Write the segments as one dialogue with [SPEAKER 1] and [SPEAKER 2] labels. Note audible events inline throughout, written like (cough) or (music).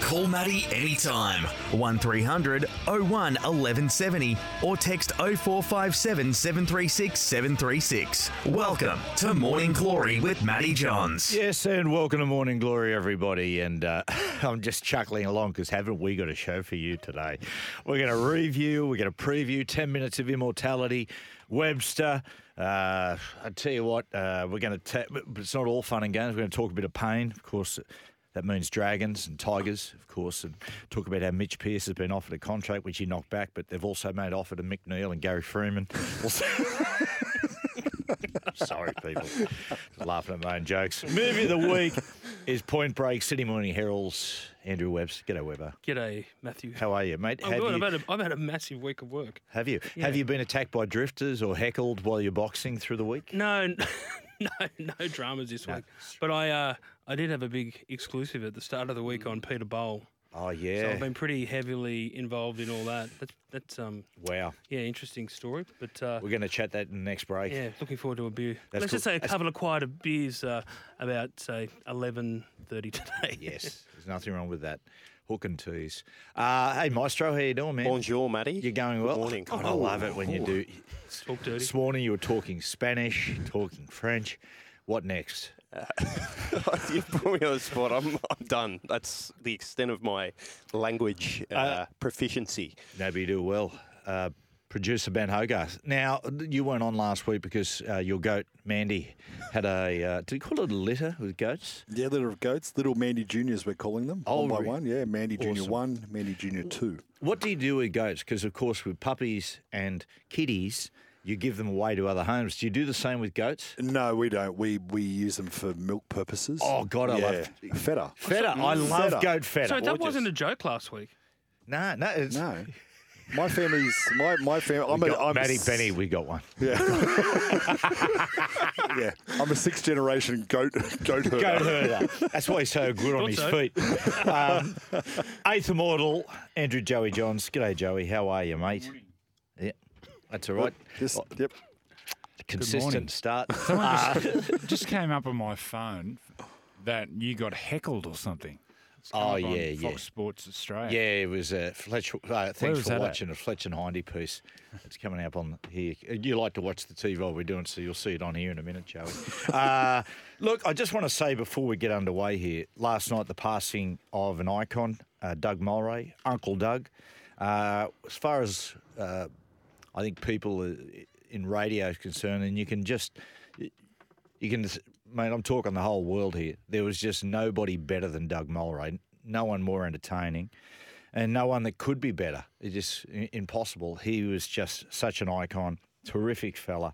[SPEAKER 1] Call Matty anytime. 1300 01 1170 or text 0457 736 736. Welcome to Morning Glory with Matty Johns.
[SPEAKER 2] Yes, and welcome to Morning Glory, everybody. And uh, (laughs) I'm just chuckling along because haven't we got a show for you today? We're going to review, we're going to preview 10 minutes of immortality, Webster. Uh, I tell you what, uh, we're going to. Ta- it's not all fun and games. We're going to talk a bit of pain, of course. That means dragons and tigers, of course, and talk about how Mitch Pearce has been offered a contract which he knocked back, but they've also made offer to Mick Neal and Gary Freeman. (laughs) Also- Sorry, people. Just laughing at my own jokes. Movie of the
[SPEAKER 3] (laughs)
[SPEAKER 2] week is Point Break, City Morning Herald's Andrew Webbs. G'day, Webber.
[SPEAKER 3] G'day, Matthew.
[SPEAKER 2] How are you, mate?
[SPEAKER 3] I'm
[SPEAKER 2] have,
[SPEAKER 3] good.
[SPEAKER 2] You,
[SPEAKER 3] I've, had a, I've had a massive week of work.
[SPEAKER 2] have you have you been attacked by drifters or heckled while you're boxing through the week?
[SPEAKER 3] No, n- (laughs) no, no dramas this week. But I, uh, I did have a big exclusive at the start of the week on Peter Bowl.
[SPEAKER 2] Oh
[SPEAKER 3] So
[SPEAKER 2] Mm. yeah.
[SPEAKER 3] I've been pretty heavily involved in all that. That's that's um
[SPEAKER 2] wow.
[SPEAKER 3] yeah, interesting story. But uh,
[SPEAKER 2] We're going to chat that in the next break.
[SPEAKER 3] yeah, looking forward to a beer.
[SPEAKER 2] That's
[SPEAKER 3] Let's just
[SPEAKER 2] cool.
[SPEAKER 3] say a
[SPEAKER 2] That's-
[SPEAKER 3] couple of quieter beers uh, about say eleven thirty today. (laughs)
[SPEAKER 2] Yes, there's nothing wrong with that. Hook and tease. Uh, hey, Maestro, how you doing, man?
[SPEAKER 4] Bonjour, Matty.
[SPEAKER 2] You're going
[SPEAKER 4] Good
[SPEAKER 2] well.
[SPEAKER 4] morning.
[SPEAKER 2] God, I love it when you do.
[SPEAKER 3] Talk dirty.
[SPEAKER 2] This morning you were talking Spanish, talking French. What
[SPEAKER 4] (laughs)
[SPEAKER 2] next?
[SPEAKER 4] (laughs) you put me on the spot. I'm, I'm done. That's the extent of my language uh, proficiency.
[SPEAKER 2] Maybe you do well. Uh, producer Ben Hogarth. Now you weren't on last week because uh, your goat Mandy had a. Uh, do you call it a litter with goats?
[SPEAKER 5] Yeah, litter of goats, little Mandy Juniors, we're calling them.
[SPEAKER 2] Oh,
[SPEAKER 5] one by
[SPEAKER 2] re-
[SPEAKER 5] one, yeah. Mandy Junior
[SPEAKER 2] awesome.
[SPEAKER 5] one, Mandy Junior two.
[SPEAKER 2] What do you do with goats? Because of course with puppies and kitties, you give them away to other homes. Do you do the same with goats?
[SPEAKER 5] No, we don't. We we use them for milk purposes.
[SPEAKER 2] Oh, God, I love-
[SPEAKER 5] yeah. feta.
[SPEAKER 2] Feta. I love
[SPEAKER 5] Feta.
[SPEAKER 2] goat feta.
[SPEAKER 3] so that
[SPEAKER 2] Gorgeous.
[SPEAKER 3] wasn't a joke last week.
[SPEAKER 2] No, no, it's,
[SPEAKER 5] No, my family's my my family. I'm
[SPEAKER 2] We
[SPEAKER 5] a,
[SPEAKER 2] got-
[SPEAKER 5] I'm a
[SPEAKER 2] Matty
[SPEAKER 5] s- (laughs)
[SPEAKER 2] Benny, we got one.
[SPEAKER 5] Yeah, I'm a sixth generation goat goat (laughs) herder.
[SPEAKER 2] Go herder. That's why he's so good on
[SPEAKER 3] Thought
[SPEAKER 2] his
[SPEAKER 3] so. (laughs)
[SPEAKER 2] feet. Um, eighth immortal, Andrew Joey Johns. G'day, Joey. How are you, mate? Yeah, that's all right.
[SPEAKER 5] Just, yep.
[SPEAKER 2] Consistent start.
[SPEAKER 6] (laughs)
[SPEAKER 2] Uh,
[SPEAKER 6] just came up on my phone that you got heckled or something. It's come
[SPEAKER 2] Oh,
[SPEAKER 6] up on
[SPEAKER 2] yeah, yeah.
[SPEAKER 6] Fox Sports Australia.
[SPEAKER 2] Yeah, it was uh, Fletch. Uh, thanks
[SPEAKER 6] was
[SPEAKER 2] for
[SPEAKER 6] that at?
[SPEAKER 2] watching a Fletch and Hindy piece. It's coming up on here. Uh, You like to watch the TV while we're doing, it, so you'll see it on here in a minute,
[SPEAKER 6] (laughs)
[SPEAKER 2] Joey. uh, look, I just want to say before we get underway here, last night the passing of an icon, uh, Doug Mulray, Uncle Doug. Uh, as far as uh, I think people uh, in radio is concerned, and you can just you can, s- mate. I'm talking the whole world here. There was just nobody better than Doug Mulray. No one more entertaining, and no one that could be better. It's just i- impossible. He was just such an icon, terrific fella,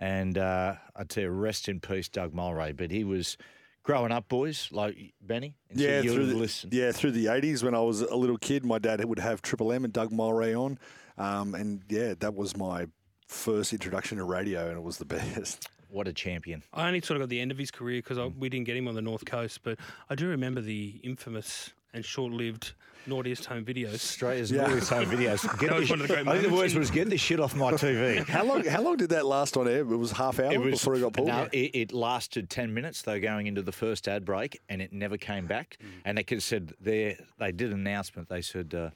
[SPEAKER 2] and uh, I'd say rest in peace, Doug Mulray. But he was growing up, boys, like Benny. And so
[SPEAKER 5] Yeah,
[SPEAKER 2] you
[SPEAKER 5] through
[SPEAKER 2] would
[SPEAKER 5] the,
[SPEAKER 2] listen.
[SPEAKER 5] yeah, through the '80s when I was a little kid, my dad would have Triple M and Doug Mulray on, um, and yeah, that was my first introduction to radio, and it was the best.
[SPEAKER 2] What a champion!
[SPEAKER 3] I only sort of got the end of his career because
[SPEAKER 2] Mm.
[SPEAKER 3] we didn't get him on the North Coast, but I do remember the infamous and short-lived naughtiest home videos.
[SPEAKER 2] Australia's
[SPEAKER 5] Yeah.
[SPEAKER 2] really same videos.
[SPEAKER 3] (laughs)
[SPEAKER 2] Get
[SPEAKER 3] was
[SPEAKER 2] the
[SPEAKER 3] one of the
[SPEAKER 2] sh-
[SPEAKER 3] great
[SPEAKER 2] I think the
[SPEAKER 3] moments
[SPEAKER 2] words
[SPEAKER 3] in-
[SPEAKER 2] was get the shit off my TV.
[SPEAKER 5] (laughs) How long? How long did that last on air? It was half hour before it got pulled.
[SPEAKER 2] No, it, it lasted ten minutes. They were going into the first ad break, and it never came back.
[SPEAKER 5] Mm.
[SPEAKER 2] And they could- said they they did an announcement. They said. Uh,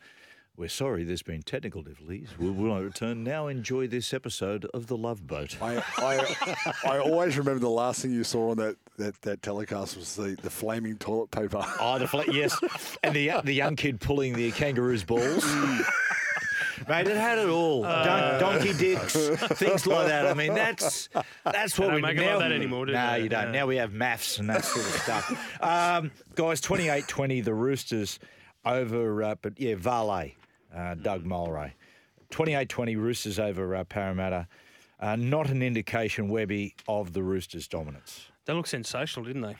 [SPEAKER 2] we're sorry, there's been technical difficulties. We will not return. Now enjoy this episode of The Love Boat.
[SPEAKER 5] I, I, I always remember the last thing you saw on that, that, that telecast was the, the flaming toilet paper.
[SPEAKER 2] (laughs) Oh, the fla- yes, and the the young kid pulling the kangaroo's balls. Uh, Mate, it had it all.
[SPEAKER 3] Uh, (laughs)
[SPEAKER 2] Don- donkey dicks, things like that. I mean, that's that's
[SPEAKER 3] They
[SPEAKER 2] what
[SPEAKER 3] don't
[SPEAKER 2] we
[SPEAKER 3] make it
[SPEAKER 2] now,
[SPEAKER 3] like that anymore, do
[SPEAKER 2] No,
[SPEAKER 3] they?
[SPEAKER 2] you don't.
[SPEAKER 3] Yeah.
[SPEAKER 2] Now we have maths and that sort of
[SPEAKER 3] (laughs)
[SPEAKER 2] stuff. Um, guys, twenty-eight twenty, the Roosters over, uh, but yeah, Vale, uh,
[SPEAKER 3] Mm.
[SPEAKER 2] Doug Mulray. Twenty-eight twenty, Roosters over uh, Parramatta. Uh, not an indication, Webby, of the Roosters' dominance.
[SPEAKER 3] They looked sensational, didn't they?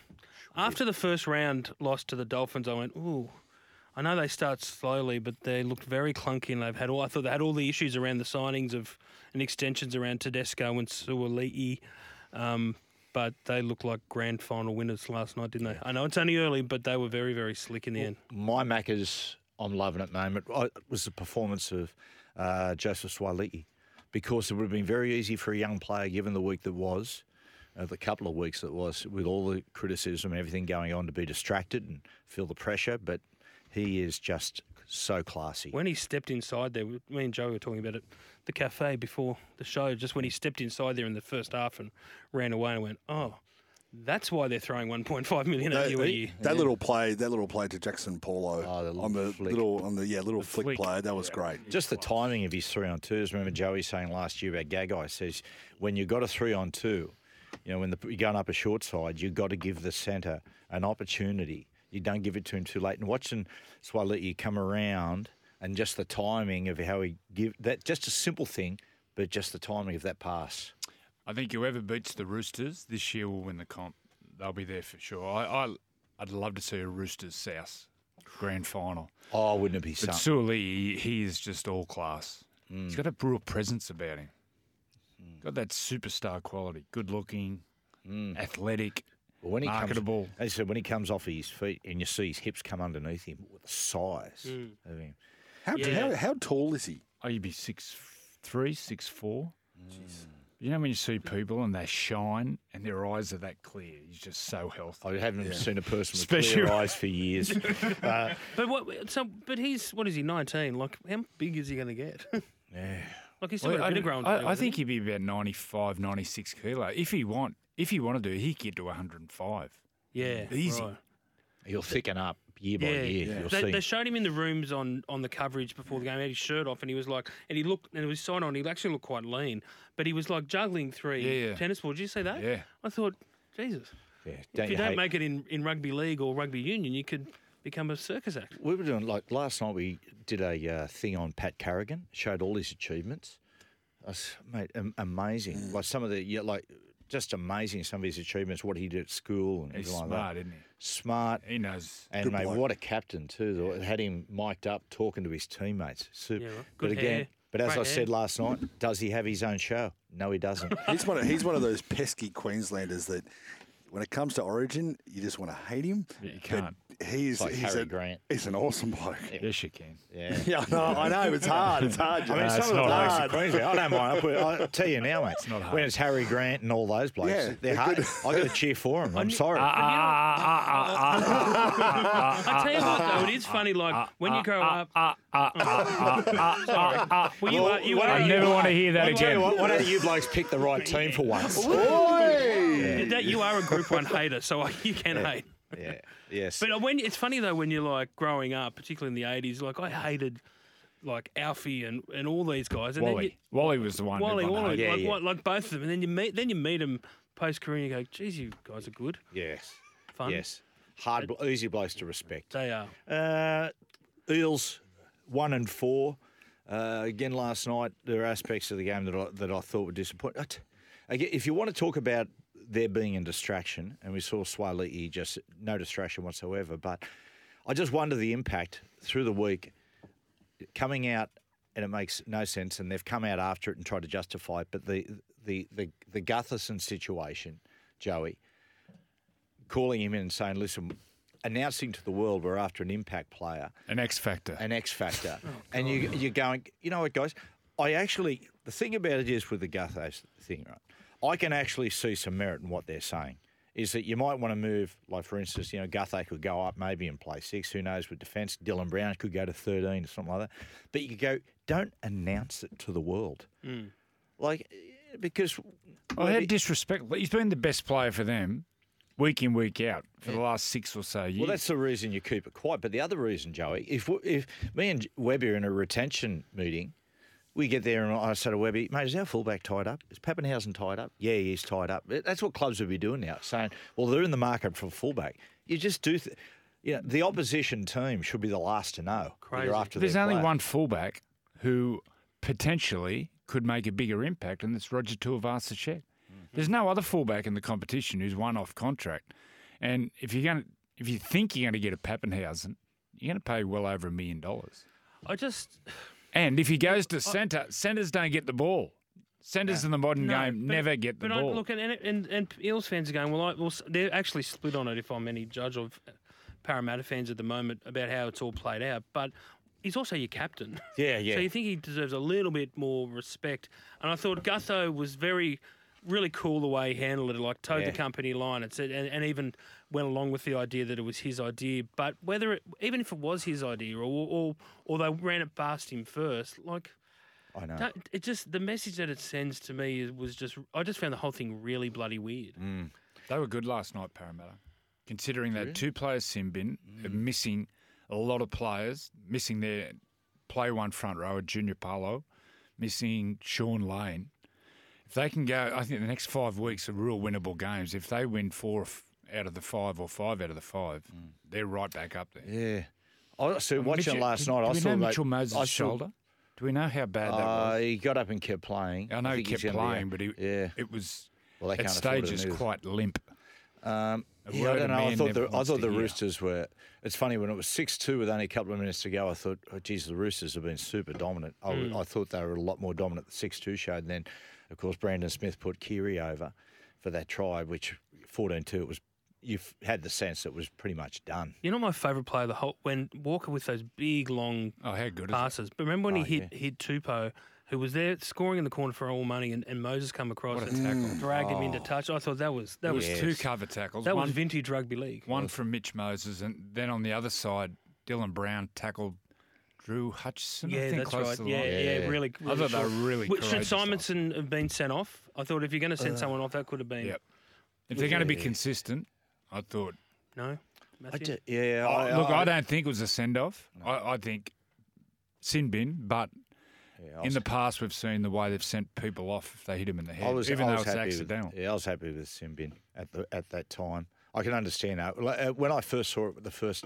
[SPEAKER 3] After the first round loss to the Dolphins, I went, ooh. I know they start slowly, but they looked very clunky, and they've had all. I thought they had all the issues around the signings of and extensions around Tedesco and Suoli'i, um, but they looked like grand final winners last night, didn't they? I know it's only early, but they were very, very slick in the end.
[SPEAKER 2] My Maccas, I'm loving at the moment. I- It was the performance of uh, Joseph Swaliti because it would have been very easy for a young player, given the week that was, uh, the couple of weeks that was, with all the criticism and everything going on, to be distracted and feel the pressure. But he is just so classy.
[SPEAKER 3] When he stepped inside there, we- me and Joe were talking about it, the cafe before the show, just when he stepped inside there in the first half and ran away and went, oh, that's why they're throwing 1.5 million at you a year. (laughs)
[SPEAKER 5] that little play, that little play to Jackson Paulo
[SPEAKER 2] Oh, the little
[SPEAKER 5] on the
[SPEAKER 2] flick.
[SPEAKER 5] little on the yeah little flick,
[SPEAKER 3] flick.
[SPEAKER 5] play. That was great.
[SPEAKER 2] Just the timing of his three on twos. Remember Joey saying last year about Gagai says when you got a three on two, you know when the, you're going up a short side, you got to give the centre an opportunity. You don't give it to him too late. And watching Swaliti come around and just the timing of how he give that just a simple thing, but just the timing of that pass.
[SPEAKER 6] I think whoever beats the Roosters this year will win the comp. They'll be there for sure. I, I I'd love to see a Roosters South grand final.
[SPEAKER 2] Oh, wouldn't it be
[SPEAKER 6] But
[SPEAKER 2] something? Mm.
[SPEAKER 6] Suoli, he is just all class. He's got a real presence about him. Got that superstar quality. Good looking, athletic.
[SPEAKER 2] Mm. Well, when he
[SPEAKER 6] Marketable.
[SPEAKER 2] Comes, as I said, when he comes off his feet and you see his hips come underneath him, what the size
[SPEAKER 3] Mm.
[SPEAKER 2] of him.
[SPEAKER 5] How,
[SPEAKER 3] Yeah.
[SPEAKER 5] how how tall is he?
[SPEAKER 6] Oh, you'd be six three, six four. You know when you see people and they shine and their eyes are that clear. He's just so healthy.
[SPEAKER 2] I haven't seen a person with
[SPEAKER 6] Especially- (laughs)
[SPEAKER 2] clear eyes for years.
[SPEAKER 3] But
[SPEAKER 5] Uh,
[SPEAKER 3] what? So, but he's what is he? Nineteen? Like, how big is he going to get? yeah. Like he's still got a bit of ground. to do,
[SPEAKER 6] I, I
[SPEAKER 3] hasn't
[SPEAKER 6] think he'd be about 95, 96 kilo. If he want, if he wanted to, he'd get to 105.
[SPEAKER 3] he? Yeah.
[SPEAKER 6] Easy.
[SPEAKER 3] right.
[SPEAKER 2] He'll thicken up year by
[SPEAKER 3] Yeah.
[SPEAKER 2] year. You'll
[SPEAKER 3] They,
[SPEAKER 2] see.
[SPEAKER 3] they showed him in the rooms on, on the coverage before the game. He had his shirt off, and he was like, and he looked, and his side on. He actually looked quite lean, but he was like juggling three
[SPEAKER 6] Yeah, yeah.
[SPEAKER 3] tennis balls. Did you see that?
[SPEAKER 6] Yeah.
[SPEAKER 3] I thought, Jesus,
[SPEAKER 2] yeah,
[SPEAKER 3] if you,
[SPEAKER 2] you
[SPEAKER 3] don't
[SPEAKER 2] hate-
[SPEAKER 3] make it in, in rugby league or rugby union, you could become a circus
[SPEAKER 6] (laughs)
[SPEAKER 3] act.
[SPEAKER 2] we were doing like last night. We did a uh, thing on Pat Carrigan. Showed all his achievements. I s- mate, am- amazing.
[SPEAKER 3] Mm.
[SPEAKER 2] Like some of the yeah, like just amazing. Some of his achievements. What he did at school and
[SPEAKER 6] He's
[SPEAKER 2] everything
[SPEAKER 6] smart,
[SPEAKER 2] like that.
[SPEAKER 6] isn't
[SPEAKER 2] Smart.
[SPEAKER 6] he? He knows.
[SPEAKER 2] And
[SPEAKER 5] Good
[SPEAKER 2] mate,
[SPEAKER 5] bloke.
[SPEAKER 2] what a captain too! though. It Had him mic'd up, talking to his teammates. Super.
[SPEAKER 3] Yeah, right.
[SPEAKER 2] But
[SPEAKER 3] Good
[SPEAKER 2] again,
[SPEAKER 3] hair.
[SPEAKER 2] but as
[SPEAKER 3] Great
[SPEAKER 2] I
[SPEAKER 3] hair.
[SPEAKER 2] said last night, does he have his own show? No, he doesn't.
[SPEAKER 5] He's one of he's one of those pesky Queenslanders that when it comes to Origin, you just want to hate him.
[SPEAKER 6] Yeah, you can't.
[SPEAKER 5] But he's
[SPEAKER 2] like
[SPEAKER 5] he's
[SPEAKER 2] Harry
[SPEAKER 5] a-
[SPEAKER 2] Grant.
[SPEAKER 5] He's an awesome bloke.
[SPEAKER 6] Yes, you can.
[SPEAKER 2] (laughs) Yeah.
[SPEAKER 5] Yeah, no, I know it's hard. It's hard.
[SPEAKER 2] I mean,
[SPEAKER 6] it's
[SPEAKER 2] some
[SPEAKER 6] not
[SPEAKER 2] of the blokes
[SPEAKER 6] hard.
[SPEAKER 2] in Queensland, I don't mind. I put, I'll tell you now, mate. When it's Harry Grant and all those blokes,
[SPEAKER 5] Yeah,
[SPEAKER 2] they're
[SPEAKER 5] they're
[SPEAKER 2] hard.
[SPEAKER 5] good.
[SPEAKER 2] I got to cheer for them. I'm sorry.
[SPEAKER 6] Ah,
[SPEAKER 3] Ah, I tell you what, though, it is
[SPEAKER 6] ah,
[SPEAKER 3] funny. Like when you grow up,
[SPEAKER 6] ah,
[SPEAKER 3] (laughs) Sorry. Well, you are- you
[SPEAKER 2] why
[SPEAKER 3] are-
[SPEAKER 2] don't
[SPEAKER 6] I
[SPEAKER 2] you-
[SPEAKER 6] never want to hear that
[SPEAKER 2] I tell you
[SPEAKER 6] again.
[SPEAKER 2] what,
[SPEAKER 3] (laughs)
[SPEAKER 2] why don't you blokes pick the right team for once?
[SPEAKER 3] that you are a Group One hater, so (laughs) you can hate.
[SPEAKER 2] yeah. Yes.
[SPEAKER 3] But uh, when it's funny though, when you're like growing up, particularly in the '80s, like I hated like Alfie and, and all these guys, and
[SPEAKER 6] Wally. Wally was the one.
[SPEAKER 3] then you, Wally,
[SPEAKER 6] everyone
[SPEAKER 3] all of,
[SPEAKER 6] hated.
[SPEAKER 2] yeah,
[SPEAKER 3] like,
[SPEAKER 2] yeah.
[SPEAKER 3] what- like both of them, and then you meet then you meet them post career, and you go, "Geez, you guys are good,
[SPEAKER 2] yes.
[SPEAKER 3] fun,
[SPEAKER 2] Yes. Hard, blo- easy blokes to respect.
[SPEAKER 3] they are."
[SPEAKER 2] Uh, Eels one and four. Uh, again, last night there are aspects of the game that I, that I thought were disappointing. Again, if you want to talk about there being a distraction, and we saw Swaliti just no distraction whatsoever, but I just wonder the impact through the week coming out and it makes no sense, and they've come out after it and tried to justify it. But the the the, the Gutherson situation, Joey, calling him in and saying, "Listen." Announcing to the world we're after an impact player,
[SPEAKER 6] An X Factor.
[SPEAKER 2] an X Factor, and you you're going, you know what, guys? I actually the thing about it is with the Guthos thing, right? I can actually see some merit in what they're saying. Is that you might want to move, like for instance, you know, Guthay could go up maybe and play six. Who knows with defence? Dylan Brown could go to thirteen or something like that. But you go, don't announce it to the world, like because
[SPEAKER 6] Oh, how disrespectful. He's been the best player for them week in, week out for the last six or so years.
[SPEAKER 2] Well, that's the reason you keep it quiet. But the other reason, Joey, if we- if me and Webby are in a retention meeting, we get there and I say to Webby, mate, is our fullback tied up? Is Pappenhausen tied up? Yeah, he is tied up. That's what clubs would be doing now, saying, well, they're in the market for a fullback. You just do, th- you know, the opposition team should be the last to know. that
[SPEAKER 3] Crazy.
[SPEAKER 2] You're after
[SPEAKER 6] There's
[SPEAKER 2] their
[SPEAKER 6] only
[SPEAKER 2] player.
[SPEAKER 6] one fullback who potentially could make a bigger impact,
[SPEAKER 3] Mm-hmm.
[SPEAKER 6] and that's Roger Tuivasa-Sheck. There's no other fullback in the competition who's one off contract. And if you're going to, if you think you're going to get a Pappenhausen, you're going to pay well over a million dollars.
[SPEAKER 3] I just
[SPEAKER 6] And if he goes to centre, centres don't get the ball. Centres in the modern
[SPEAKER 3] No,
[SPEAKER 6] game
[SPEAKER 3] but-
[SPEAKER 6] never get the
[SPEAKER 3] but I-
[SPEAKER 6] ball.
[SPEAKER 3] look, and, and and and Eels fans are going. Well, I, well, s- they're actually split on it. If I'm any judge of uh, Parramatta fans at the moment about how it's all played out, but he's also your captain.
[SPEAKER 2] (laughs) Yeah, yeah.
[SPEAKER 3] So you think he deserves a little bit more respect? And I thought Gutho was very. Really cool the way he handled it, like towed
[SPEAKER 2] Yeah.
[SPEAKER 3] the company line. It said, and, and even went along with the idea that it was his idea. But whether it, even if it was his idea, or or or they ran it past him first, like
[SPEAKER 2] I know.
[SPEAKER 3] don't- it just the message that it sends to me is- was just I just found the whole thing really bloody weird.
[SPEAKER 2] Mm.
[SPEAKER 6] They were good last night, Parramatta. Considering that two players sin bin,
[SPEAKER 2] Mm.
[SPEAKER 6] uh, missing a lot of players, missing their play one front rower, Junior Palo, missing Sean Lane. If they can go, I think the next five weeks are real winnable games. If they win four f- out of the five or five out of the five, they're right back up there.
[SPEAKER 2] Mm. Yeah. I so
[SPEAKER 6] And
[SPEAKER 2] watching
[SPEAKER 6] Mitchell-
[SPEAKER 2] last
[SPEAKER 6] do-
[SPEAKER 2] night,
[SPEAKER 6] do
[SPEAKER 2] I
[SPEAKER 6] we
[SPEAKER 2] saw
[SPEAKER 6] know
[SPEAKER 2] mate,
[SPEAKER 6] Mitchell Moses'
[SPEAKER 2] I saw,
[SPEAKER 6] shoulder. Do we know how bad that
[SPEAKER 2] Uh,
[SPEAKER 6] was?
[SPEAKER 2] he got up and kept playing.
[SPEAKER 6] I know he
[SPEAKER 2] think he's
[SPEAKER 6] kept
[SPEAKER 2] gonna be
[SPEAKER 6] playing,
[SPEAKER 2] out.
[SPEAKER 6] but he,
[SPEAKER 2] yeah.
[SPEAKER 6] it was
[SPEAKER 2] Well, they
[SPEAKER 6] at
[SPEAKER 2] can't afford him
[SPEAKER 6] stages
[SPEAKER 2] either.
[SPEAKER 6] quite limp.
[SPEAKER 2] Um,
[SPEAKER 6] A
[SPEAKER 2] yeah, I
[SPEAKER 6] word
[SPEAKER 2] don't
[SPEAKER 6] a
[SPEAKER 2] know. I
[SPEAKER 6] man
[SPEAKER 2] thought
[SPEAKER 6] never
[SPEAKER 2] the I
[SPEAKER 6] wants
[SPEAKER 2] thought
[SPEAKER 6] to
[SPEAKER 2] the
[SPEAKER 6] hear.
[SPEAKER 2] Roosters were. It's funny when it was six two with only a couple of minutes to go. I thought, oh, geez, the Roosters have been super dominant. I,
[SPEAKER 6] Hmm.
[SPEAKER 2] w- I thought they were a lot more dominant. The six two showed, and then, of course, Brandon Smith put Kiri over for that try, which 14-2, It was you've had the sense it was pretty much done.
[SPEAKER 3] You know my favourite player of the whole when Walker with those big long
[SPEAKER 6] Oh, how good is it?
[SPEAKER 3] passes. But remember when he
[SPEAKER 2] Ah,
[SPEAKER 3] hit hit Tupou, who was there scoring in the corner for all money, and, and Moses come across
[SPEAKER 6] What a
[SPEAKER 3] and
[SPEAKER 6] tackle.
[SPEAKER 3] dragged him into
[SPEAKER 2] Oh.
[SPEAKER 3] touch. I thought that was that
[SPEAKER 6] It was
[SPEAKER 3] was
[SPEAKER 6] two cover tackles.
[SPEAKER 3] that
[SPEAKER 6] one,
[SPEAKER 3] was vintage rugby league.
[SPEAKER 6] one from Mitch Moses, and then on the other side, Dylan Brown tackled Drew Hutchison. I
[SPEAKER 3] Yeah,
[SPEAKER 6] think,
[SPEAKER 3] that's
[SPEAKER 6] close
[SPEAKER 3] right.
[SPEAKER 6] to the
[SPEAKER 3] Yeah,
[SPEAKER 6] line.
[SPEAKER 3] yeah,
[SPEAKER 2] Yeah.
[SPEAKER 3] really.
[SPEAKER 6] I
[SPEAKER 3] really
[SPEAKER 6] thought they were
[SPEAKER 3] short.
[SPEAKER 6] really
[SPEAKER 3] Which- Should
[SPEAKER 6] courageous last
[SPEAKER 3] Simonson have been sent off? I thought if you're going to
[SPEAKER 2] Uh,
[SPEAKER 3] send someone off, that could have been
[SPEAKER 6] Yep. If they're going to be consistent, I thought.
[SPEAKER 3] no. Matthew?
[SPEAKER 2] I ju- yeah,
[SPEAKER 6] I- Oh,
[SPEAKER 3] uh,
[SPEAKER 6] look, I, don't think it was a send off. I, I think sin bin, but
[SPEAKER 2] yeah, I
[SPEAKER 6] in
[SPEAKER 2] was-
[SPEAKER 6] the past we've seen the way they've sent people off if they hit him in the head,
[SPEAKER 2] I was,
[SPEAKER 6] even
[SPEAKER 2] I
[SPEAKER 6] though
[SPEAKER 2] was
[SPEAKER 6] it's
[SPEAKER 2] happy
[SPEAKER 6] accidental.
[SPEAKER 2] With, yeah, I was happy with Simbin at the at that time. I can understand that. Like, uh, When I first saw it, with the first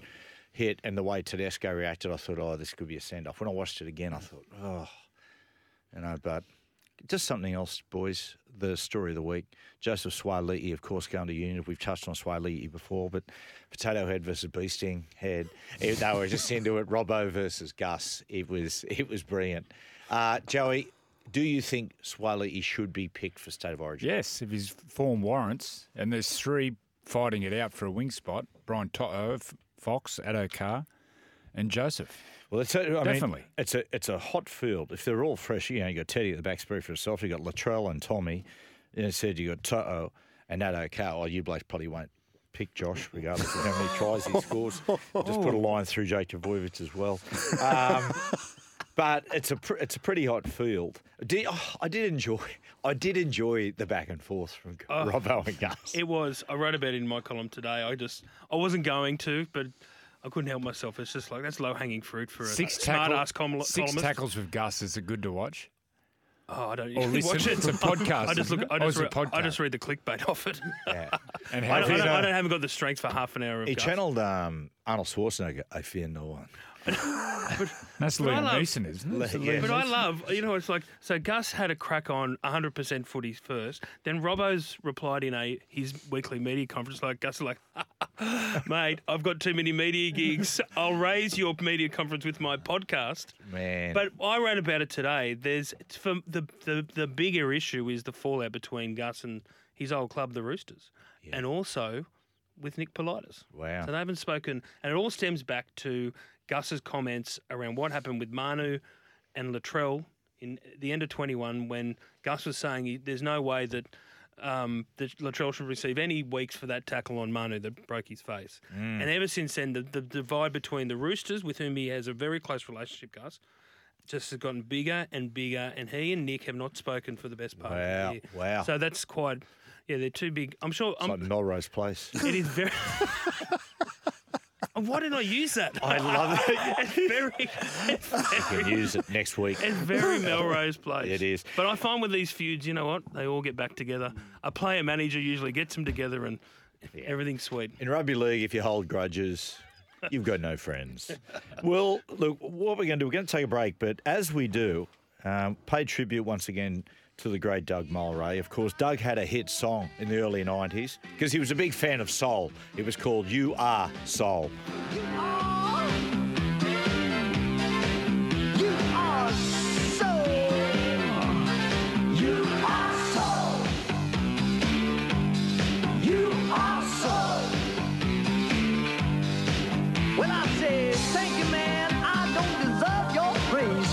[SPEAKER 2] hit and the way Tedesco reacted, I thought, oh, this could be a send off. When I watched it again, I thought, oh, you know, but just something else, boys. The story of the week: Joseph Swaliti, of course, going to Union. We've touched on Swaliti before, but Potato Head versus Beasting Head. It- they were just into it. Robbo versus Gus. It was it was brilliant. Uh, Joey, do you think Swaliti should be picked for State of Origin?
[SPEAKER 6] Yes, if his form warrants, and there's three fighting it out for a wing spot: Brian to- uh, F- Fox, Addo Carr, and Joseph.
[SPEAKER 2] Well,
[SPEAKER 3] uh,
[SPEAKER 2] it's a, I mean,
[SPEAKER 6] Definitely.
[SPEAKER 2] it's a it's a hot field. If they're all fresh, you know, you got Teddy at the back speak for himself. You got Latrell and Tommy. And it said you got Toto and Nato Cow. Oh, you blokes probably won't pick Josh, regardless of how many tries he
[SPEAKER 6] (laughs)
[SPEAKER 2] scores. Just put a line through Jake Dvojevic as well. Um, (laughs) but it's a pr- it's a pretty hot field. Did, oh, I did enjoy I did enjoy the back and forth from
[SPEAKER 6] Oh.
[SPEAKER 2] Robbo and Gus.
[SPEAKER 3] It was. I wrote about it in my column today. I just I wasn't going to, but I couldn't help myself. It's just like that's low hanging fruit for a
[SPEAKER 6] Six
[SPEAKER 3] smart
[SPEAKER 6] tackle-
[SPEAKER 3] ass com-
[SPEAKER 6] six
[SPEAKER 3] columnist.
[SPEAKER 6] tackles with Gus is a good to watch.
[SPEAKER 3] Oh, I don't
[SPEAKER 6] Or
[SPEAKER 3] usually watch
[SPEAKER 6] listen,
[SPEAKER 3] it.
[SPEAKER 6] it's a podcast,
[SPEAKER 3] (laughs) I just
[SPEAKER 6] isn't
[SPEAKER 3] look.
[SPEAKER 6] it?
[SPEAKER 3] I
[SPEAKER 6] Oh,
[SPEAKER 3] just,
[SPEAKER 6] it's a
[SPEAKER 3] re- I
[SPEAKER 6] podcast.
[SPEAKER 3] just read the clickbait (laughs) off it.
[SPEAKER 2] Yeah.
[SPEAKER 6] And
[SPEAKER 3] I,
[SPEAKER 6] how
[SPEAKER 3] don't, I,
[SPEAKER 6] did
[SPEAKER 3] don't,
[SPEAKER 6] uh,
[SPEAKER 3] I don't- haven't got the strength for half an hour of
[SPEAKER 2] He
[SPEAKER 3] Gus.
[SPEAKER 2] channeled um, Arnold Schwarzenegger. I fear no
[SPEAKER 6] (laughs)
[SPEAKER 2] one.
[SPEAKER 6] that's
[SPEAKER 3] I
[SPEAKER 6] Liam
[SPEAKER 3] love-
[SPEAKER 6] Neeson, isn't it?
[SPEAKER 2] (laughs) Yeah.
[SPEAKER 3] But I love, you know, it's like so. Gus had a crack on 100% footy first. Then Robbo's replied in a his weekly media conference. Like Gus, is like, (laughs) mate, I've got too many media gigs. I'll raise your media conference with my podcast.
[SPEAKER 2] (laughs)
[SPEAKER 3] (laughs)
[SPEAKER 2] Man.
[SPEAKER 3] But I wrote about it today. There's for the, the the bigger issue is the fallout between Gus and his old club, the Roosters, and also with Nick Politis.
[SPEAKER 2] Wow.
[SPEAKER 3] So they haven't spoken, and it all stems back to Gus's comments around what happened with Manu and Latrell in the end of 21 when Gus was saying he, there's no way that. Um, that Latrell should receive any weeks for that tackle on Manu that broke his face.
[SPEAKER 2] Mm.
[SPEAKER 3] And ever since then, the, the divide between the Roosters, with whom he has a very close relationship, Gus, just has gotten bigger and bigger, and he and Nick have not spoken for the best part.
[SPEAKER 2] Wow,
[SPEAKER 3] of the year.
[SPEAKER 2] wow.
[SPEAKER 3] So that's quite, yeah, they're too big. I'm sure.
[SPEAKER 2] it's
[SPEAKER 3] I'm,
[SPEAKER 2] like
[SPEAKER 3] (laughs)
[SPEAKER 2] Melrose Place.
[SPEAKER 3] it is very. Why didn't I use that?
[SPEAKER 2] I love it.
[SPEAKER 3] (laughs) it's very, it's
[SPEAKER 2] You
[SPEAKER 3] very,
[SPEAKER 2] can use it next week.
[SPEAKER 3] it's
[SPEAKER 2] (laughs)
[SPEAKER 3] very Melrose Place.
[SPEAKER 2] It is.
[SPEAKER 3] But I find with these feuds, you know what? They all get back together. A player manager usually gets them together, and everything's sweet.
[SPEAKER 2] In rugby league, if you hold grudges, you've got no friends. well, look, what we're going to do, we're going to take a break, but as we do, um, pay tribute once again to the great Doug Mulray. Of course, Doug had a hit song in the early 90s because he was a big fan of soul. It was called You Are Soul.
[SPEAKER 7] When I say thank you, man, I don't deserve your praise.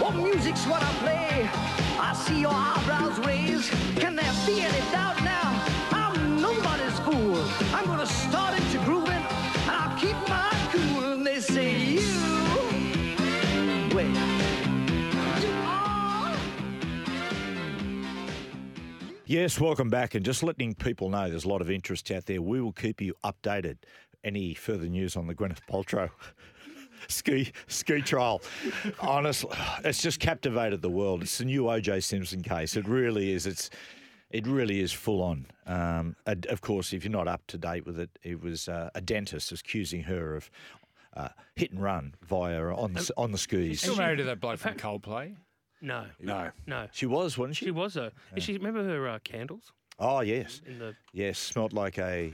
[SPEAKER 7] What music's what I play. I see your eyebrows raised. Can there be any doubt now? I'm nobody's fool. I'm gonna start into grooving, and I'll keep my cool. And they say you, well, you are.
[SPEAKER 2] Yes, welcome back. And just letting people know there's a lot of interest out there. We will keep you updated. Any further news on the Gwyneth Paltrow (laughs) ski ski trial? Honestly, it's just captivated the world. It's the new OJ Simpson case. It really is. It's it really is full on. Um, and of course, if you're not up to date with it, it was uh, a dentist was accusing her of uh, hit and run via uh, on the, on the skis.
[SPEAKER 6] Still married to that bloke from Coldplay.
[SPEAKER 3] No,
[SPEAKER 5] No.
[SPEAKER 3] no.
[SPEAKER 2] She was, wasn't
[SPEAKER 3] She was though. Is she remember her uh, candles
[SPEAKER 2] Oh yes,
[SPEAKER 3] in the
[SPEAKER 2] yes. Smelled like a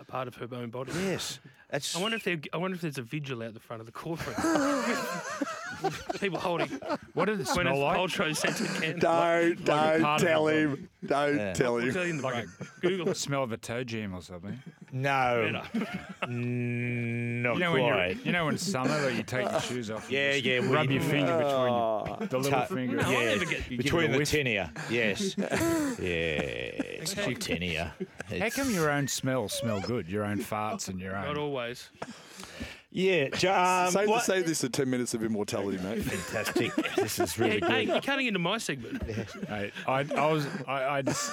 [SPEAKER 3] a part of her own body?
[SPEAKER 2] yes. That's
[SPEAKER 3] I wonder if there, I wonder if there's a vigil out the front of the courtroom. (laughs) People holding
[SPEAKER 6] What did it
[SPEAKER 3] when
[SPEAKER 6] smell like?
[SPEAKER 3] Paltrow scented candles.
[SPEAKER 5] Don't, don't
[SPEAKER 6] part of
[SPEAKER 5] tell
[SPEAKER 6] it.
[SPEAKER 5] him. Don't tell
[SPEAKER 3] I'll
[SPEAKER 5] him.
[SPEAKER 3] tell you in the break. Google it.
[SPEAKER 6] Smell of a toe jam or something.
[SPEAKER 2] no, not
[SPEAKER 6] You know, when you're,
[SPEAKER 2] quite.
[SPEAKER 6] you know, in summer, like, you take your shoes off. and
[SPEAKER 2] Yeah,
[SPEAKER 6] just
[SPEAKER 2] yeah,
[SPEAKER 6] Rub
[SPEAKER 2] we-
[SPEAKER 6] your finger
[SPEAKER 5] Oh.
[SPEAKER 6] between your, the little
[SPEAKER 2] Ta-
[SPEAKER 6] finger.
[SPEAKER 3] No, I
[SPEAKER 2] Yeah.
[SPEAKER 3] never get.
[SPEAKER 6] You give it
[SPEAKER 2] Between
[SPEAKER 6] a
[SPEAKER 2] the
[SPEAKER 6] whiff.
[SPEAKER 2] tinea,
[SPEAKER 6] (laughs)
[SPEAKER 2] yes, yeah, it's not tinea.
[SPEAKER 6] How
[SPEAKER 2] It's-
[SPEAKER 6] come your own smell smell good? Your own farts and your
[SPEAKER 3] Not
[SPEAKER 6] own.
[SPEAKER 3] always.
[SPEAKER 2] (laughs) Yeah, ja- um,
[SPEAKER 5] Save,
[SPEAKER 2] what-
[SPEAKER 5] save this for 10 minutes of immortality, mate.
[SPEAKER 2] fantastic. this is
[SPEAKER 3] Hey,
[SPEAKER 2] really
[SPEAKER 3] hey,
[SPEAKER 2] good.
[SPEAKER 3] you're cutting into my segment.
[SPEAKER 6] Mate, I, I was, I, I just.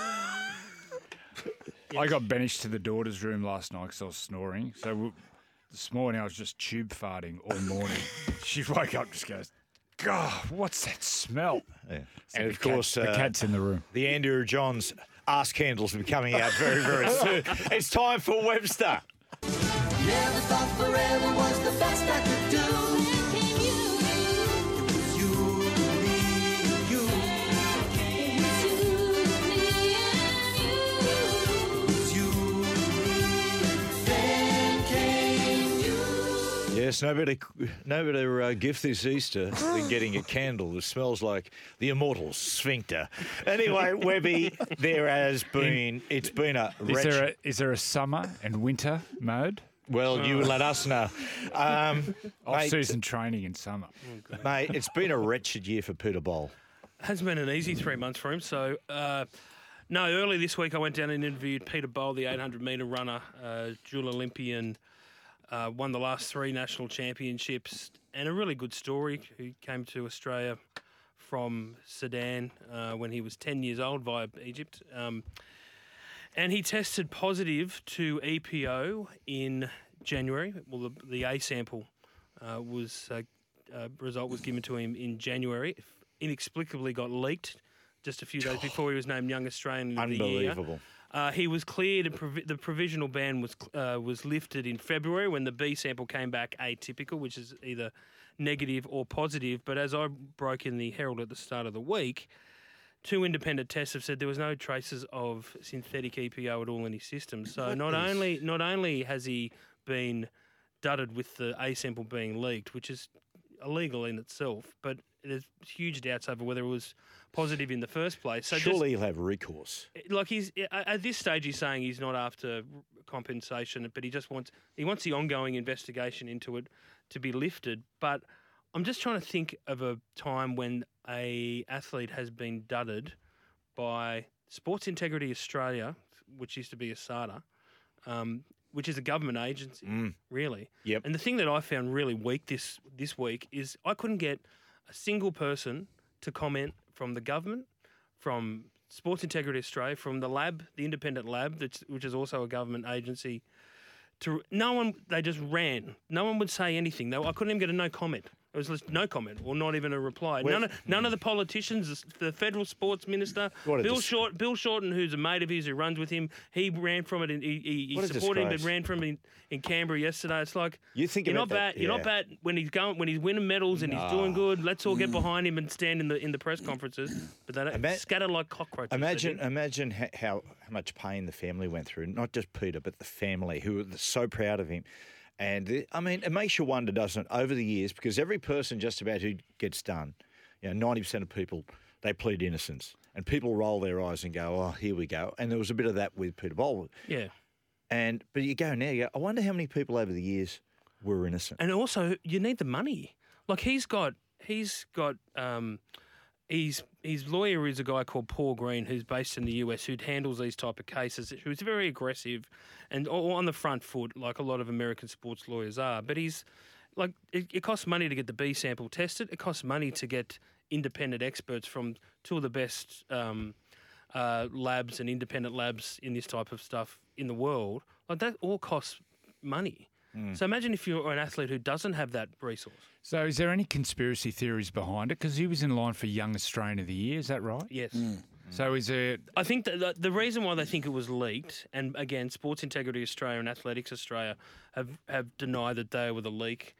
[SPEAKER 6] I got banished to the daughter's room last night because I was snoring. So w this morning I was just tube farting all morning. (laughs) she woke up, just goes, "God, what's that smell?"
[SPEAKER 2] And of
[SPEAKER 6] The cat-
[SPEAKER 2] course,
[SPEAKER 6] the
[SPEAKER 2] uh,
[SPEAKER 6] cat's in the room.
[SPEAKER 2] the Andrew Johns ass candles will be coming out very,
[SPEAKER 6] (laughs)
[SPEAKER 2] very soon. It's time for Webster.
[SPEAKER 8] Never thought forever was the best I could do. Then came you. It was you, me, and you. It was you, me, and you. It was you, me. Then came you.
[SPEAKER 2] Yes, no better, no better uh, gift this Easter than getting a candle that smells like the immortal sphincter. Anyway, Webby, there has been it's been a
[SPEAKER 6] Is
[SPEAKER 2] wretched-
[SPEAKER 6] there a, is there a summer and winter mode?
[SPEAKER 2] well, you let us
[SPEAKER 6] (laughs)
[SPEAKER 2] know, um,
[SPEAKER 6] Off
[SPEAKER 2] mate.
[SPEAKER 6] season training in summer.
[SPEAKER 2] Mate, it's been a wretched year for Peter Bowl.
[SPEAKER 3] hasn't been an easy three months for him. So, uh, no, early this week I went down and interviewed Peter Bowl, the 800 metre runner, uh, dual Olympian, uh, won the last three national championships, and a really good story. He came to Australia from Sudan uh, when he was 10 years old via Egypt. Um, and he tested positive to EPO in January. Well, the, the A sample uh, was uh, uh, result was given to him in January. Inexplicably got leaked just a few days before he was named Young Australian of the Year.
[SPEAKER 2] Unbelievable.
[SPEAKER 3] Uh, he was cleared, and provi- the provisional ban was uh, was lifted in February when the B sample came back atypical, which is either negative or positive. But as I broke in the Herald at the start of the week, two independent tests have said there was no traces of synthetic EPO at all in his system. So not only not only has he been dudded with the A sample being leaked, which is illegal in itself, but there's huge doubts over whether it was positive in the first place. So just-
[SPEAKER 2] Surely he'll have recourse.
[SPEAKER 3] like he's a- at this stage he's saying he's not after compensation but he just wants he wants the ongoing investigation into it to be lifted but i'm just trying to think of a time when a athlete has been dudded by sports integrity australia which used to be asada um, which is a government agency
[SPEAKER 2] Mm.
[SPEAKER 3] really
[SPEAKER 2] Yep.
[SPEAKER 3] and the thing that i found really weak this this week is i couldn't get a single person to comment from the government from Sports Integrity Australia, from the lab, the independent lab, that's, which is also a government agency. To no one, they just ran. No one would say anything. They, I couldn't even get a no comment. It was just no comment or not even a reply.
[SPEAKER 2] Where-
[SPEAKER 3] None of, none of the politicians, the federal sports minister,
[SPEAKER 2] What a
[SPEAKER 3] Bill
[SPEAKER 2] dis-
[SPEAKER 3] Short, Bill Shorten, who's a mate of his who runs with him, he ran from it and he, he,
[SPEAKER 2] What
[SPEAKER 3] he
[SPEAKER 2] a
[SPEAKER 3] supported him, but
[SPEAKER 2] disgrace.
[SPEAKER 3] ran from it in, in Canberra yesterday. It's like
[SPEAKER 2] You think
[SPEAKER 3] you're
[SPEAKER 2] about
[SPEAKER 3] not
[SPEAKER 2] that-
[SPEAKER 3] bad. You're not
[SPEAKER 2] yeah.
[SPEAKER 3] bad when he's going when he's winning medals and he's doing good. Let's all get behind him and stand in the in the press conferences, but they don't
[SPEAKER 2] Mm. Ima-
[SPEAKER 3] scatter like cockroaches. they
[SPEAKER 2] Imagine,
[SPEAKER 3] did.
[SPEAKER 2] imagine ho- how how much pain the family went through. Not just Peter, but the family who were so proud of him. And the- I mean, it makes you wonder, doesn't it, over the years? Because every person, just about who gets done, you know, ninety percent of people they plead innocence, and people roll their eyes and go, "Oh, here we go." And there was a bit of that with Peter Bowl.
[SPEAKER 3] yeah.
[SPEAKER 2] And but you go now, you go, I wonder how many people over the years were innocent.
[SPEAKER 3] And also, you need the money. Like he's got, he's got, um, he's his lawyer is a guy called Paul Green, who's based in the US, who handles these type of cases. Who's very aggressive, and all on the front foot, like a lot of American sports lawyers are. But he's like, it, it costs money to get the B sample tested. It costs money to get independent experts from two of the best. Um, uh, labs and independent labs in this type of stuff in the world, like that all costs money. So imagine if you're an athlete who doesn't have that resource.
[SPEAKER 6] So, is there any conspiracy theories behind it? Because he was in line for Young Australian of the Year, is that right?
[SPEAKER 3] Yes.
[SPEAKER 6] So, is there
[SPEAKER 3] I think that the, the reason why they think it was leaked, and again, Sports Integrity Australia and Athletics Australia have, have denied that they were the leak.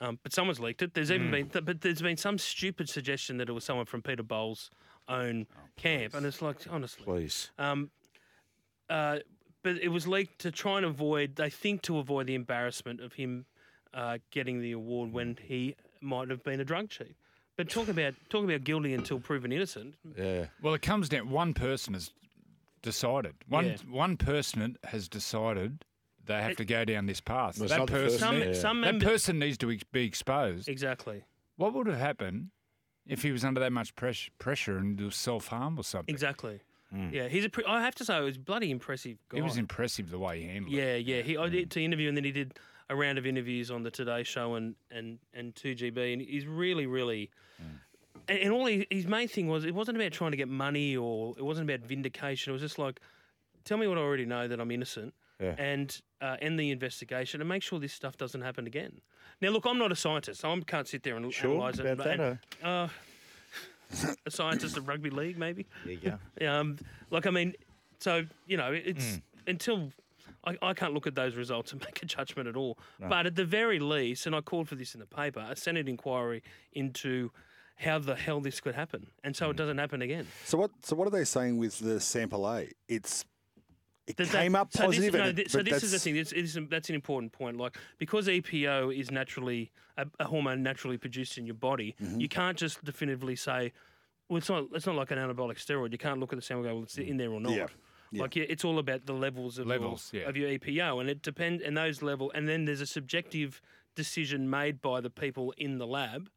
[SPEAKER 3] Um, but someone's leaked it. There's even been, th- but there's been some stupid suggestion that it was someone from Peter Bowles' own camp, and it's like honestly,
[SPEAKER 2] Please,
[SPEAKER 3] Um, uh, but it was leaked to try and avoid, they think, to avoid the embarrassment of him uh, getting the award when he might have been a drug cheat. But talk about talk about guilty until proven innocent.
[SPEAKER 2] yeah.
[SPEAKER 6] Well, it comes down. One person has decided. One
[SPEAKER 3] Yeah.
[SPEAKER 6] one person has decided they have to go down this path.
[SPEAKER 2] Well, it's
[SPEAKER 6] that
[SPEAKER 2] not the first
[SPEAKER 6] person,
[SPEAKER 3] Some
[SPEAKER 2] Yeah.
[SPEAKER 3] some
[SPEAKER 6] that
[SPEAKER 3] member-
[SPEAKER 6] person needs to ex- be exposed.
[SPEAKER 3] exactly
[SPEAKER 6] What would have happened if he was under that much pressure, pressure and self harm or something?
[SPEAKER 3] exactly. Yeah, he's a. Pre- I have to say, it was a bloody Mm. impressive. Guy.
[SPEAKER 6] It was impressive the way he handled it.
[SPEAKER 3] Yeah, yeah. He I did to interview, and then he did a round of interviews on the Today Show and and and Two GB, and he's really, really. And, and all he, his main thing was it wasn't about trying to get money or it wasn't about vindication. It was just like, tell me what I already know that I'm innocent. And uh, end the investigation and make sure this stuff doesn't happen again. Now, look, I'm not a scientist, so I can't sit there and
[SPEAKER 2] Sure
[SPEAKER 3] analyze it.
[SPEAKER 2] about that,
[SPEAKER 3] and- uh, (laughs) a scientist of rugby league, maybe.
[SPEAKER 2] There
[SPEAKER 3] (laughs)
[SPEAKER 2] you go. Hmm.
[SPEAKER 3] Um, like I mean, so you know, it's until I, I can't look at those results and (laughs) make a judgment at all. But at the very least, and I called for this in the paper, a Senate inquiry into how the hell this could happen, and
[SPEAKER 2] Hmm.
[SPEAKER 3] so it doesn't happen again.
[SPEAKER 5] (laughs) So what? So what are they saying with the sample A? It's it
[SPEAKER 3] That- that-
[SPEAKER 5] came up
[SPEAKER 3] so
[SPEAKER 5] positive.
[SPEAKER 3] This, no,
[SPEAKER 5] and it-
[SPEAKER 3] thi- so
[SPEAKER 5] but
[SPEAKER 3] this is the
[SPEAKER 5] that's-
[SPEAKER 3] thing. It's, it's, that's an important point. Like because EPO is naturally a, a hormone naturally produced in your body,
[SPEAKER 5] Mm-hmm.
[SPEAKER 3] you can't just definitively say, well, it's not. It's not like an anabolic steroid. You can't look at the sample and go, well, it's in there or not.
[SPEAKER 5] Yeah. Yeah.
[SPEAKER 3] Like yeah, it's all about the levels of
[SPEAKER 6] Levels,
[SPEAKER 3] your,
[SPEAKER 6] yeah.
[SPEAKER 3] of your EPO, and it depends. And those level, and then there's a subjective decision made by the people in the lab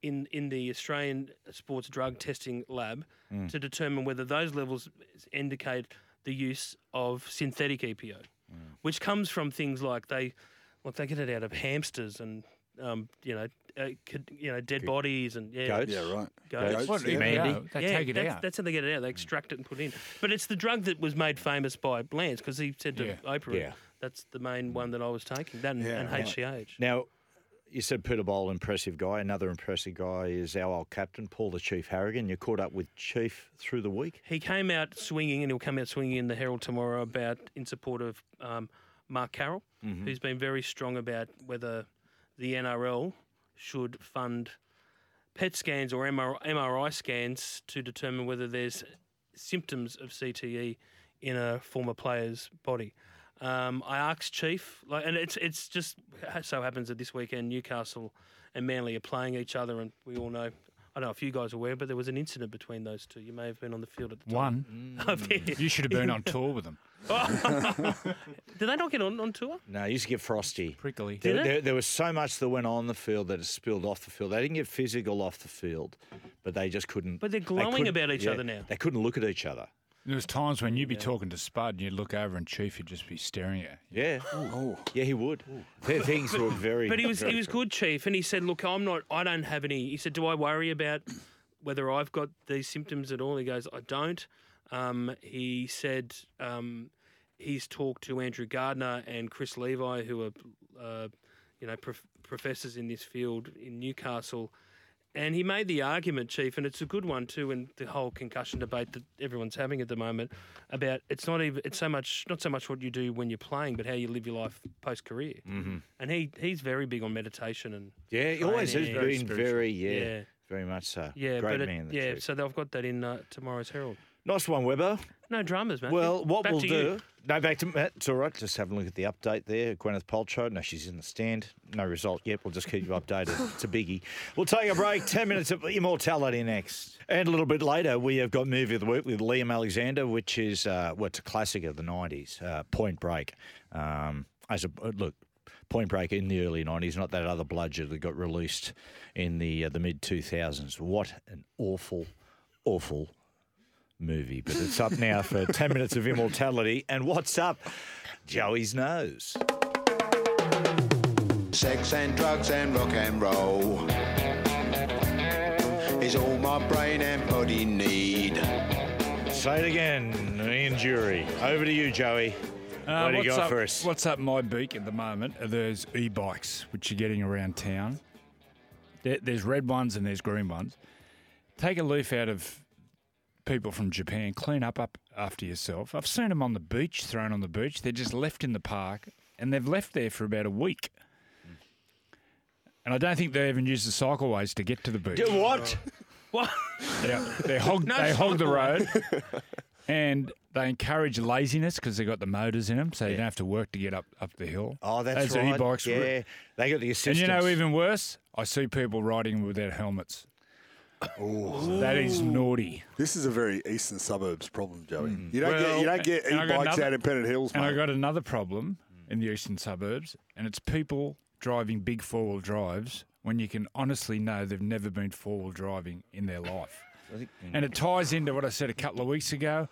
[SPEAKER 3] in in the Australian Sports Drug Testing Lab
[SPEAKER 6] Mm.
[SPEAKER 3] to determine whether those levels indicate the use of synthetic EPO, which comes from things like they like they get it out of hamsters and um, you know uh, could, you know dead bodies and yeah,
[SPEAKER 2] Goats.
[SPEAKER 5] Yeah, right.
[SPEAKER 3] Goats.
[SPEAKER 5] Goats,
[SPEAKER 6] What,
[SPEAKER 5] yeah.
[SPEAKER 6] even
[SPEAKER 2] Mandy?
[SPEAKER 6] though They
[SPEAKER 3] yeah,
[SPEAKER 6] take it
[SPEAKER 3] that's,
[SPEAKER 6] out.
[SPEAKER 3] that's how they get it out. They extract it and put it in. But it's the drug that was made famous by Lance because he said to
[SPEAKER 6] Yeah.
[SPEAKER 3] Oprah,
[SPEAKER 2] Yeah.
[SPEAKER 3] "That's the main one that I was taking." That and,
[SPEAKER 5] Yeah,
[SPEAKER 3] and
[SPEAKER 5] right.
[SPEAKER 3] HCH.
[SPEAKER 2] Now, you said Peter Bowl, impressive guy. Another impressive guy is our old captain, Paul the Chief Harrigan. You caught up with Chief through the week.
[SPEAKER 3] He came out swinging, and he'll come out swinging in the Herald tomorrow about in support of um, Mark Carroll, who's been very strong about whether the NRL should fund PET scans or MRI, MRI scans to determine whether there's symptoms of CTE in a former player's body. Um, I asked Chief, like, and it's it's just so happens that this weekend Newcastle and Manly are playing each other, and we all know. I don't know if you guys are aware, but there was an incident between those two. You may have been on the field at (laughs) the time.
[SPEAKER 6] Mm. One,
[SPEAKER 3] Up there.
[SPEAKER 6] you should have been on tour with them.
[SPEAKER 3] Did they not get on, on tour?
[SPEAKER 2] No, he used to get frosty.
[SPEAKER 6] Prickly.
[SPEAKER 2] There,
[SPEAKER 3] it?
[SPEAKER 2] there, there was so much that went on the field that it spilled off the field. They didn't get physical off the field, but they just couldn't.
[SPEAKER 3] But they're
[SPEAKER 2] they
[SPEAKER 3] glowing
[SPEAKER 2] couldn't-
[SPEAKER 3] about each other now.
[SPEAKER 2] They couldn't look at each other.
[SPEAKER 6] There was times when you'd be talking to Spud and you'd look over and Chief would just be staring at you.
[SPEAKER 2] Yeah, yeah, he would. Their Oh. things (laughs) were very.
[SPEAKER 3] But he was
[SPEAKER 2] very
[SPEAKER 3] he was good, chief, and he said, "Look, I'm not. I don't have any." He said, "Do I worry about whether I've got these symptoms at all?" He goes, "I don't." Um, he said um, he's talked to Andrew Gardner and Chris Levi, who are uh, you know, prof- professors in this field in Newcastle. And he made the argument, Chief, and it's a good one too, in the whole concussion debate that everyone's having at the moment about it's not even it's so much not so much what you do when you're playing, but how you live your life post career. Mm-hmm. And he he's very big on meditation and
[SPEAKER 2] Yeah, he always has
[SPEAKER 3] training.
[SPEAKER 2] been very, yeah,
[SPEAKER 3] Yeah.
[SPEAKER 2] very much so.
[SPEAKER 3] yeah,
[SPEAKER 2] Great
[SPEAKER 3] but it-
[SPEAKER 2] man. the
[SPEAKER 3] yeah.
[SPEAKER 2] Chief.
[SPEAKER 3] So they've got that in uh, tomorrow's Herald.
[SPEAKER 2] nice one, Weber.
[SPEAKER 3] No dramas, man.
[SPEAKER 2] Well, what
[SPEAKER 3] Back
[SPEAKER 2] we'll
[SPEAKER 3] to
[SPEAKER 2] do.
[SPEAKER 3] you.
[SPEAKER 2] No, back to Matt. It's all right. Just have a look at the update there. Gwyneth Paltrow. No, she's in the stand. No result yet. We'll just keep you updated. it's a biggie. We'll take a break. Ten minutes of immortality next, and a little bit later we have got movie of the week with Liam Alexander, which is uh, well, it's a classic of the '90s. Uh, Point Break. Um, as a uh, look. Point Break in the early '90s, not that other bludger that got released in the uh, the mid 2000s. What an awful, awful movie, but it's up now for 10 minutes of immortality. And what's up? Joey's nose.
[SPEAKER 9] Sex and drugs and rock and roll is all my brain and body need.
[SPEAKER 2] Say it again, Ian Jury. Over to you, Joey.
[SPEAKER 6] Uh,
[SPEAKER 2] what do you
[SPEAKER 6] what's
[SPEAKER 2] got
[SPEAKER 6] up,
[SPEAKER 2] for us?
[SPEAKER 6] What's up my beak at the moment are those e-bikes which you're getting around town. There, there's red ones and there's green ones. Take a leaf out of people from Japan. Clean up, up after yourself. I've seen them on the beach, thrown on the beach. They're just left in the park and they've left there for about a week. And I don't think they even use the cycleways to get to the beach.
[SPEAKER 2] What?
[SPEAKER 3] What?
[SPEAKER 6] (laughs) Yeah, they hog
[SPEAKER 3] No
[SPEAKER 6] they hog the
[SPEAKER 3] cycle.
[SPEAKER 6] road, and they encourage laziness because they got the motors in them, so you don't have to work to get up up the hill.
[SPEAKER 2] Oh, that's
[SPEAKER 6] Those
[SPEAKER 2] right.
[SPEAKER 6] E-bikes were-
[SPEAKER 2] yeah, they got the
[SPEAKER 6] and
[SPEAKER 2] assistance.
[SPEAKER 6] you know even worse, I see people riding without helmets. That is naughty.
[SPEAKER 5] This is a very eastern suburbs problem, Joey. You don't get you
[SPEAKER 6] Hmm. Well,
[SPEAKER 5] don't get
[SPEAKER 6] and I got
[SPEAKER 5] e-bikes
[SPEAKER 6] another-
[SPEAKER 5] out in Pennant Hills,
[SPEAKER 6] And I
[SPEAKER 5] mate.
[SPEAKER 6] got another problem in the eastern suburbs, and it's people driving big four wheel drives when you can honestly know they've never been four wheel driving in their life. And it ties into what I said a couple of weeks ago.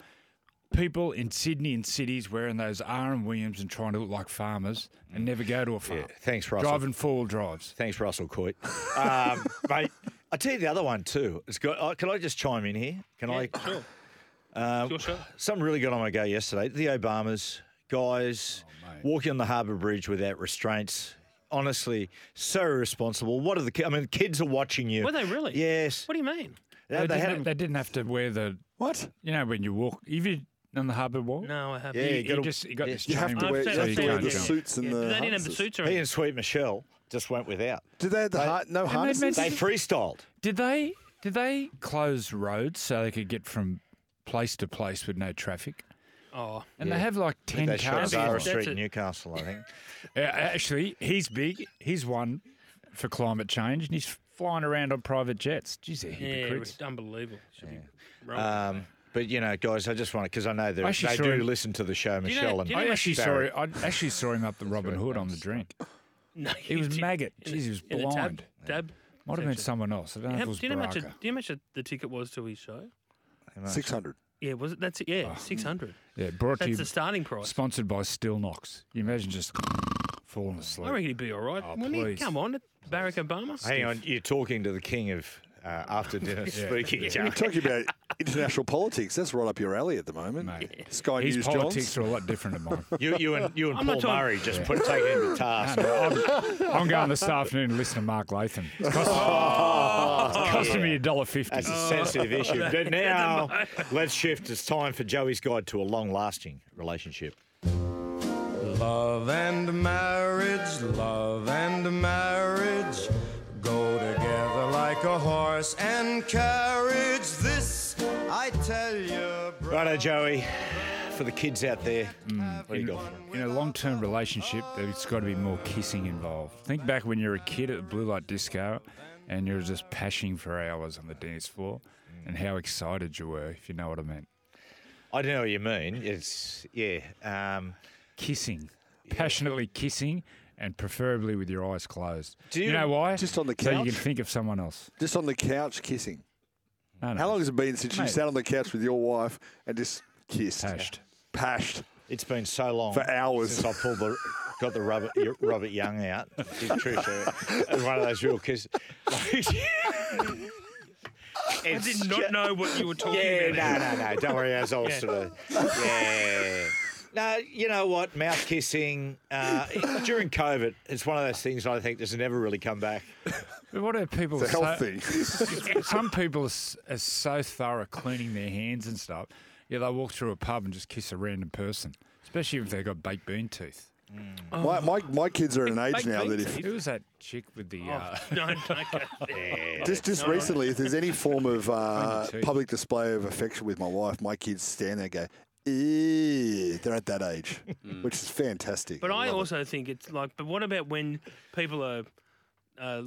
[SPEAKER 6] People in Sydney and cities wearing those R and Williams and trying to look like farmers and never go to a farm.
[SPEAKER 2] Yeah, thanks, Russell.
[SPEAKER 6] Driving four wheel drives.
[SPEAKER 2] Thanks, Russell Coit. (laughs) um, mate, I tell you the other one too. It's got. Uh, can I just chime in here? Can I? Um,
[SPEAKER 3] Sure. sure, sure.
[SPEAKER 2] Something really good on my go yesterday. The Obamas, guys, walking on the harbour bridge without restraints. Honestly, so irresponsible. What are the? ki- I mean, the kids are watching you.
[SPEAKER 3] Were they really?
[SPEAKER 2] Yes.
[SPEAKER 3] What do you mean?
[SPEAKER 2] They,
[SPEAKER 6] They,
[SPEAKER 2] they
[SPEAKER 6] didn't,
[SPEAKER 2] had
[SPEAKER 6] ha-
[SPEAKER 2] 'em-
[SPEAKER 6] they didn't have to wear the
[SPEAKER 5] What?
[SPEAKER 6] you know when you walk. Have you on the harbour walk?
[SPEAKER 3] No, I haven't.
[SPEAKER 2] Yeah,
[SPEAKER 6] You,
[SPEAKER 2] you gotta-
[SPEAKER 6] you just you got
[SPEAKER 2] yeah.
[SPEAKER 6] this
[SPEAKER 5] You have
[SPEAKER 6] chain
[SPEAKER 5] to
[SPEAKER 6] with-
[SPEAKER 5] wear-
[SPEAKER 6] so
[SPEAKER 5] you have
[SPEAKER 6] you
[SPEAKER 5] to wear
[SPEAKER 6] can't
[SPEAKER 5] the
[SPEAKER 6] jump.
[SPEAKER 5] suits and the
[SPEAKER 3] They didn't have the
[SPEAKER 5] harnesses.
[SPEAKER 3] suits or
[SPEAKER 2] He
[SPEAKER 3] anything.
[SPEAKER 2] and Sweet Michelle just went without.
[SPEAKER 5] Did they have the heart, no harnesses?
[SPEAKER 2] They freestyled.
[SPEAKER 6] Did they did they close roads so they could get from place to place with no traffic?
[SPEAKER 3] Oh,
[SPEAKER 6] And they have like ten
[SPEAKER 2] They shot
[SPEAKER 6] cars.
[SPEAKER 2] Zara
[SPEAKER 3] That's
[SPEAKER 2] Street,
[SPEAKER 3] it.
[SPEAKER 2] in Newcastle, I think.
[SPEAKER 3] (laughs)
[SPEAKER 6] Uh, actually, he's big. He's one for climate change, and he's flying around on private jets. Geez, they're
[SPEAKER 3] yeah, it was
[SPEAKER 6] hypocrites.
[SPEAKER 3] unbelievable. Should be wrong.
[SPEAKER 2] Um, but you know, guys, I just want to because I know they're-
[SPEAKER 6] I actually
[SPEAKER 2] they
[SPEAKER 6] saw
[SPEAKER 2] do
[SPEAKER 6] him-
[SPEAKER 2] listen to the show,
[SPEAKER 3] you know-
[SPEAKER 2] Michelle
[SPEAKER 3] do you
[SPEAKER 6] I
[SPEAKER 3] know-
[SPEAKER 2] and
[SPEAKER 6] actually saw
[SPEAKER 2] Barry.
[SPEAKER 6] him, I actually saw him up the Robin Hood on the drink.
[SPEAKER 3] no,
[SPEAKER 6] He
[SPEAKER 3] you
[SPEAKER 6] was
[SPEAKER 3] did-
[SPEAKER 6] maggot.
[SPEAKER 3] in a-
[SPEAKER 6] Jeez, he was
[SPEAKER 3] in a
[SPEAKER 6] blind.
[SPEAKER 3] Dab. dab
[SPEAKER 6] Might have been
[SPEAKER 3] section.
[SPEAKER 6] someone else. I don't know
[SPEAKER 3] How-
[SPEAKER 6] if it was
[SPEAKER 3] do you know how much? a-
[SPEAKER 6] Baraka.
[SPEAKER 3] Do you know how much a- the ticket was to his show?
[SPEAKER 5] Six hundred.
[SPEAKER 3] Yeah, was it? That's it.
[SPEAKER 6] Oh.
[SPEAKER 3] Yeah, six hundred.
[SPEAKER 6] Yeah, brought to
[SPEAKER 3] That's
[SPEAKER 6] you,
[SPEAKER 3] the starting price.
[SPEAKER 6] sponsored by Still Knox. You imagine just falling asleep.
[SPEAKER 3] I reckon he'd be all right.
[SPEAKER 6] Oh,
[SPEAKER 3] Wouldn't he?
[SPEAKER 6] please.
[SPEAKER 3] Come on, Barack Obama.
[SPEAKER 2] (laughs) Hang on, you're talking to the king of uh,
[SPEAKER 6] (laughs)
[SPEAKER 2] after dinner speaking. Joe.
[SPEAKER 5] Talking about international politics, that's right up your alley at the moment.
[SPEAKER 6] Mate.
[SPEAKER 5] Sky
[SPEAKER 6] His
[SPEAKER 5] News
[SPEAKER 6] politics
[SPEAKER 5] Johns.
[SPEAKER 6] are a lot different than
[SPEAKER 2] (laughs)
[SPEAKER 6] mine.
[SPEAKER 2] (laughs) You, you and you and
[SPEAKER 3] I'm
[SPEAKER 2] Paul
[SPEAKER 3] not talking-
[SPEAKER 2] Murray just put taking
[SPEAKER 6] (laughs)
[SPEAKER 2] him to task. (laughs)
[SPEAKER 6] I'm, I'm going this afternoon to listen to Mark Latham. It's costing,
[SPEAKER 2] Oh,
[SPEAKER 6] it's costing me a dollar fifty.
[SPEAKER 2] That's a sensitive issue. But now let's shift. It's time for Joey's guide to a long-lasting relationship.
[SPEAKER 9] Love and marriage, love and marriage go together like a horse and carriage. This I tell you, bro. Mm,
[SPEAKER 2] Righto, Joey. For the kids out there, what do you got? for
[SPEAKER 6] In
[SPEAKER 2] 'em?
[SPEAKER 6] a long-term relationship, there's got to be more kissing involved. Think back when you were a kid at the blue light disco, and you were just pashing for hours on the dance floor, and how excited you were, if you know what I mean.
[SPEAKER 2] I don't know what you mean. It's yeah. Um,
[SPEAKER 6] Kissing, passionately kissing, and preferably with your eyes closed. Do
[SPEAKER 2] you-
[SPEAKER 6] know why?
[SPEAKER 5] just on the
[SPEAKER 6] So you
[SPEAKER 5] couch?
[SPEAKER 6] can think of someone else.
[SPEAKER 5] Just on the couch kissing.
[SPEAKER 6] No, no.
[SPEAKER 5] How long has it been since you
[SPEAKER 6] Mate.
[SPEAKER 5] sat on the couch with your wife and just kissed?
[SPEAKER 6] Pashed.
[SPEAKER 5] Pashed.
[SPEAKER 2] It's been so long
[SPEAKER 5] For hours.
[SPEAKER 2] since I pulled the got the Robert Robert Young out. Did Trisha and one of those real kisses.
[SPEAKER 3] I did not know what you were talking
[SPEAKER 2] Yeah,
[SPEAKER 3] about.
[SPEAKER 2] no, no, no. Don't worry, as I was
[SPEAKER 3] Yeah.
[SPEAKER 2] sort of yeah. No, you know what? Mouth kissing uh, during COVID, it's one of those things I think that's never really come back.
[SPEAKER 6] But what are people
[SPEAKER 5] It's a health
[SPEAKER 6] so- (laughs)
[SPEAKER 5] thing.
[SPEAKER 6] Some people are, s- are so thorough cleaning their hands and stuff. Yeah, they walk through a pub and just kiss a random person, especially if they've got baked bean teeth. Oh.
[SPEAKER 5] My, my, my kids are at an age
[SPEAKER 3] Mm. Oh. Baked
[SPEAKER 5] now that
[SPEAKER 3] beans.
[SPEAKER 5] if
[SPEAKER 6] Who was that chick with the? Uh,
[SPEAKER 3] No, (laughs) don't go there.
[SPEAKER 5] just just recently, if there's any form
[SPEAKER 3] (laughs)
[SPEAKER 5] of uh,
[SPEAKER 6] Twenty-two.
[SPEAKER 5] public display of affection with my wife, my kids stand there and go, "Ew." They're at
[SPEAKER 3] (laughs)
[SPEAKER 5] that age, which is fantastic.
[SPEAKER 3] Mm. But I
[SPEAKER 5] love it.
[SPEAKER 3] also think it's like, but what about when people are, uh,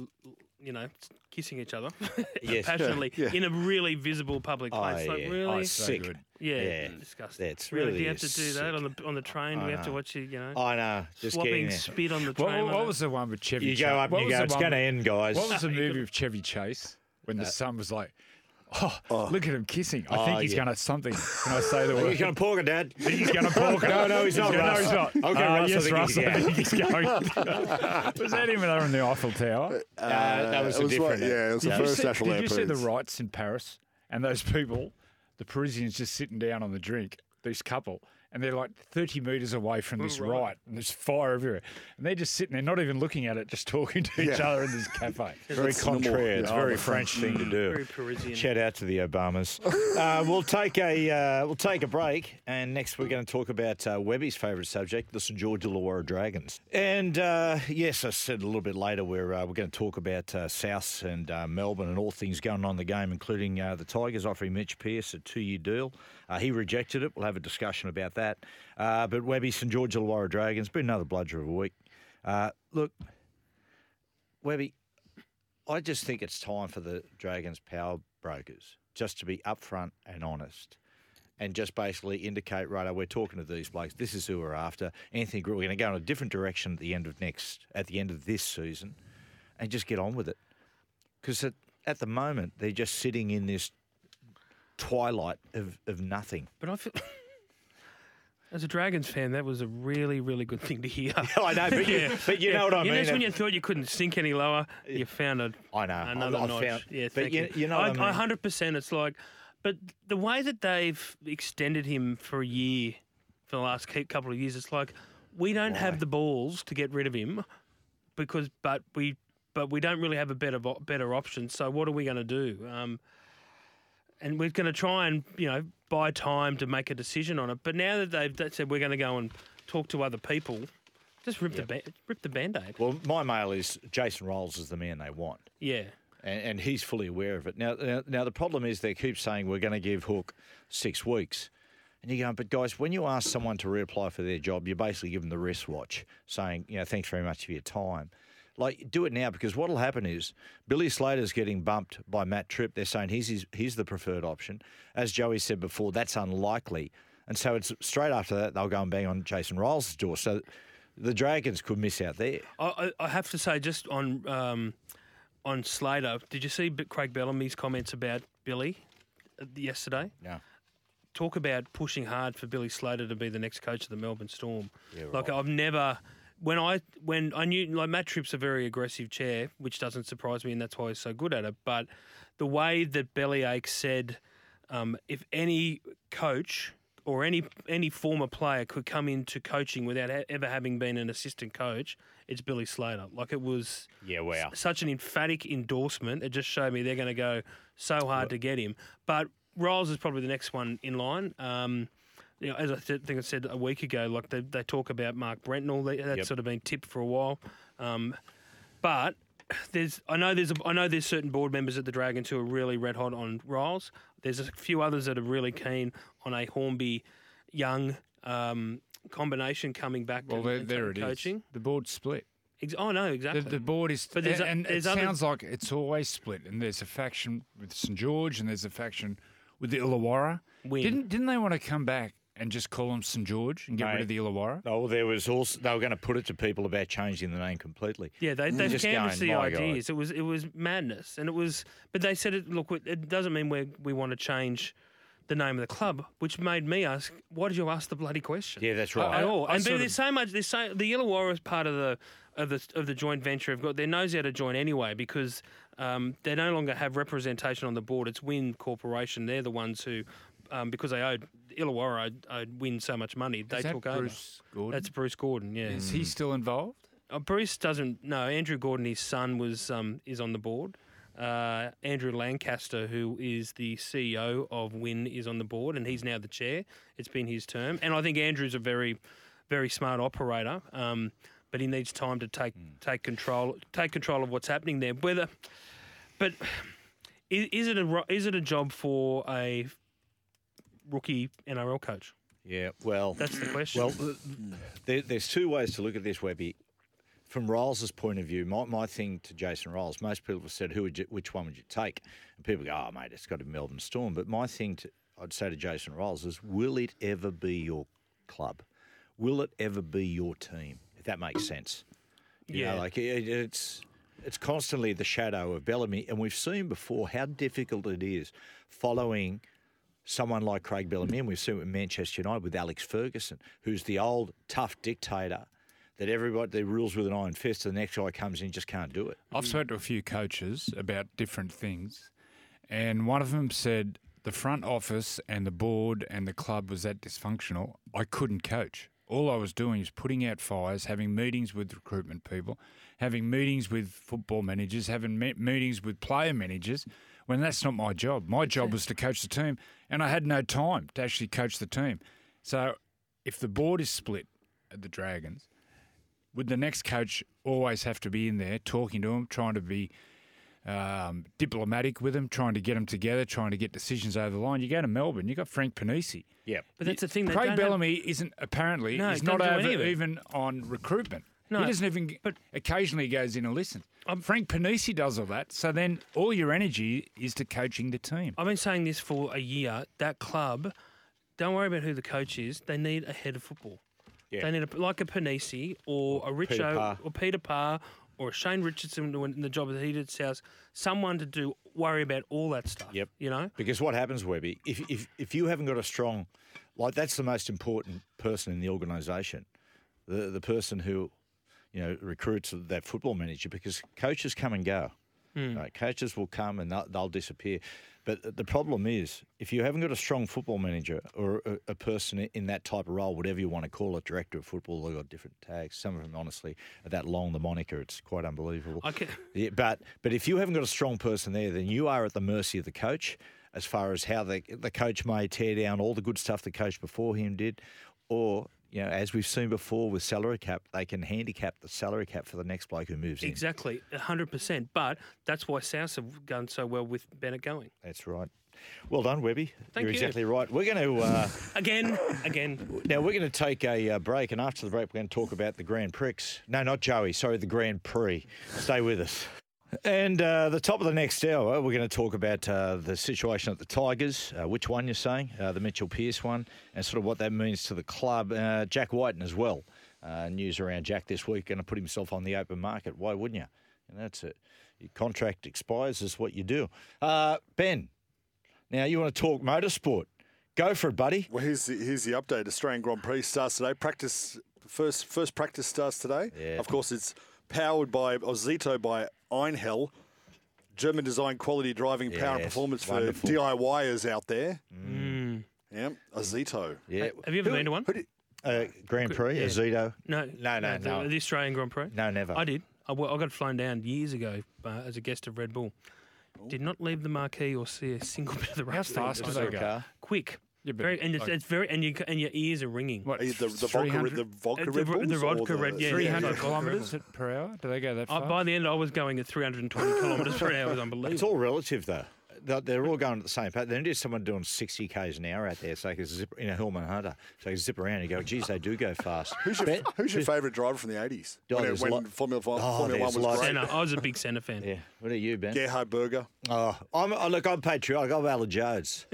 [SPEAKER 3] you know, kissing each other (laughs)
[SPEAKER 2] Yes.
[SPEAKER 3] passionately
[SPEAKER 5] Yeah, yeah.
[SPEAKER 3] in a really visible public
[SPEAKER 2] Oh,
[SPEAKER 3] place? like,
[SPEAKER 2] yeah.
[SPEAKER 3] really?
[SPEAKER 2] Oh,
[SPEAKER 6] so
[SPEAKER 2] sick.
[SPEAKER 6] good.
[SPEAKER 3] yeah,
[SPEAKER 2] yeah.
[SPEAKER 3] disgusting.
[SPEAKER 2] That's
[SPEAKER 3] Do
[SPEAKER 2] really
[SPEAKER 3] you have to do that on the on the train? Do we have to
[SPEAKER 2] know.
[SPEAKER 3] watch you, you know,
[SPEAKER 2] I know. Just
[SPEAKER 3] swapping
[SPEAKER 2] getting there.
[SPEAKER 3] spit on the
[SPEAKER 6] what,
[SPEAKER 3] train?
[SPEAKER 6] what- what was the one with Chevy?
[SPEAKER 2] You
[SPEAKER 6] Chase?
[SPEAKER 2] go up
[SPEAKER 6] What
[SPEAKER 2] and you
[SPEAKER 6] was
[SPEAKER 2] go,
[SPEAKER 6] the
[SPEAKER 2] it's
[SPEAKER 6] one
[SPEAKER 2] going to
[SPEAKER 6] with-
[SPEAKER 2] end, guys. Uh,
[SPEAKER 6] What was
[SPEAKER 3] (laughs)
[SPEAKER 6] the movie with Chevy Chase when the son was like, "Oh, look at him kissing. I think
[SPEAKER 2] Oh,
[SPEAKER 6] he's
[SPEAKER 2] yeah.
[SPEAKER 6] going to something." Can I say the word?
[SPEAKER 2] (laughs) He's going to pork it, Dad.
[SPEAKER 6] He's going to pork.
[SPEAKER 2] No, no, he's not,
[SPEAKER 6] Gonna,
[SPEAKER 2] Russ.
[SPEAKER 6] No, he's not.
[SPEAKER 2] Okay,
[SPEAKER 6] uh,
[SPEAKER 2] Russ, I
[SPEAKER 6] Yes,
[SPEAKER 2] think
[SPEAKER 6] Russ.
[SPEAKER 2] he's-
[SPEAKER 6] I
[SPEAKER 2] yeah.
[SPEAKER 6] think (laughs) he's going.
[SPEAKER 2] (laughs)
[SPEAKER 6] was that him when they were in the Eiffel Tower?
[SPEAKER 2] Uh, that was
[SPEAKER 5] it
[SPEAKER 2] a
[SPEAKER 5] was
[SPEAKER 2] different.
[SPEAKER 5] right- yeah, it was the
[SPEAKER 6] Did you
[SPEAKER 5] first
[SPEAKER 6] see-
[SPEAKER 5] national
[SPEAKER 6] Did you see the
[SPEAKER 5] lampoons.
[SPEAKER 6] riots in Paris and those people, the Parisians just sitting down on the drink, this couple, and they're like 30 metres away from this riot. and there's fire everywhere. And they're just sitting there, not even looking at it, just talking to each
[SPEAKER 5] Yeah.
[SPEAKER 6] other in this cafe.
[SPEAKER 2] Very
[SPEAKER 5] That's normal.
[SPEAKER 2] contrary. (laughs) It's a
[SPEAKER 5] Yeah, Oh,
[SPEAKER 2] very
[SPEAKER 5] I'm a
[SPEAKER 2] French thing to do.
[SPEAKER 3] very Parisian.
[SPEAKER 2] Shout out to the (laughs) Obamas. uh, we'll take a uh, we'll take a break, and next we're going to talk about uh, Webby's favourite subject, the St George Illawarra Dragons. And uh, yes, I said a little bit later we're uh, we're going to talk about uh, South and uh, Melbourne and all things going on in the game, including uh, the Tigers offering Mitch Pearce a two year deal. Uh, he rejected it. We'll have a discussion about that. Uh, but Webby, St George Illawarra Dragons, been another bludger of a week. Uh, look, Webby, I just think it's time for the Dragons power brokers just to be upfront and honest and just basically indicate, right, oh, we're talking to these blokes. This is who we're after. Anthony Grill, we're going to go in a different direction at the end of next, at the end of this season and just get on with it. Because at, at the moment, they're just sitting in this twilight of, of nothing.
[SPEAKER 3] But I feel. (laughs) As a Dragons fan, that was a really, really good thing to hear.
[SPEAKER 2] (laughs) I know, but,
[SPEAKER 3] (laughs)
[SPEAKER 2] you, but you know what I
[SPEAKER 3] You
[SPEAKER 2] mean.
[SPEAKER 3] know, it's when you thought you couldn't sink any lower, you found a,
[SPEAKER 2] I know. I-
[SPEAKER 3] another
[SPEAKER 2] I
[SPEAKER 3] notch.
[SPEAKER 2] found-
[SPEAKER 3] yeah,
[SPEAKER 2] but
[SPEAKER 3] thank
[SPEAKER 2] you-
[SPEAKER 3] you.
[SPEAKER 2] you know
[SPEAKER 3] I,
[SPEAKER 2] what I mean.
[SPEAKER 3] hundred percent. It's like, but the way that they've extended him for a year, for the last ke- couple of years, it's like we don't have the balls to get rid of him, because but we but we don't really have a better bo- better option. So what are we going to do? Um, and we're going to try and you know buy time to make a decision on it. But now that they've that said we're going to go and talk to other people, just rip the ba- rip the band aid.
[SPEAKER 2] well, my mail is Jason Rolls is the man they want.
[SPEAKER 3] Yeah.
[SPEAKER 2] and, and he's fully aware of it. Now, now, now the problem is they keep saying we're going to give Hook six weeks, and you're going, but guys, when you ask someone to reapply for their job, you basically give them the wristwatch, saying, you know, thanks very much for your time. Like, do it now because what'll happen is Billy Slater's getting bumped by Matt Tripp. They're saying he's his, he's the preferred option. As Joey said before, that's unlikely, and so it's straight after that they'll go and bang on Jason Riles' door. So the Dragons could miss out there.
[SPEAKER 3] I, I I have to say, just on um, on Slater, did you see B- Craig Bellamy's comments about Billy uh, yesterday?
[SPEAKER 2] No.
[SPEAKER 3] Talk about pushing hard for Billy Slater to be the next coach of the Melbourne Storm. Like I've never. When I when I knew like Matt Tripp's a very aggressive chair, which doesn't surprise me, and that's why he's so good at it. But the way that Bellyache said, um, if any coach or any any former player could come into coaching without ha- ever having been an assistant coach, it's Billy Slater. Like it was (laughs)
[SPEAKER 2] Yeah, wow.
[SPEAKER 3] such an emphatic endorsement. It just showed me they're going to go so hard to get him. But Rolls is probably the next one in line. Um, you know, as I th- think I said a week ago, like they, they talk about Mark Brentnell, they, that's sort of been tipped for a while. Um, but there's, I know there's, a, I know there's certain board members at the Dragons who are really red hot on Riles. There's a few others that are really keen on a Hornby, Young um, combination coming back. to-
[SPEAKER 6] Well, there,
[SPEAKER 3] and
[SPEAKER 6] there it is.
[SPEAKER 3] coaching.
[SPEAKER 6] The board split.
[SPEAKER 3] Ex- oh no,
[SPEAKER 6] The,
[SPEAKER 3] exactly.
[SPEAKER 6] the board is,
[SPEAKER 3] But there's a-
[SPEAKER 6] and
[SPEAKER 3] there's
[SPEAKER 6] it
[SPEAKER 3] other-
[SPEAKER 6] sounds like it's always split. And there's a faction with St George, and there's a faction with the Illawarra.
[SPEAKER 3] Win.
[SPEAKER 6] Didn't didn't they want to come back and just call them St George and get
[SPEAKER 2] Mate.
[SPEAKER 6] rid of the Illawarra?
[SPEAKER 2] Oh, well, there was also they were going to put it to people about changing the name completely. Mm.
[SPEAKER 3] Yeah, they
[SPEAKER 6] Mm.
[SPEAKER 3] they
[SPEAKER 2] Just
[SPEAKER 3] canvassed
[SPEAKER 2] going,
[SPEAKER 3] the
[SPEAKER 2] "My God."
[SPEAKER 3] ideas. It was it was madness, and it was. But they said it. Look, it- it doesn't mean we we want to change the name of the club, which made me ask, why did you ask the bloody question?
[SPEAKER 2] Yeah, that's
[SPEAKER 3] at
[SPEAKER 2] right.
[SPEAKER 3] all.
[SPEAKER 6] I
[SPEAKER 3] and but
[SPEAKER 6] sort
[SPEAKER 3] there's
[SPEAKER 6] of-
[SPEAKER 3] so much. There's so the Illawarra is part of the of the of the joint venture. Have got their nose out of joint anyway because um, they no longer have representation on the board. It's Win Corporation. They're the ones who um, because they owed Illawarra, I'd win so much money. They
[SPEAKER 6] Is that
[SPEAKER 3] took
[SPEAKER 6] Bruce
[SPEAKER 3] over.
[SPEAKER 6] Gordon?
[SPEAKER 3] That's Bruce Gordon. Yeah.
[SPEAKER 6] Is he still involved?
[SPEAKER 3] Hmm. Uh, Bruce doesn't. No, Andrew Gordon, his son, was um, is on the board. Uh, Andrew Lancaster, who is the CEO of Win, is on the board, and he's now the chair. It's been his term, and I think Andrew's a very, very smart operator. Um, but he needs time to take
[SPEAKER 6] Hmm.
[SPEAKER 3] take control take control of what's happening there. Whether, but is, is it a ro- is it a job for a rookie NRL coach?
[SPEAKER 2] Yeah, well,
[SPEAKER 3] That's the question.
[SPEAKER 2] Well, th- there, there's two ways to look at this, Webby. From Riles' point of view, my, my thing to Jason Riles, most people have said, "Who would you, which one would you take?" And people go, "Oh, mate, it's got to be Melbourne Storm." But my thing to, I'd say to Jason Riles is, "Will it ever be your club? Will it ever be your team?" If that makes sense. You know,
[SPEAKER 3] Yeah.
[SPEAKER 2] like it, it's it's constantly the shadow of Bellamy, and we've seen before how difficult it is following someone like Craig Bellamy, and we've seen it with Manchester United with Alex Ferguson, who's the old tough dictator that everybody that rules with an iron fist. The next guy comes in, just can't do it.
[SPEAKER 6] I've spoken to a few coaches about different things, and one of them said the front office and the board and the club was that dysfunctional. I couldn't coach. All I was doing was putting out fires, having meetings with recruitment people, having meetings with football managers, having me- meetings with player managers. When that's not my job. My job was to coach the team, and I had no time to actually coach the team. So, if the board is split at the Dragons, would the next coach always have to be in there talking to them, trying to be um, diplomatic with them, trying to get them together, trying to get decisions over the line? You go to Melbourne, you got Frank Panisi.
[SPEAKER 2] Yep.
[SPEAKER 3] But that's the thing. they don't
[SPEAKER 6] Craig
[SPEAKER 3] have-
[SPEAKER 6] Bellamy isn't apparently
[SPEAKER 3] No,
[SPEAKER 6] is
[SPEAKER 3] don't
[SPEAKER 6] not
[SPEAKER 3] do any of
[SPEAKER 6] over
[SPEAKER 3] it.
[SPEAKER 6] even on recruitment.
[SPEAKER 3] No,
[SPEAKER 6] he doesn't even. But occasionally goes in and listens. Frank Panisi does all that. So then all your energy is to coaching the team.
[SPEAKER 3] I've been saying this for a year. That club, don't worry about who the coach is. They need a head of football.
[SPEAKER 2] Yeah.
[SPEAKER 3] They need a, like a Panisi or a Richo
[SPEAKER 2] Parr.
[SPEAKER 3] or Peter Parr or a Shane Richardson doing the job that he did at South. Someone to do worry about all that stuff.
[SPEAKER 2] Yep.
[SPEAKER 3] You know.
[SPEAKER 2] Because what happens, Webby, if, if, if you haven't got a strong, like that's the most important person in the organisation, the the person who, you know, recruits that football manager. Because coaches come and go,
[SPEAKER 3] Hmm.
[SPEAKER 2] right? Coaches will come and they'll, they'll disappear. But the problem is, if you haven't got a strong football manager or a, a person in that type of role, whatever you want to call it, director of football, they've got different tags. Some of them, honestly, are that long the moniker. It's quite unbelievable.
[SPEAKER 3] I can,
[SPEAKER 2] Yeah, but but if you haven't got a strong person there, then you are at the mercy of the coach as far as how the the coach may tear down all the good stuff the coach before him did, or you know, as we've seen before with salary cap, they can handicap the salary cap for the next bloke who moves
[SPEAKER 3] exactly. hundred percent. But that's why South have done so well with Bennett going
[SPEAKER 2] in. That's right. Well done, Webby.
[SPEAKER 3] Thank
[SPEAKER 2] You're
[SPEAKER 3] you.
[SPEAKER 2] exactly right. We're going to uh,
[SPEAKER 3] again, again.
[SPEAKER 2] now we're going to take a uh, break, and after the break, we're going to talk about the Grand Prix. No, not Joey. Sorry, the Grand Prix. Stay with us. And uh, the top of the next hour, we're going to talk about uh, the situation at the Tigers, uh, which one you're saying, uh, the Mitchell Pearce one, and sort of what that means to the club. Uh, Jack Whiten as well. Uh, news around Jack this week, going to put himself on the open market. Why wouldn't you? And that's it. Your contract expires, is what you do. Uh, ben, now you want to talk motorsport. Go for it, buddy.
[SPEAKER 5] Well, here's the, here's the update. Australian Grand Prix starts today. Practice first first practice starts today.
[SPEAKER 2] Yeah.
[SPEAKER 5] Of course, it's powered by or Zito by Einhell, German design quality driving power and
[SPEAKER 2] Yes,
[SPEAKER 5] performance
[SPEAKER 2] wonderful. Mm.
[SPEAKER 5] for DIYers out out there. Yeah, a Zito.
[SPEAKER 2] Yeah.
[SPEAKER 3] Have you ever been to one?
[SPEAKER 2] Uh, Grand Prix, a Zito.
[SPEAKER 3] No,
[SPEAKER 2] No,
[SPEAKER 3] the-
[SPEAKER 2] no, no.
[SPEAKER 3] The Australian Grand Prix.
[SPEAKER 2] No, never.
[SPEAKER 3] I did. I, wa- I got flown down years ago uh, as a guest of Red Bull. Did not leave the marquee or see a single (laughs) bit of the race.
[SPEAKER 6] How fast do they go?
[SPEAKER 2] (laughs)
[SPEAKER 3] Quick.
[SPEAKER 6] Yeah, but
[SPEAKER 3] very, and it's,
[SPEAKER 6] like-
[SPEAKER 3] it's very, and you, ca- and your ears are ringing.
[SPEAKER 6] What,
[SPEAKER 5] Are you The, the vodka, Red- the
[SPEAKER 6] 300
[SPEAKER 5] vodka
[SPEAKER 3] Uh, the
[SPEAKER 5] Red
[SPEAKER 3] ro- the
[SPEAKER 5] Bulls or
[SPEAKER 3] vodka Red- yeah, yeah.
[SPEAKER 6] 300
[SPEAKER 3] Yeah.
[SPEAKER 6] kilometres per hour? Do they go that
[SPEAKER 3] I,
[SPEAKER 6] far?
[SPEAKER 3] by the end, I was going at 320 kilometres per hour. It was unbelievable.
[SPEAKER 2] It's all relative, though. They're, they're all going at the same pace. Then there's someone doing 60 k's an hour out there, so they can zip in a Hillman Hunter. So they can zip around and go, geez, they do go fast.
[SPEAKER 5] Who's your, who's your favourite driver from the 80s?
[SPEAKER 2] Oh,
[SPEAKER 5] when it-
[SPEAKER 2] there's
[SPEAKER 5] when
[SPEAKER 2] lot-
[SPEAKER 5] Formula, Fi-
[SPEAKER 2] Oh,
[SPEAKER 5] Formula 1
[SPEAKER 2] there's
[SPEAKER 5] was
[SPEAKER 2] lots.
[SPEAKER 5] great.
[SPEAKER 3] Senna. I was a big Senna fan.
[SPEAKER 2] Yeah. What are you, Ben?
[SPEAKER 5] Gerhard Berger.
[SPEAKER 2] Oh, I'm, oh, look, I'm patriotic. I go Alan Jones.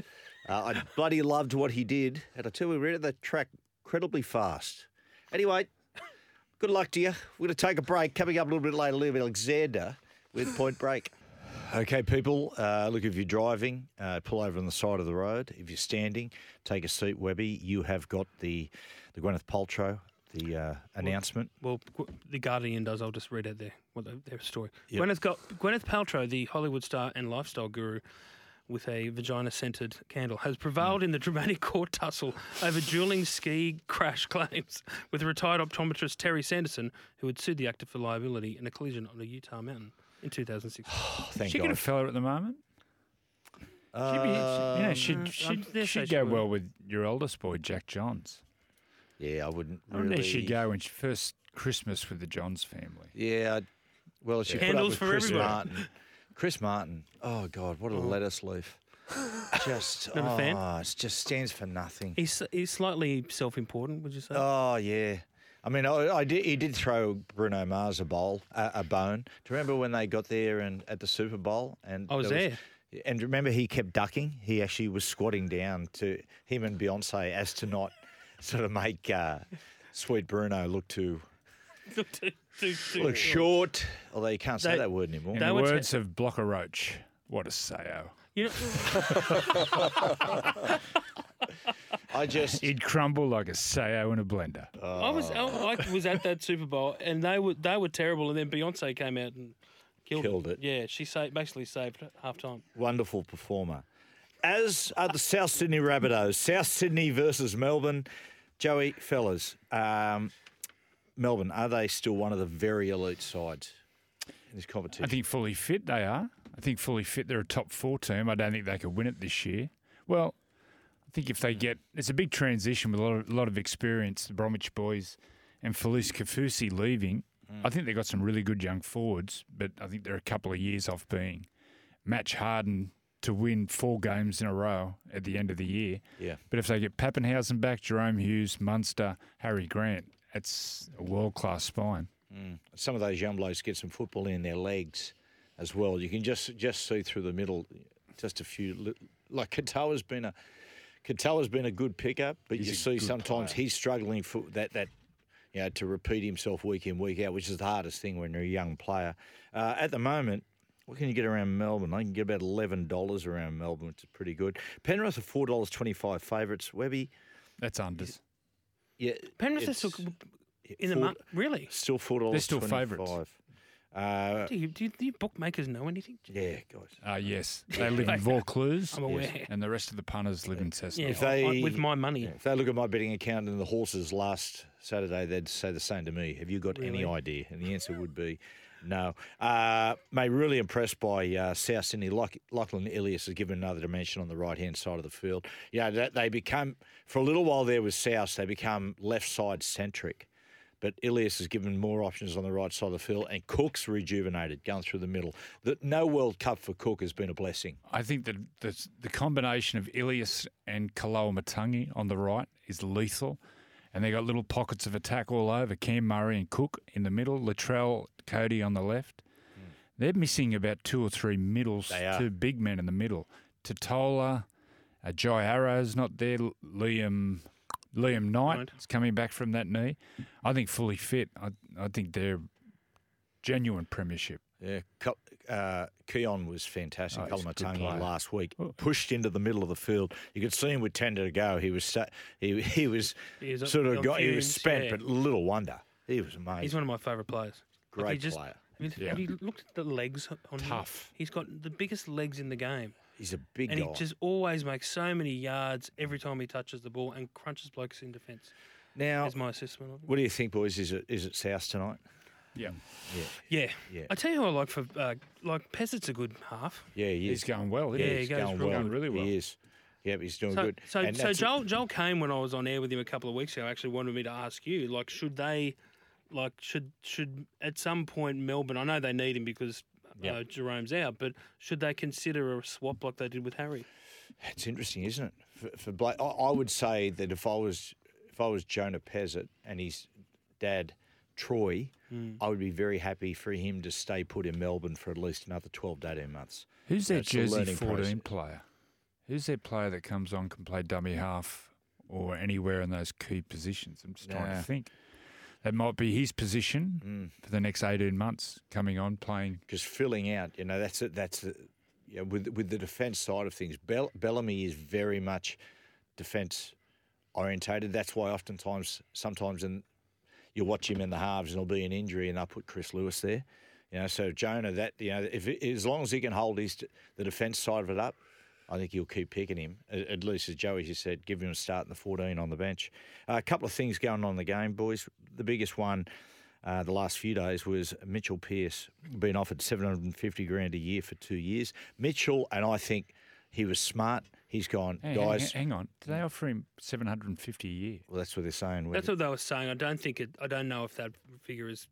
[SPEAKER 2] Uh, I bloody loved what he did. And I tell you, we ran that track incredibly fast. Anyway, good luck to you. We're going to take a break. Coming up a little bit later, Liam Alexander with Point Break. Okay, people, uh, look, if you're driving, uh, pull over on the side of the road. If you're standing, take a seat, Webby. You have got the, the Gwyneth Paltrow, the uh, announcement.
[SPEAKER 3] Well, Gu- the Guardian does. I'll just read out there what the, their story. Gwyneth, got, Gwyneth Paltrow, the Hollywood star and lifestyle guru, with a vagina scented candle has prevailed in the dramatic court tussle over dueling ski crash claims with retired optometrist Terry Sanderson, who had sued the actor for liability in a collision on a Utah mountain in 2006.
[SPEAKER 2] (sighs) Thank
[SPEAKER 6] she
[SPEAKER 2] God.
[SPEAKER 6] got
[SPEAKER 3] (laughs)
[SPEAKER 6] a fella at the moment. Uh, she'd be, she, you know, she'd,
[SPEAKER 3] I'm-
[SPEAKER 6] she'd,
[SPEAKER 3] they say
[SPEAKER 6] she'd
[SPEAKER 3] she
[SPEAKER 6] go
[SPEAKER 3] would.
[SPEAKER 6] well with your oldest boy, Jack Johns.
[SPEAKER 2] yeah, I wouldn't
[SPEAKER 6] I wonder
[SPEAKER 2] really.
[SPEAKER 6] if she'd go when she first Christmas with the Johns family.
[SPEAKER 2] Yeah, I'd- well, she put up
[SPEAKER 3] Candles
[SPEAKER 2] with
[SPEAKER 3] for
[SPEAKER 2] Chris
[SPEAKER 3] everybody.
[SPEAKER 2] Martin. Chris Martin. Oh God, what a
[SPEAKER 3] (laughs)
[SPEAKER 2] lettuce leaf. Just
[SPEAKER 3] Not a fan?
[SPEAKER 2] oh, it just stands for nothing.
[SPEAKER 3] He's, he's slightly self important, would you say?
[SPEAKER 2] Oh yeah. I mean, I, I did, he did throw Bruno Mars a bowl, a, a bone. Do you remember when they got there and at the Super Bowl? And
[SPEAKER 3] I was
[SPEAKER 2] And do you remember he kept ducking. He actually was squatting down to him and Beyonce as to not sort of make uh, sweet Bruno look too
[SPEAKER 3] Too- too- too-
[SPEAKER 2] look short. Although you can't say
[SPEAKER 3] They-
[SPEAKER 2] that word anymore.
[SPEAKER 6] In
[SPEAKER 3] That
[SPEAKER 6] the
[SPEAKER 3] would ta-
[SPEAKER 6] words of Blocker Roach, what a sayo.
[SPEAKER 3] You know,
[SPEAKER 2] (laughs)
[SPEAKER 3] (laughs)
[SPEAKER 2] I just
[SPEAKER 6] (laughs)
[SPEAKER 2] Oh.
[SPEAKER 6] He'd crumble like a sayo in a blender.
[SPEAKER 3] I was I, I was at that Super Bowl and they were they were terrible and then Beyonce came out and killed,
[SPEAKER 2] Killed it.
[SPEAKER 3] Yeah, she saved, basically saved half time.
[SPEAKER 2] wonderful performer. As are the South Sydney Rabbitohs. South Sydney versus Melbourne. Joey, fellas, um, Melbourne, are they still one of the very elite sides in this competition?
[SPEAKER 6] I think fully fit they are. I think fully fit they're a top four team. I don't think they could win it this year. Well, I think if they get it's a big transition with a lot of, lot of experience. The Bromwich boys and Felice Kafusi leaving.
[SPEAKER 2] Mm.
[SPEAKER 6] I think they've got some really good young forwards, but I think they're a couple of years off being match hardened to win four games in a row at the end of the year.
[SPEAKER 2] Yeah.
[SPEAKER 6] But if they get Pappenhausen back, Jerome Hughes, Munster, Harry Grant, it's a world class spine.
[SPEAKER 2] Mm. Some of those young blokes get some football in their legs as well. You can just just see through the middle, just a few. li- Like Katoa's been a Katoa's been a good pickup, but you see sometimes he's struggling for that that you know, to repeat himself week in, week out, which is the hardest thing when you're a young player. Uh, at the moment, what can you get around Melbourne? I can get about eleven dollars around Melbourne, which is pretty good. Penrith are four dollars twenty five favourites. Webby,
[SPEAKER 6] That's unders.
[SPEAKER 2] yeah,
[SPEAKER 3] Penrith are still
[SPEAKER 2] it's
[SPEAKER 3] in the
[SPEAKER 2] four-
[SPEAKER 3] month. Really?
[SPEAKER 2] Still four dollars.
[SPEAKER 6] still favourites.
[SPEAKER 2] Uh,
[SPEAKER 3] Do you, do, you, do you bookmakers know anything?
[SPEAKER 2] yeah, guys.
[SPEAKER 6] Uh, yes, they
[SPEAKER 3] (laughs)
[SPEAKER 6] live in Vaucluse.
[SPEAKER 3] I'm aware.
[SPEAKER 6] and the rest of the punters live in Cessnock.
[SPEAKER 3] Yeah,
[SPEAKER 2] If they-
[SPEAKER 3] I- with my money.
[SPEAKER 2] Yeah, If they look at my betting account and the horses last Saturday, they'd say the same to me. Have you got any
[SPEAKER 3] Really?
[SPEAKER 2] idea? And the answer would be no. Uh, mate, really impressed by uh, South Sydney. Loch- Lachlan Ilias has given another dimension on the right hand side of the field. Yeah, that, they become, for a little while there with South, they become left side centric. But Ilias has given more options on the right side of the field, and Cook's rejuvenated, going through the middle. The, no World Cup for Cook has been a blessing.
[SPEAKER 6] I think that the, the combination of Ilias and Kaloa Matangi on the right is lethal. And they got little pockets of attack all over. Cam Murray and Cook in the middle, Latrell Cody on the left. They're missing about two or three middles,
[SPEAKER 2] Hmm. They are.
[SPEAKER 6] two big men in the middle. Totola, uh, Jai Arrow's not there. L- Liam Liam Knight
[SPEAKER 3] Knight.
[SPEAKER 6] is coming back from that knee. I think fully fit. I, I think they're genuine premiership.
[SPEAKER 2] Yeah, Ke- uh, Keon was fantastic.
[SPEAKER 6] Oh, he's a good
[SPEAKER 2] Kalamatangi
[SPEAKER 6] player.
[SPEAKER 2] last week
[SPEAKER 3] Oh.
[SPEAKER 2] pushed into the middle of the field. You could see him with ten to go. He was sta- he he was
[SPEAKER 3] He was up-
[SPEAKER 2] sort of
[SPEAKER 3] on
[SPEAKER 2] got he was
[SPEAKER 3] fumes,
[SPEAKER 2] spent,
[SPEAKER 3] yeah.
[SPEAKER 2] but little wonder he was amazing.
[SPEAKER 3] He's one of my favourite players. Like, he
[SPEAKER 2] Great
[SPEAKER 3] just-
[SPEAKER 2] player.
[SPEAKER 3] I mean, Have you looked at the legs on him?
[SPEAKER 6] Tough.
[SPEAKER 3] He's got the biggest legs in the game.
[SPEAKER 2] He's a big
[SPEAKER 3] and
[SPEAKER 2] guy.
[SPEAKER 3] he just always makes so many yards every time he touches the ball and crunches blokes in defence.
[SPEAKER 2] now,
[SPEAKER 3] Is my assessment of it.
[SPEAKER 2] what do you think, boys? Is it is it South tonight?
[SPEAKER 6] Yeah.
[SPEAKER 3] Yeah.
[SPEAKER 2] Yeah.
[SPEAKER 3] I tell you who I like for uh, like Pezzit's a good half.
[SPEAKER 2] Yeah, he
[SPEAKER 6] He's
[SPEAKER 2] is.
[SPEAKER 6] going well.
[SPEAKER 3] Yeah,
[SPEAKER 6] Isn't
[SPEAKER 3] he
[SPEAKER 6] he?
[SPEAKER 3] goes
[SPEAKER 2] going
[SPEAKER 3] real
[SPEAKER 2] well.
[SPEAKER 6] good. Really well.
[SPEAKER 2] He is. Yep, he's doing
[SPEAKER 3] So,
[SPEAKER 2] good.
[SPEAKER 3] so,
[SPEAKER 2] And
[SPEAKER 3] so
[SPEAKER 2] that's-
[SPEAKER 3] Joel Joel Kane, when I was on air with him a couple of weeks ago, actually wanted me to ask you, like, should they, like, should should at some point Melbourne? I know they need him because uh, Jerome's out, but should they consider a swap like they did with Harry?
[SPEAKER 2] It's interesting, isn't it? For, for Blake, I, I would say that if I was if I was Jonah Pezzett and his dad Troy,
[SPEAKER 6] Hmm.
[SPEAKER 2] I would be very happy for him to stay put in Melbourne for at least another twelve to eighteen months.
[SPEAKER 6] Who's their
[SPEAKER 2] That's the
[SPEAKER 6] jersey
[SPEAKER 2] learning
[SPEAKER 6] 14
[SPEAKER 2] process.
[SPEAKER 6] player? Who's their player that comes on can play dummy half or anywhere in those key positions? I'm just trying
[SPEAKER 2] Yeah. Mm.
[SPEAKER 6] to think. That might be his position for the next 18 months coming on playing.
[SPEAKER 2] Because filling out, you know, that's it. That's it. You know, with with the defence side of things, Bell, Bellamy is very much defence orientated. That's why oftentimes, sometimes, and you watch him in the halves, and there'll be an injury, and they'll put Chris Lewis there. You know, so Jonah, that you know, if as long as he can hold his the defence side of it up, I think he'll keep picking him. A- At least, as Joey just said, give him a start in the 14 on the bench. Uh, a couple of things going on in the game, boys. The biggest one uh, the last few days was Mitchell Pearce being offered 750 grand a year for two years. Mitchell, and I think he was smart. He's gone,
[SPEAKER 6] Hey, hang-
[SPEAKER 2] guys.
[SPEAKER 6] hang, on. Do they offer him seven hundred and fifty a year?
[SPEAKER 2] Well, that's what they're saying.
[SPEAKER 3] That's what they were saying. I don't think it. I don't know if that figure is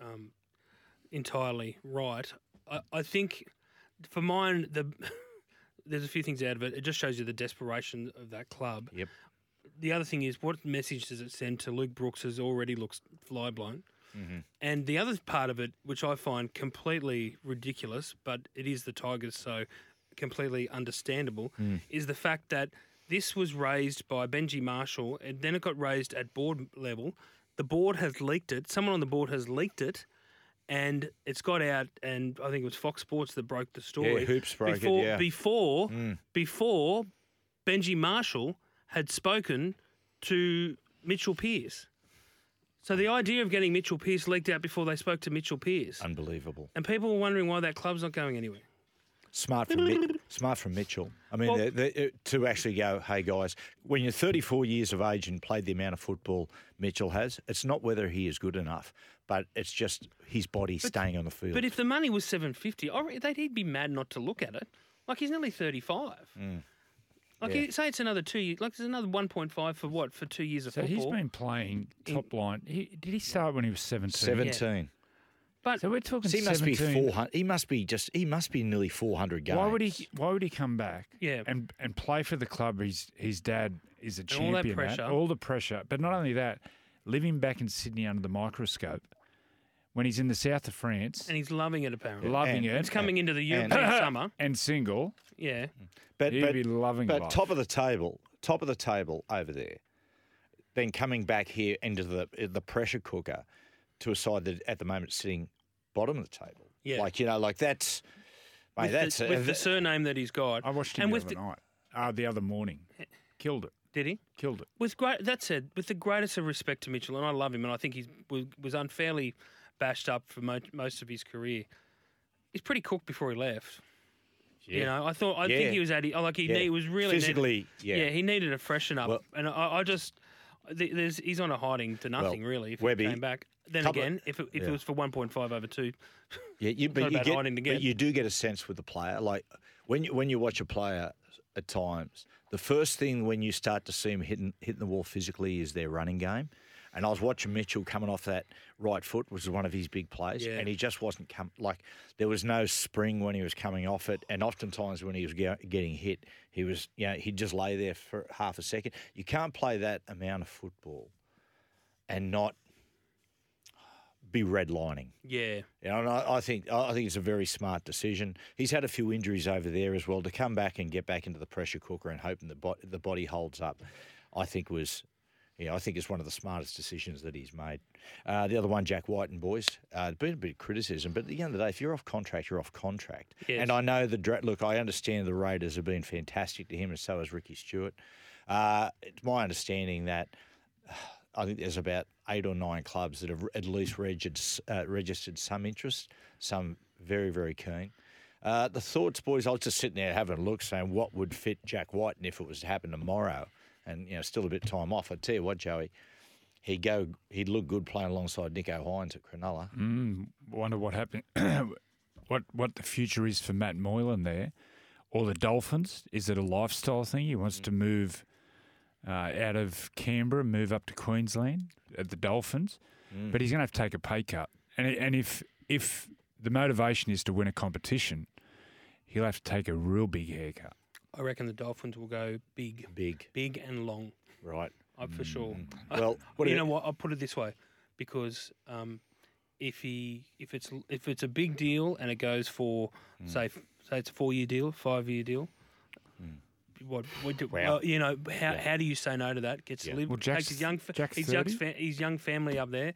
[SPEAKER 3] um, entirely right. I, I think for mine, the (laughs) there's a few things out of it. It just shows you the desperation of that club.
[SPEAKER 2] Yep.
[SPEAKER 3] The other thing is, what message does it send to Luke Brooks, who's already looks fly blown? And the other part of it, which I find completely ridiculous, but it is the Tigers, so completely understandable,
[SPEAKER 2] Hmm.
[SPEAKER 3] is the fact that this was raised by Benji Marshall and then it got raised at board level. The board has leaked it. Someone on the board has leaked it. And it's got out, and I think it was Fox Sports that broke the story.
[SPEAKER 2] Hoops broke it,
[SPEAKER 3] before,
[SPEAKER 2] yeah. Hmm.
[SPEAKER 3] Before, before Benji Marshall had spoken to Mitchell Pearce. So the idea of getting Mitchell Pearce leaked out before they spoke to Mitchell Pearce,
[SPEAKER 2] Unbelievable.
[SPEAKER 3] and people were wondering why that club's not going anywhere.
[SPEAKER 2] Smart
[SPEAKER 6] (laughs)
[SPEAKER 2] from Mi- smart from Mitchell. I mean, the- the- uh, to actually go, hey guys, when you're 34 years of age and played the amount of football Mitchell has, it's not whether he is good enough, but it's just his body staying on the field.
[SPEAKER 3] But if the money was seven fifty, they'd he'd be mad not to look at it. Like he's nearly thirty five.
[SPEAKER 2] Mm.
[SPEAKER 3] Like
[SPEAKER 2] Yeah.
[SPEAKER 3] you say, it's another two. years. Like there's another one point five for what for two years of
[SPEAKER 6] So
[SPEAKER 3] football.
[SPEAKER 6] he's been playing top line. He, did he start when he was seventeen?
[SPEAKER 2] 17.
[SPEAKER 3] but
[SPEAKER 6] So we're talking.
[SPEAKER 2] So he must be
[SPEAKER 6] 17.
[SPEAKER 2] 400. He must be just. He must be nearly 400 games.
[SPEAKER 6] Why would he? Why would he come back?
[SPEAKER 3] Yeah.
[SPEAKER 6] and and play for the club? His his dad is a
[SPEAKER 3] all
[SPEAKER 6] champion.
[SPEAKER 3] that
[SPEAKER 6] at,
[SPEAKER 3] pressure.
[SPEAKER 6] all the pressure, but not only that, living back in Sydney under the microscope, when he's in the south of France,
[SPEAKER 3] and he's loving it apparently.
[SPEAKER 6] loving
[SPEAKER 2] and-
[SPEAKER 6] it,
[SPEAKER 3] it's coming into the
[SPEAKER 2] and-
[SPEAKER 3] European
[SPEAKER 6] (laughs)
[SPEAKER 2] (laughs)
[SPEAKER 3] summer.
[SPEAKER 6] and single.
[SPEAKER 3] Yeah,
[SPEAKER 2] But,
[SPEAKER 6] He'd be loving
[SPEAKER 2] But
[SPEAKER 6] life.
[SPEAKER 2] top of the table, top of the table over there, then coming back here into the the pressure cooker to a side that at the moment is sitting bottom of the table.
[SPEAKER 3] Yeah.
[SPEAKER 2] like you know, like that's. Mate,
[SPEAKER 3] with,
[SPEAKER 2] that's
[SPEAKER 3] the, with the surname that he's got.
[SPEAKER 6] I watched him
[SPEAKER 3] and
[SPEAKER 6] the
[SPEAKER 3] with
[SPEAKER 6] other night, uh, the other morning, killed it,
[SPEAKER 3] the- did he?
[SPEAKER 6] killed it.
[SPEAKER 3] With great that said, with the greatest of respect to Mitchell, and I love him, and I think he was unfairly bashed up for mo- most of his career. He's pretty cooked before he left. You know, I thought I
[SPEAKER 2] Yeah.
[SPEAKER 3] think he was at oh, like he,
[SPEAKER 2] Yeah.
[SPEAKER 3] need- he was really needed-
[SPEAKER 2] Physically, yeah.
[SPEAKER 3] he needed a freshen up,
[SPEAKER 2] Well-
[SPEAKER 3] and I, I just th- there's he's on a hiding to nothing really. If
[SPEAKER 2] Webby,
[SPEAKER 3] he came back, then
[SPEAKER 2] couple of-
[SPEAKER 3] again, if it, if
[SPEAKER 2] yeah.
[SPEAKER 3] it was for one point five over two,
[SPEAKER 2] Yeah, you,
[SPEAKER 3] not
[SPEAKER 2] but, you
[SPEAKER 3] about
[SPEAKER 2] get,
[SPEAKER 3] hiding to
[SPEAKER 2] but
[SPEAKER 3] get.
[SPEAKER 2] you do get a sense with the player. Like when you, when you watch a player at times, the first thing when you start to see him hitting hitting the wall physically is their running game. And I was watching Mitchell coming off that right foot, which is one of his big plays,
[SPEAKER 3] Yeah.
[SPEAKER 2] and he just wasn't com- like there was no spring when he was coming off it, and oftentimes when he was ge- getting hit, he was you know he'd just lay there for half a second. You can't play that amount of football and not be redlining.
[SPEAKER 3] yeah,
[SPEAKER 2] You know, and I, I think I I think it's a very smart decision. He's had a few injuries over there as well. To come back and get back into the pressure cooker and hoping the bo- the body holds up, I think was, yeah, I think it's one of the smartest decisions that he's made. Uh, the other one, Jack White and boys, uh, been a bit of criticism, but at the end of the day, if you're off contract, you're off contract.
[SPEAKER 3] Yes.
[SPEAKER 2] And I know the dra- look. I understand the Raiders have been fantastic to him, and so has Ricky Stewart. Uh, it's my understanding that I think there's about eight or nine clubs that have at least registered, uh, registered some interest, some very, very keen. Uh, the thoughts, boys, I was just sitting there having a look, saying what would fit Jack White and if it was to happen tomorrow, and you know, still a bit of time off. I tell you what, Joey, he'd go, he'd look good playing alongside Nico Hines at Cronulla.
[SPEAKER 6] Mm, Wonder what happened. (coughs) what what the future is for Matt Moylan there, or the Dolphins? Is it a lifestyle thing? He wants to move uh, out of Canberra, move up to Queensland at the Dolphins,
[SPEAKER 2] Mm.
[SPEAKER 6] but he's going to have to take a pay cut. And and if if the motivation is to win a competition, he'll have to take a real big haircut.
[SPEAKER 3] I reckon the Dolphins will go big,
[SPEAKER 2] Big,
[SPEAKER 3] big and long.
[SPEAKER 2] right? Mm.
[SPEAKER 3] I for sure.
[SPEAKER 2] Well, what do
[SPEAKER 3] you
[SPEAKER 2] you-
[SPEAKER 3] know what? I'll put it this way, because um, if he if it's if it's a big deal and it goes for
[SPEAKER 2] Mm.
[SPEAKER 3] say f- say it's a four year deal, five year deal. What, what do,
[SPEAKER 2] Mm. Wow.
[SPEAKER 3] well, you know, how, how do you say no to that? Gets to live,
[SPEAKER 6] Well,
[SPEAKER 3] takes
[SPEAKER 6] Jack's-
[SPEAKER 3] his young, fa-
[SPEAKER 6] Jack's
[SPEAKER 3] his, young
[SPEAKER 6] 30.
[SPEAKER 3] fa- his young family up there,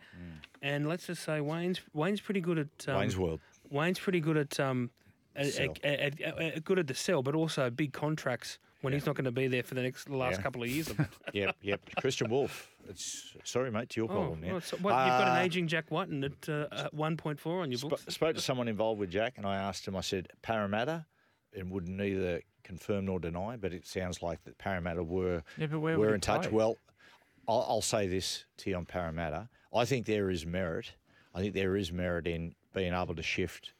[SPEAKER 3] and let's just say Wayne's Wayne's pretty good at um,
[SPEAKER 2] Mm. Wayne's World.
[SPEAKER 3] Wayne's pretty good at um, at,
[SPEAKER 2] Sell.
[SPEAKER 3] at, at, at, at- good at the sell, but also big contracts when he's not going to be there for the next the last
[SPEAKER 2] Yeah.
[SPEAKER 3] couple of
[SPEAKER 2] (laughs)
[SPEAKER 3] years. Oh, Of it.
[SPEAKER 2] Yep, yep. Christian Wolf. It's sorry, mate, it's your
[SPEAKER 3] Oh,
[SPEAKER 2] problem now.
[SPEAKER 3] well, so what, you've got an
[SPEAKER 2] Uh,
[SPEAKER 3] aging Jack Whiten at uh, uh, 1.4 on your
[SPEAKER 2] Sp-
[SPEAKER 3] books.
[SPEAKER 2] spoke to someone involved with Jack, and I asked him. I said, "Parramatta, and would neither confirm nor deny, but it sounds like that Parramatta were
[SPEAKER 6] Yeah, but where would
[SPEAKER 2] were
[SPEAKER 6] he
[SPEAKER 2] in touch.
[SPEAKER 6] play?
[SPEAKER 2] Well, I'll, I'll say this to you on Parramatta. I think there is merit. I think there is merit in being able to shift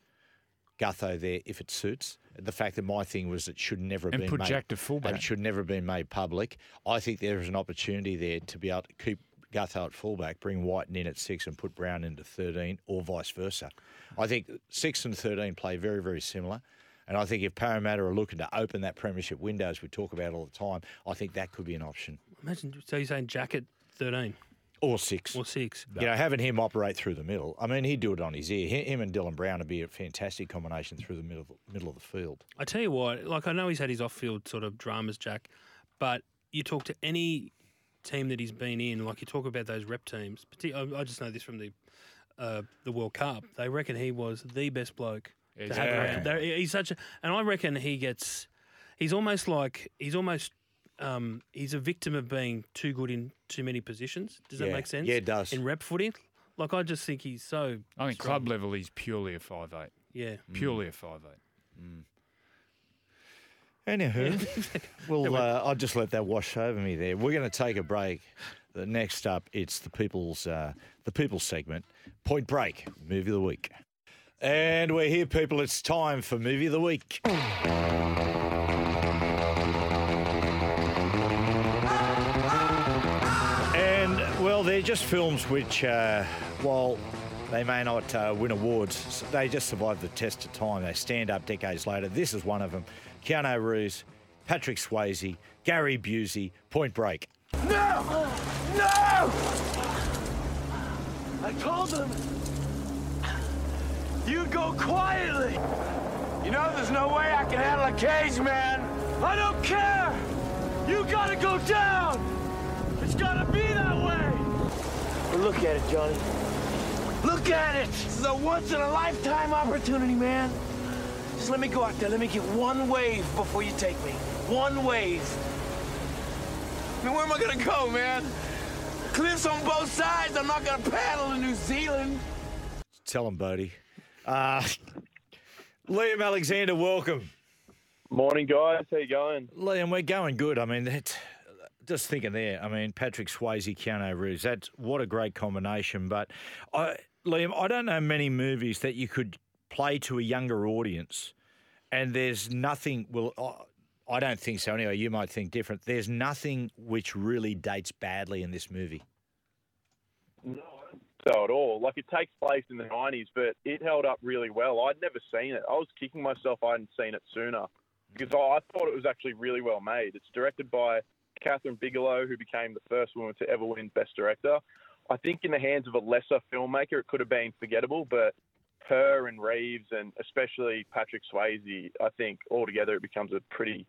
[SPEAKER 2] Gutho there if it suits. The fact that my thing was it should never have
[SPEAKER 6] And
[SPEAKER 2] been
[SPEAKER 6] put
[SPEAKER 2] made,
[SPEAKER 6] Jack to fullback.
[SPEAKER 2] and it should never have been made public. I think there is an opportunity there to be able to keep Gutho at fullback, bring Whiten in at six, and put Brown into thirteen, or vice versa. I think six and thirteen play very very similar. And I think if Parramatta are looking to open that premiership window, as we talk about all the time, I think that could be an option.
[SPEAKER 3] Imagine. So you're saying Jack at 13
[SPEAKER 2] Or six.
[SPEAKER 3] or six?
[SPEAKER 2] You know, having him operate through the middle, I mean, he'd do it on his ear. Hi- Him and Dylan Brown would be a fantastic combination through the middle of the, middle of the field.
[SPEAKER 3] I tell you what, like I know he's had his off-field sort of dramas, Jack, but you talk to any team that he's been in, like you talk about those rep teams. parti- I I just know this from the uh, the World Cup. They reckon he was the best bloke to have around. They're- He's such, a, and I reckon he gets. He's almost like he's almost. Um, he's a victim of being too good in too many positions. Does
[SPEAKER 2] Yeah.
[SPEAKER 3] that make sense?
[SPEAKER 2] Yeah, it does.
[SPEAKER 3] In rep footy, like I just think he's so.
[SPEAKER 6] I think
[SPEAKER 3] strong.
[SPEAKER 6] club level he's purely a five eight.
[SPEAKER 3] Yeah.
[SPEAKER 6] Purely a five eight.
[SPEAKER 2] Anywho, well, uh, I'll just let that wash over me there. We're going to take a break. The next up, it's the people's uh, the people's segment. Point Break, movie of the week, and we're here, people. It's time for movie of the week. And well, they're just films which, uh, while they may not uh, win awards, s- they just survive the test of time. They stand up decades later. This is one of them: Keanu Reeves, Patrick Swayze, Gary Busey, Point Break.
[SPEAKER 7] No! No! I told them you go quietly. You know there's no way I can handle a cage, man. I don't care. You gotta go down. It's gotta be that way. But look at it, Johnny. Look at it. This is a once-in-a-lifetime opportunity, man. Just let me go out there. Let me get one wave before you take me. One wave. I mean, where am I gonna go, man? Cliffs on both sides. I'm not gonna paddle in New Zealand.
[SPEAKER 2] Tell them, Bodie. Uh, Liam Alexander, welcome.
[SPEAKER 10] Morning, guys. How you going?
[SPEAKER 2] Liam, we're going good. I mean, that's just thinking there. I mean, Patrick Swayze, Keanu Reeves. That's what a great combination. But I, Liam, I don't know many movies that you could play to a younger audience, and there's nothing. Well, I, I don't think so. Anyway, you might think different. There's nothing which really dates badly in this movie.
[SPEAKER 10] No, I don't think so at all. Like it takes place in the '90s, but it held up really well. I'd never seen it. I was kicking myself I hadn't seen it sooner because I, I thought it was actually really well made. It's directed by Catherine Bigelow, who became the first woman to ever win Best Director. I think in the hands of a lesser filmmaker, it could have been forgettable, but her and Reeves and especially Patrick Swayze, I think altogether it becomes a pretty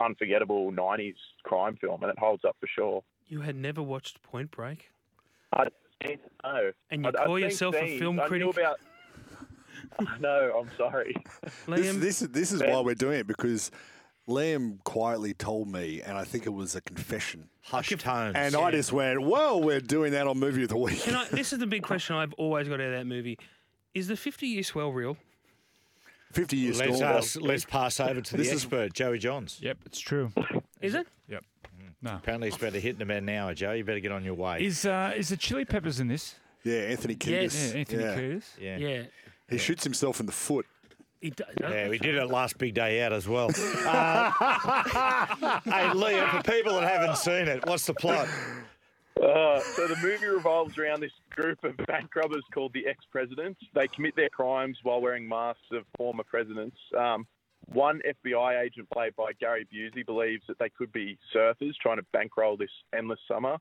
[SPEAKER 10] unforgettable '90s crime film, and it holds up for sure.
[SPEAKER 3] You had never watched Point Break.
[SPEAKER 10] I didn't know.
[SPEAKER 3] And you
[SPEAKER 10] I'd- I'd
[SPEAKER 3] call
[SPEAKER 10] seen
[SPEAKER 3] yourself a
[SPEAKER 10] scenes.
[SPEAKER 3] film
[SPEAKER 10] I
[SPEAKER 3] critic?
[SPEAKER 10] Knew about... (laughs) no, I'm sorry.
[SPEAKER 5] This,
[SPEAKER 3] Liam,
[SPEAKER 5] this, this is why we're doing it because Liam quietly told me, and I think it was a confession.
[SPEAKER 2] Hushed tones.
[SPEAKER 5] And I just went, well, we're doing that on Movie of the Week.
[SPEAKER 3] Can I, this is the big question I've always got out of that movie. Is the 50 year swell real?
[SPEAKER 5] 50 years
[SPEAKER 2] let's,
[SPEAKER 5] storm.
[SPEAKER 2] ask, let's pass over to the
[SPEAKER 5] This is-
[SPEAKER 2] expert, Joey Johns. Mm.
[SPEAKER 6] Yep, it's true.
[SPEAKER 3] Is it?
[SPEAKER 6] Yep. No.
[SPEAKER 2] Apparently, it's about to hit in about an hour, Joe. You better get on your way.
[SPEAKER 6] Is uh is the chili peppers in this?
[SPEAKER 5] Yeah, Anthony Kiedis.
[SPEAKER 6] Yeah, Anthony
[SPEAKER 5] Yeah.
[SPEAKER 6] Curtis.
[SPEAKER 2] yeah.
[SPEAKER 3] Yeah.
[SPEAKER 5] He shoots himself in the foot.
[SPEAKER 3] It do-
[SPEAKER 2] Yeah, we did it last big day out as well.
[SPEAKER 6] (laughs)
[SPEAKER 2] Uh, hey, Liam, for people that haven't seen it, what's the plot?
[SPEAKER 10] Uh, so the movie revolves around this group of bank robbers called the ex-presidents. They commit their crimes while wearing masks of former presidents. Um, one FBI agent, played by Gary Busey, believes that they could be surfers trying to bankroll this endless summer.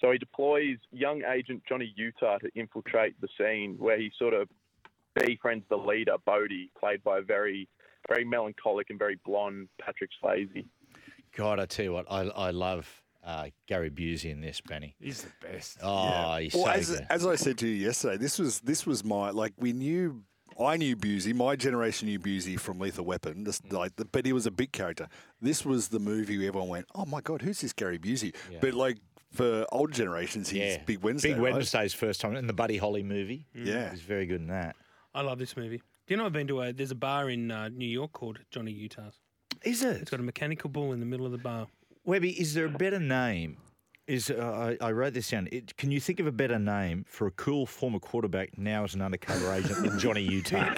[SPEAKER 10] So he deploys young agent Johnny Utah to infiltrate the scene, where he sort of befriends the leader, Bodie, played by a very, very melancholic and very blonde Patrick Swayze.
[SPEAKER 2] God, I tell you what, I, I love uh, Gary Busey in this, Benny.
[SPEAKER 6] He's the best.
[SPEAKER 2] (laughs) Oh, he's
[SPEAKER 5] Well,
[SPEAKER 2] so
[SPEAKER 5] as,
[SPEAKER 2] good.
[SPEAKER 5] as I said to you yesterday, this was this was my like we knew I knew Busey, my generation knew Busey from Lethal Weapon, this,
[SPEAKER 2] Mm.
[SPEAKER 5] like the, but he was a big character. This was the movie where everyone went, "Oh my god, who's this Gary Busey?" But like for old generations, he's
[SPEAKER 2] Yeah.
[SPEAKER 5] Big Wednesday.
[SPEAKER 2] Big
[SPEAKER 5] right?
[SPEAKER 2] Wednesday's first time in the Buddy Holly movie.
[SPEAKER 5] Yeah.
[SPEAKER 2] He's very good in that.
[SPEAKER 3] I love this movie. Do you know I've been to a? There's a bar in uh, New York called Johnny Utah's.
[SPEAKER 2] Is it?
[SPEAKER 3] It's got a mechanical bull in the middle of the bar.
[SPEAKER 2] Webby, is there a better name? Is uh, I, I wrote this down. It, can you think of a better name for a cool former quarterback now as an undercover agent than
[SPEAKER 5] (laughs)
[SPEAKER 2] Johnny Utah?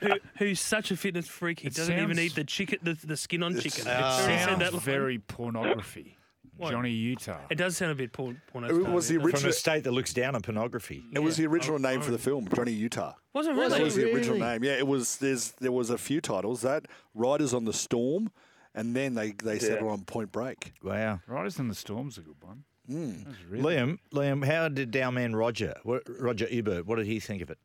[SPEAKER 3] Who, who's such a fitness freak? He
[SPEAKER 6] It
[SPEAKER 3] doesn't even
[SPEAKER 6] sounds-
[SPEAKER 3] eat the chicken, the, the skin on chicken.
[SPEAKER 5] uh,
[SPEAKER 6] It
[SPEAKER 3] I've already said
[SPEAKER 6] sounds
[SPEAKER 3] that line.
[SPEAKER 6] very pornography.
[SPEAKER 3] What?
[SPEAKER 6] Johnny Utah.
[SPEAKER 3] It does sound a bit porn. porno
[SPEAKER 5] It
[SPEAKER 3] style,
[SPEAKER 5] was the
[SPEAKER 3] yeah.
[SPEAKER 2] From
[SPEAKER 5] original.
[SPEAKER 2] a state that looks down on pornography.
[SPEAKER 5] It was the original name for the film, Johnny Utah.
[SPEAKER 3] Was it
[SPEAKER 5] That
[SPEAKER 3] really?
[SPEAKER 5] was the original
[SPEAKER 2] Really?
[SPEAKER 5] name. Yeah, it was. There's there was a few titles that Riders on the Storm, and then they they settled on Point Break.
[SPEAKER 2] Wow.
[SPEAKER 6] Riders in the Storm's a good one.
[SPEAKER 5] Hmm.
[SPEAKER 6] That's really
[SPEAKER 2] Liam, Liam, how did our man Roger, what, Roger Ebert, what did he think of it?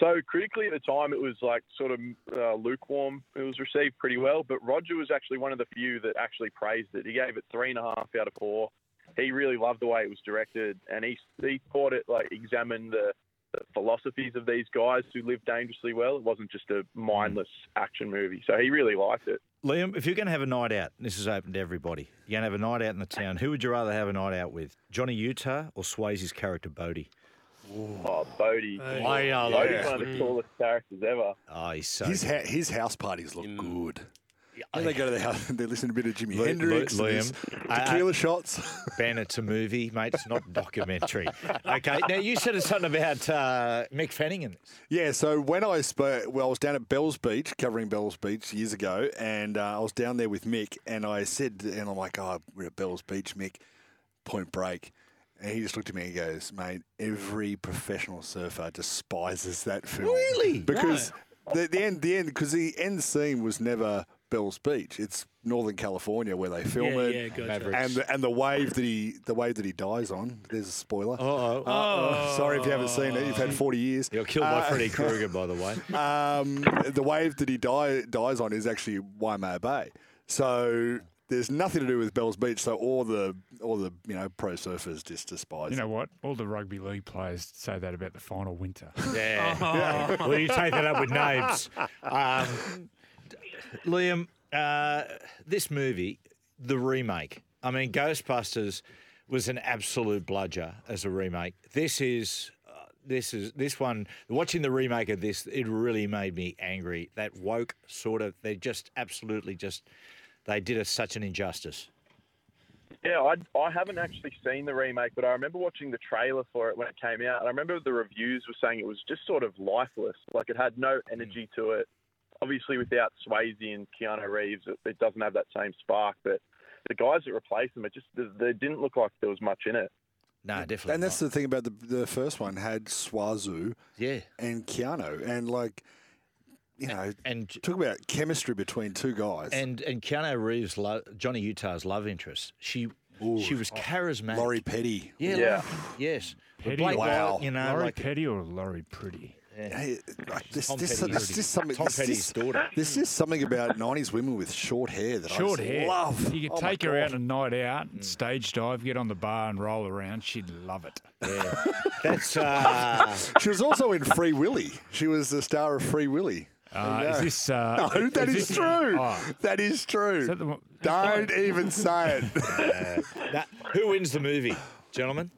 [SPEAKER 10] So critically at the time, it was like sort of uh, lukewarm. It was received pretty well, but Roger was actually one of the few that actually praised it. He gave it three and a half out of four. He really loved the way it was directed, and he he thought it like examined the, the philosophies of these guys who lived dangerously well. It wasn't just a mindless action movie. So he really liked it.
[SPEAKER 2] Liam, if you're going to have a night out, this is open to everybody. You're going to have a night out in the town. Who would you rather have a night out with, Johnny Utah or Swayze's character Bodie?
[SPEAKER 10] Oh, Bodie,
[SPEAKER 2] I uh,
[SPEAKER 10] Bodie's one of the coolest characters ever.
[SPEAKER 2] Oh, he's so.
[SPEAKER 5] His ha- his house parties look good. When they go to the house, they listen to a bit of Jimi Hendrix,
[SPEAKER 2] Lu-
[SPEAKER 5] and there's
[SPEAKER 2] Liam. Uh,
[SPEAKER 5] tequila shots. (laughs)
[SPEAKER 2] Ben, it's a movie, mate. It's not documentary.
[SPEAKER 10] (laughs)
[SPEAKER 2] okay. Now you said something about uh, Mick Fanning in this.
[SPEAKER 5] Yeah, so when I spoke, well, I was down at Bells Beach covering Bells Beach years ago, and uh, I was down there with Mick, and I said, and I'm like, oh, we're at Bells Beach, Mick, point break. And he just looked at me and goes, mate, every professional surfer despises that film. (laughs)
[SPEAKER 2] Really?
[SPEAKER 5] Because the, the end, the end, because the end scene was never Bells Beach. It's Northern California where they film
[SPEAKER 3] Yeah,
[SPEAKER 5] it.
[SPEAKER 3] yeah, gotcha.
[SPEAKER 2] Maverick.
[SPEAKER 5] And the, and the wave that he the wave that he dies on. There's a spoiler.
[SPEAKER 2] Uh-oh.
[SPEAKER 3] Oh.
[SPEAKER 5] Uh-oh. Sorry if you haven't seen it. You've had 40 years. Uh,
[SPEAKER 2] You're killed
[SPEAKER 10] Uh,
[SPEAKER 2] by Freddy
[SPEAKER 5] (laughs)
[SPEAKER 2] Krueger, by the way.
[SPEAKER 5] Um, the wave that he die, dies on is actually Waimea Bay. So there's nothing to do with Bells Beach. So all the all the you know pro surfers just despise.
[SPEAKER 6] You
[SPEAKER 5] it.
[SPEAKER 6] know what? All the rugby league players say that about the final
[SPEAKER 5] (laughs)
[SPEAKER 6] winter.
[SPEAKER 3] (laughs)
[SPEAKER 2] Yeah.
[SPEAKER 3] Oh.
[SPEAKER 2] Well, you take that up with names. Um, Liam, uh, this movie, the remake. I mean, Ghostbusters was an absolute bludger as a remake. This is. uh, This is this one. Watching the remake of this, it really made me angry. That woke sort of, they just absolutely just, they did us such an injustice.
[SPEAKER 10] Yeah, I, I haven't actually seen the remake, but I remember watching the trailer for it when it came out. And I remember the reviews were saying it was just sort of lifeless. Like it had no energy to it. Obviously, without Swayze and Keanu Reeves, it, it doesn't have that same spark. But the guys that replaced them, it just they, they didn't look like there was much in it.
[SPEAKER 2] No, definitely.
[SPEAKER 5] and that's
[SPEAKER 2] not.
[SPEAKER 5] the thing about the the first one had Swazu
[SPEAKER 2] yeah.
[SPEAKER 5] and Keanu, and like you know,
[SPEAKER 2] And
[SPEAKER 5] talk about chemistry between two guys.
[SPEAKER 2] and and Keanu Reeves, lo- Johnny Utah's love interest. She she was charismatic.
[SPEAKER 5] Oh, Laurie Petty.
[SPEAKER 2] Yeah.
[SPEAKER 10] Yeah.
[SPEAKER 2] Laurie, yes. But
[SPEAKER 6] Petty.
[SPEAKER 2] Blake
[SPEAKER 5] Wow.
[SPEAKER 2] Lively, you know,
[SPEAKER 6] Laurie
[SPEAKER 2] like,
[SPEAKER 6] Petty or Laurie Pretty?
[SPEAKER 5] Hey, like, there's,
[SPEAKER 2] Tom
[SPEAKER 5] there's, there's
[SPEAKER 2] Petty's daughter.
[SPEAKER 5] just something.
[SPEAKER 2] Tom
[SPEAKER 5] there's
[SPEAKER 2] Petty's
[SPEAKER 5] just-
[SPEAKER 2] daughter.
[SPEAKER 5] There's just something about '90s women with short hair that
[SPEAKER 6] Short
[SPEAKER 5] I just
[SPEAKER 6] hair.
[SPEAKER 5] love.
[SPEAKER 6] You could
[SPEAKER 5] Oh my
[SPEAKER 6] take her
[SPEAKER 5] God. Mm.
[SPEAKER 6] out a night out, stage dive, get on the bar and roll around. She'd love it. (laughs)
[SPEAKER 2] that's uh,
[SPEAKER 5] (laughs) She was also in Free Willy. She was the star of Free Willy.
[SPEAKER 6] Uh, is this? Uh,
[SPEAKER 5] (laughs) No, that is,
[SPEAKER 6] this-
[SPEAKER 5] true.
[SPEAKER 6] Oh,
[SPEAKER 5] (laughs) That is true.
[SPEAKER 6] is that the one?
[SPEAKER 5] Don't even
[SPEAKER 6] (laughs)
[SPEAKER 5] say
[SPEAKER 2] (laughs)
[SPEAKER 5] it.
[SPEAKER 2] that, who wins the movie, gentlemen?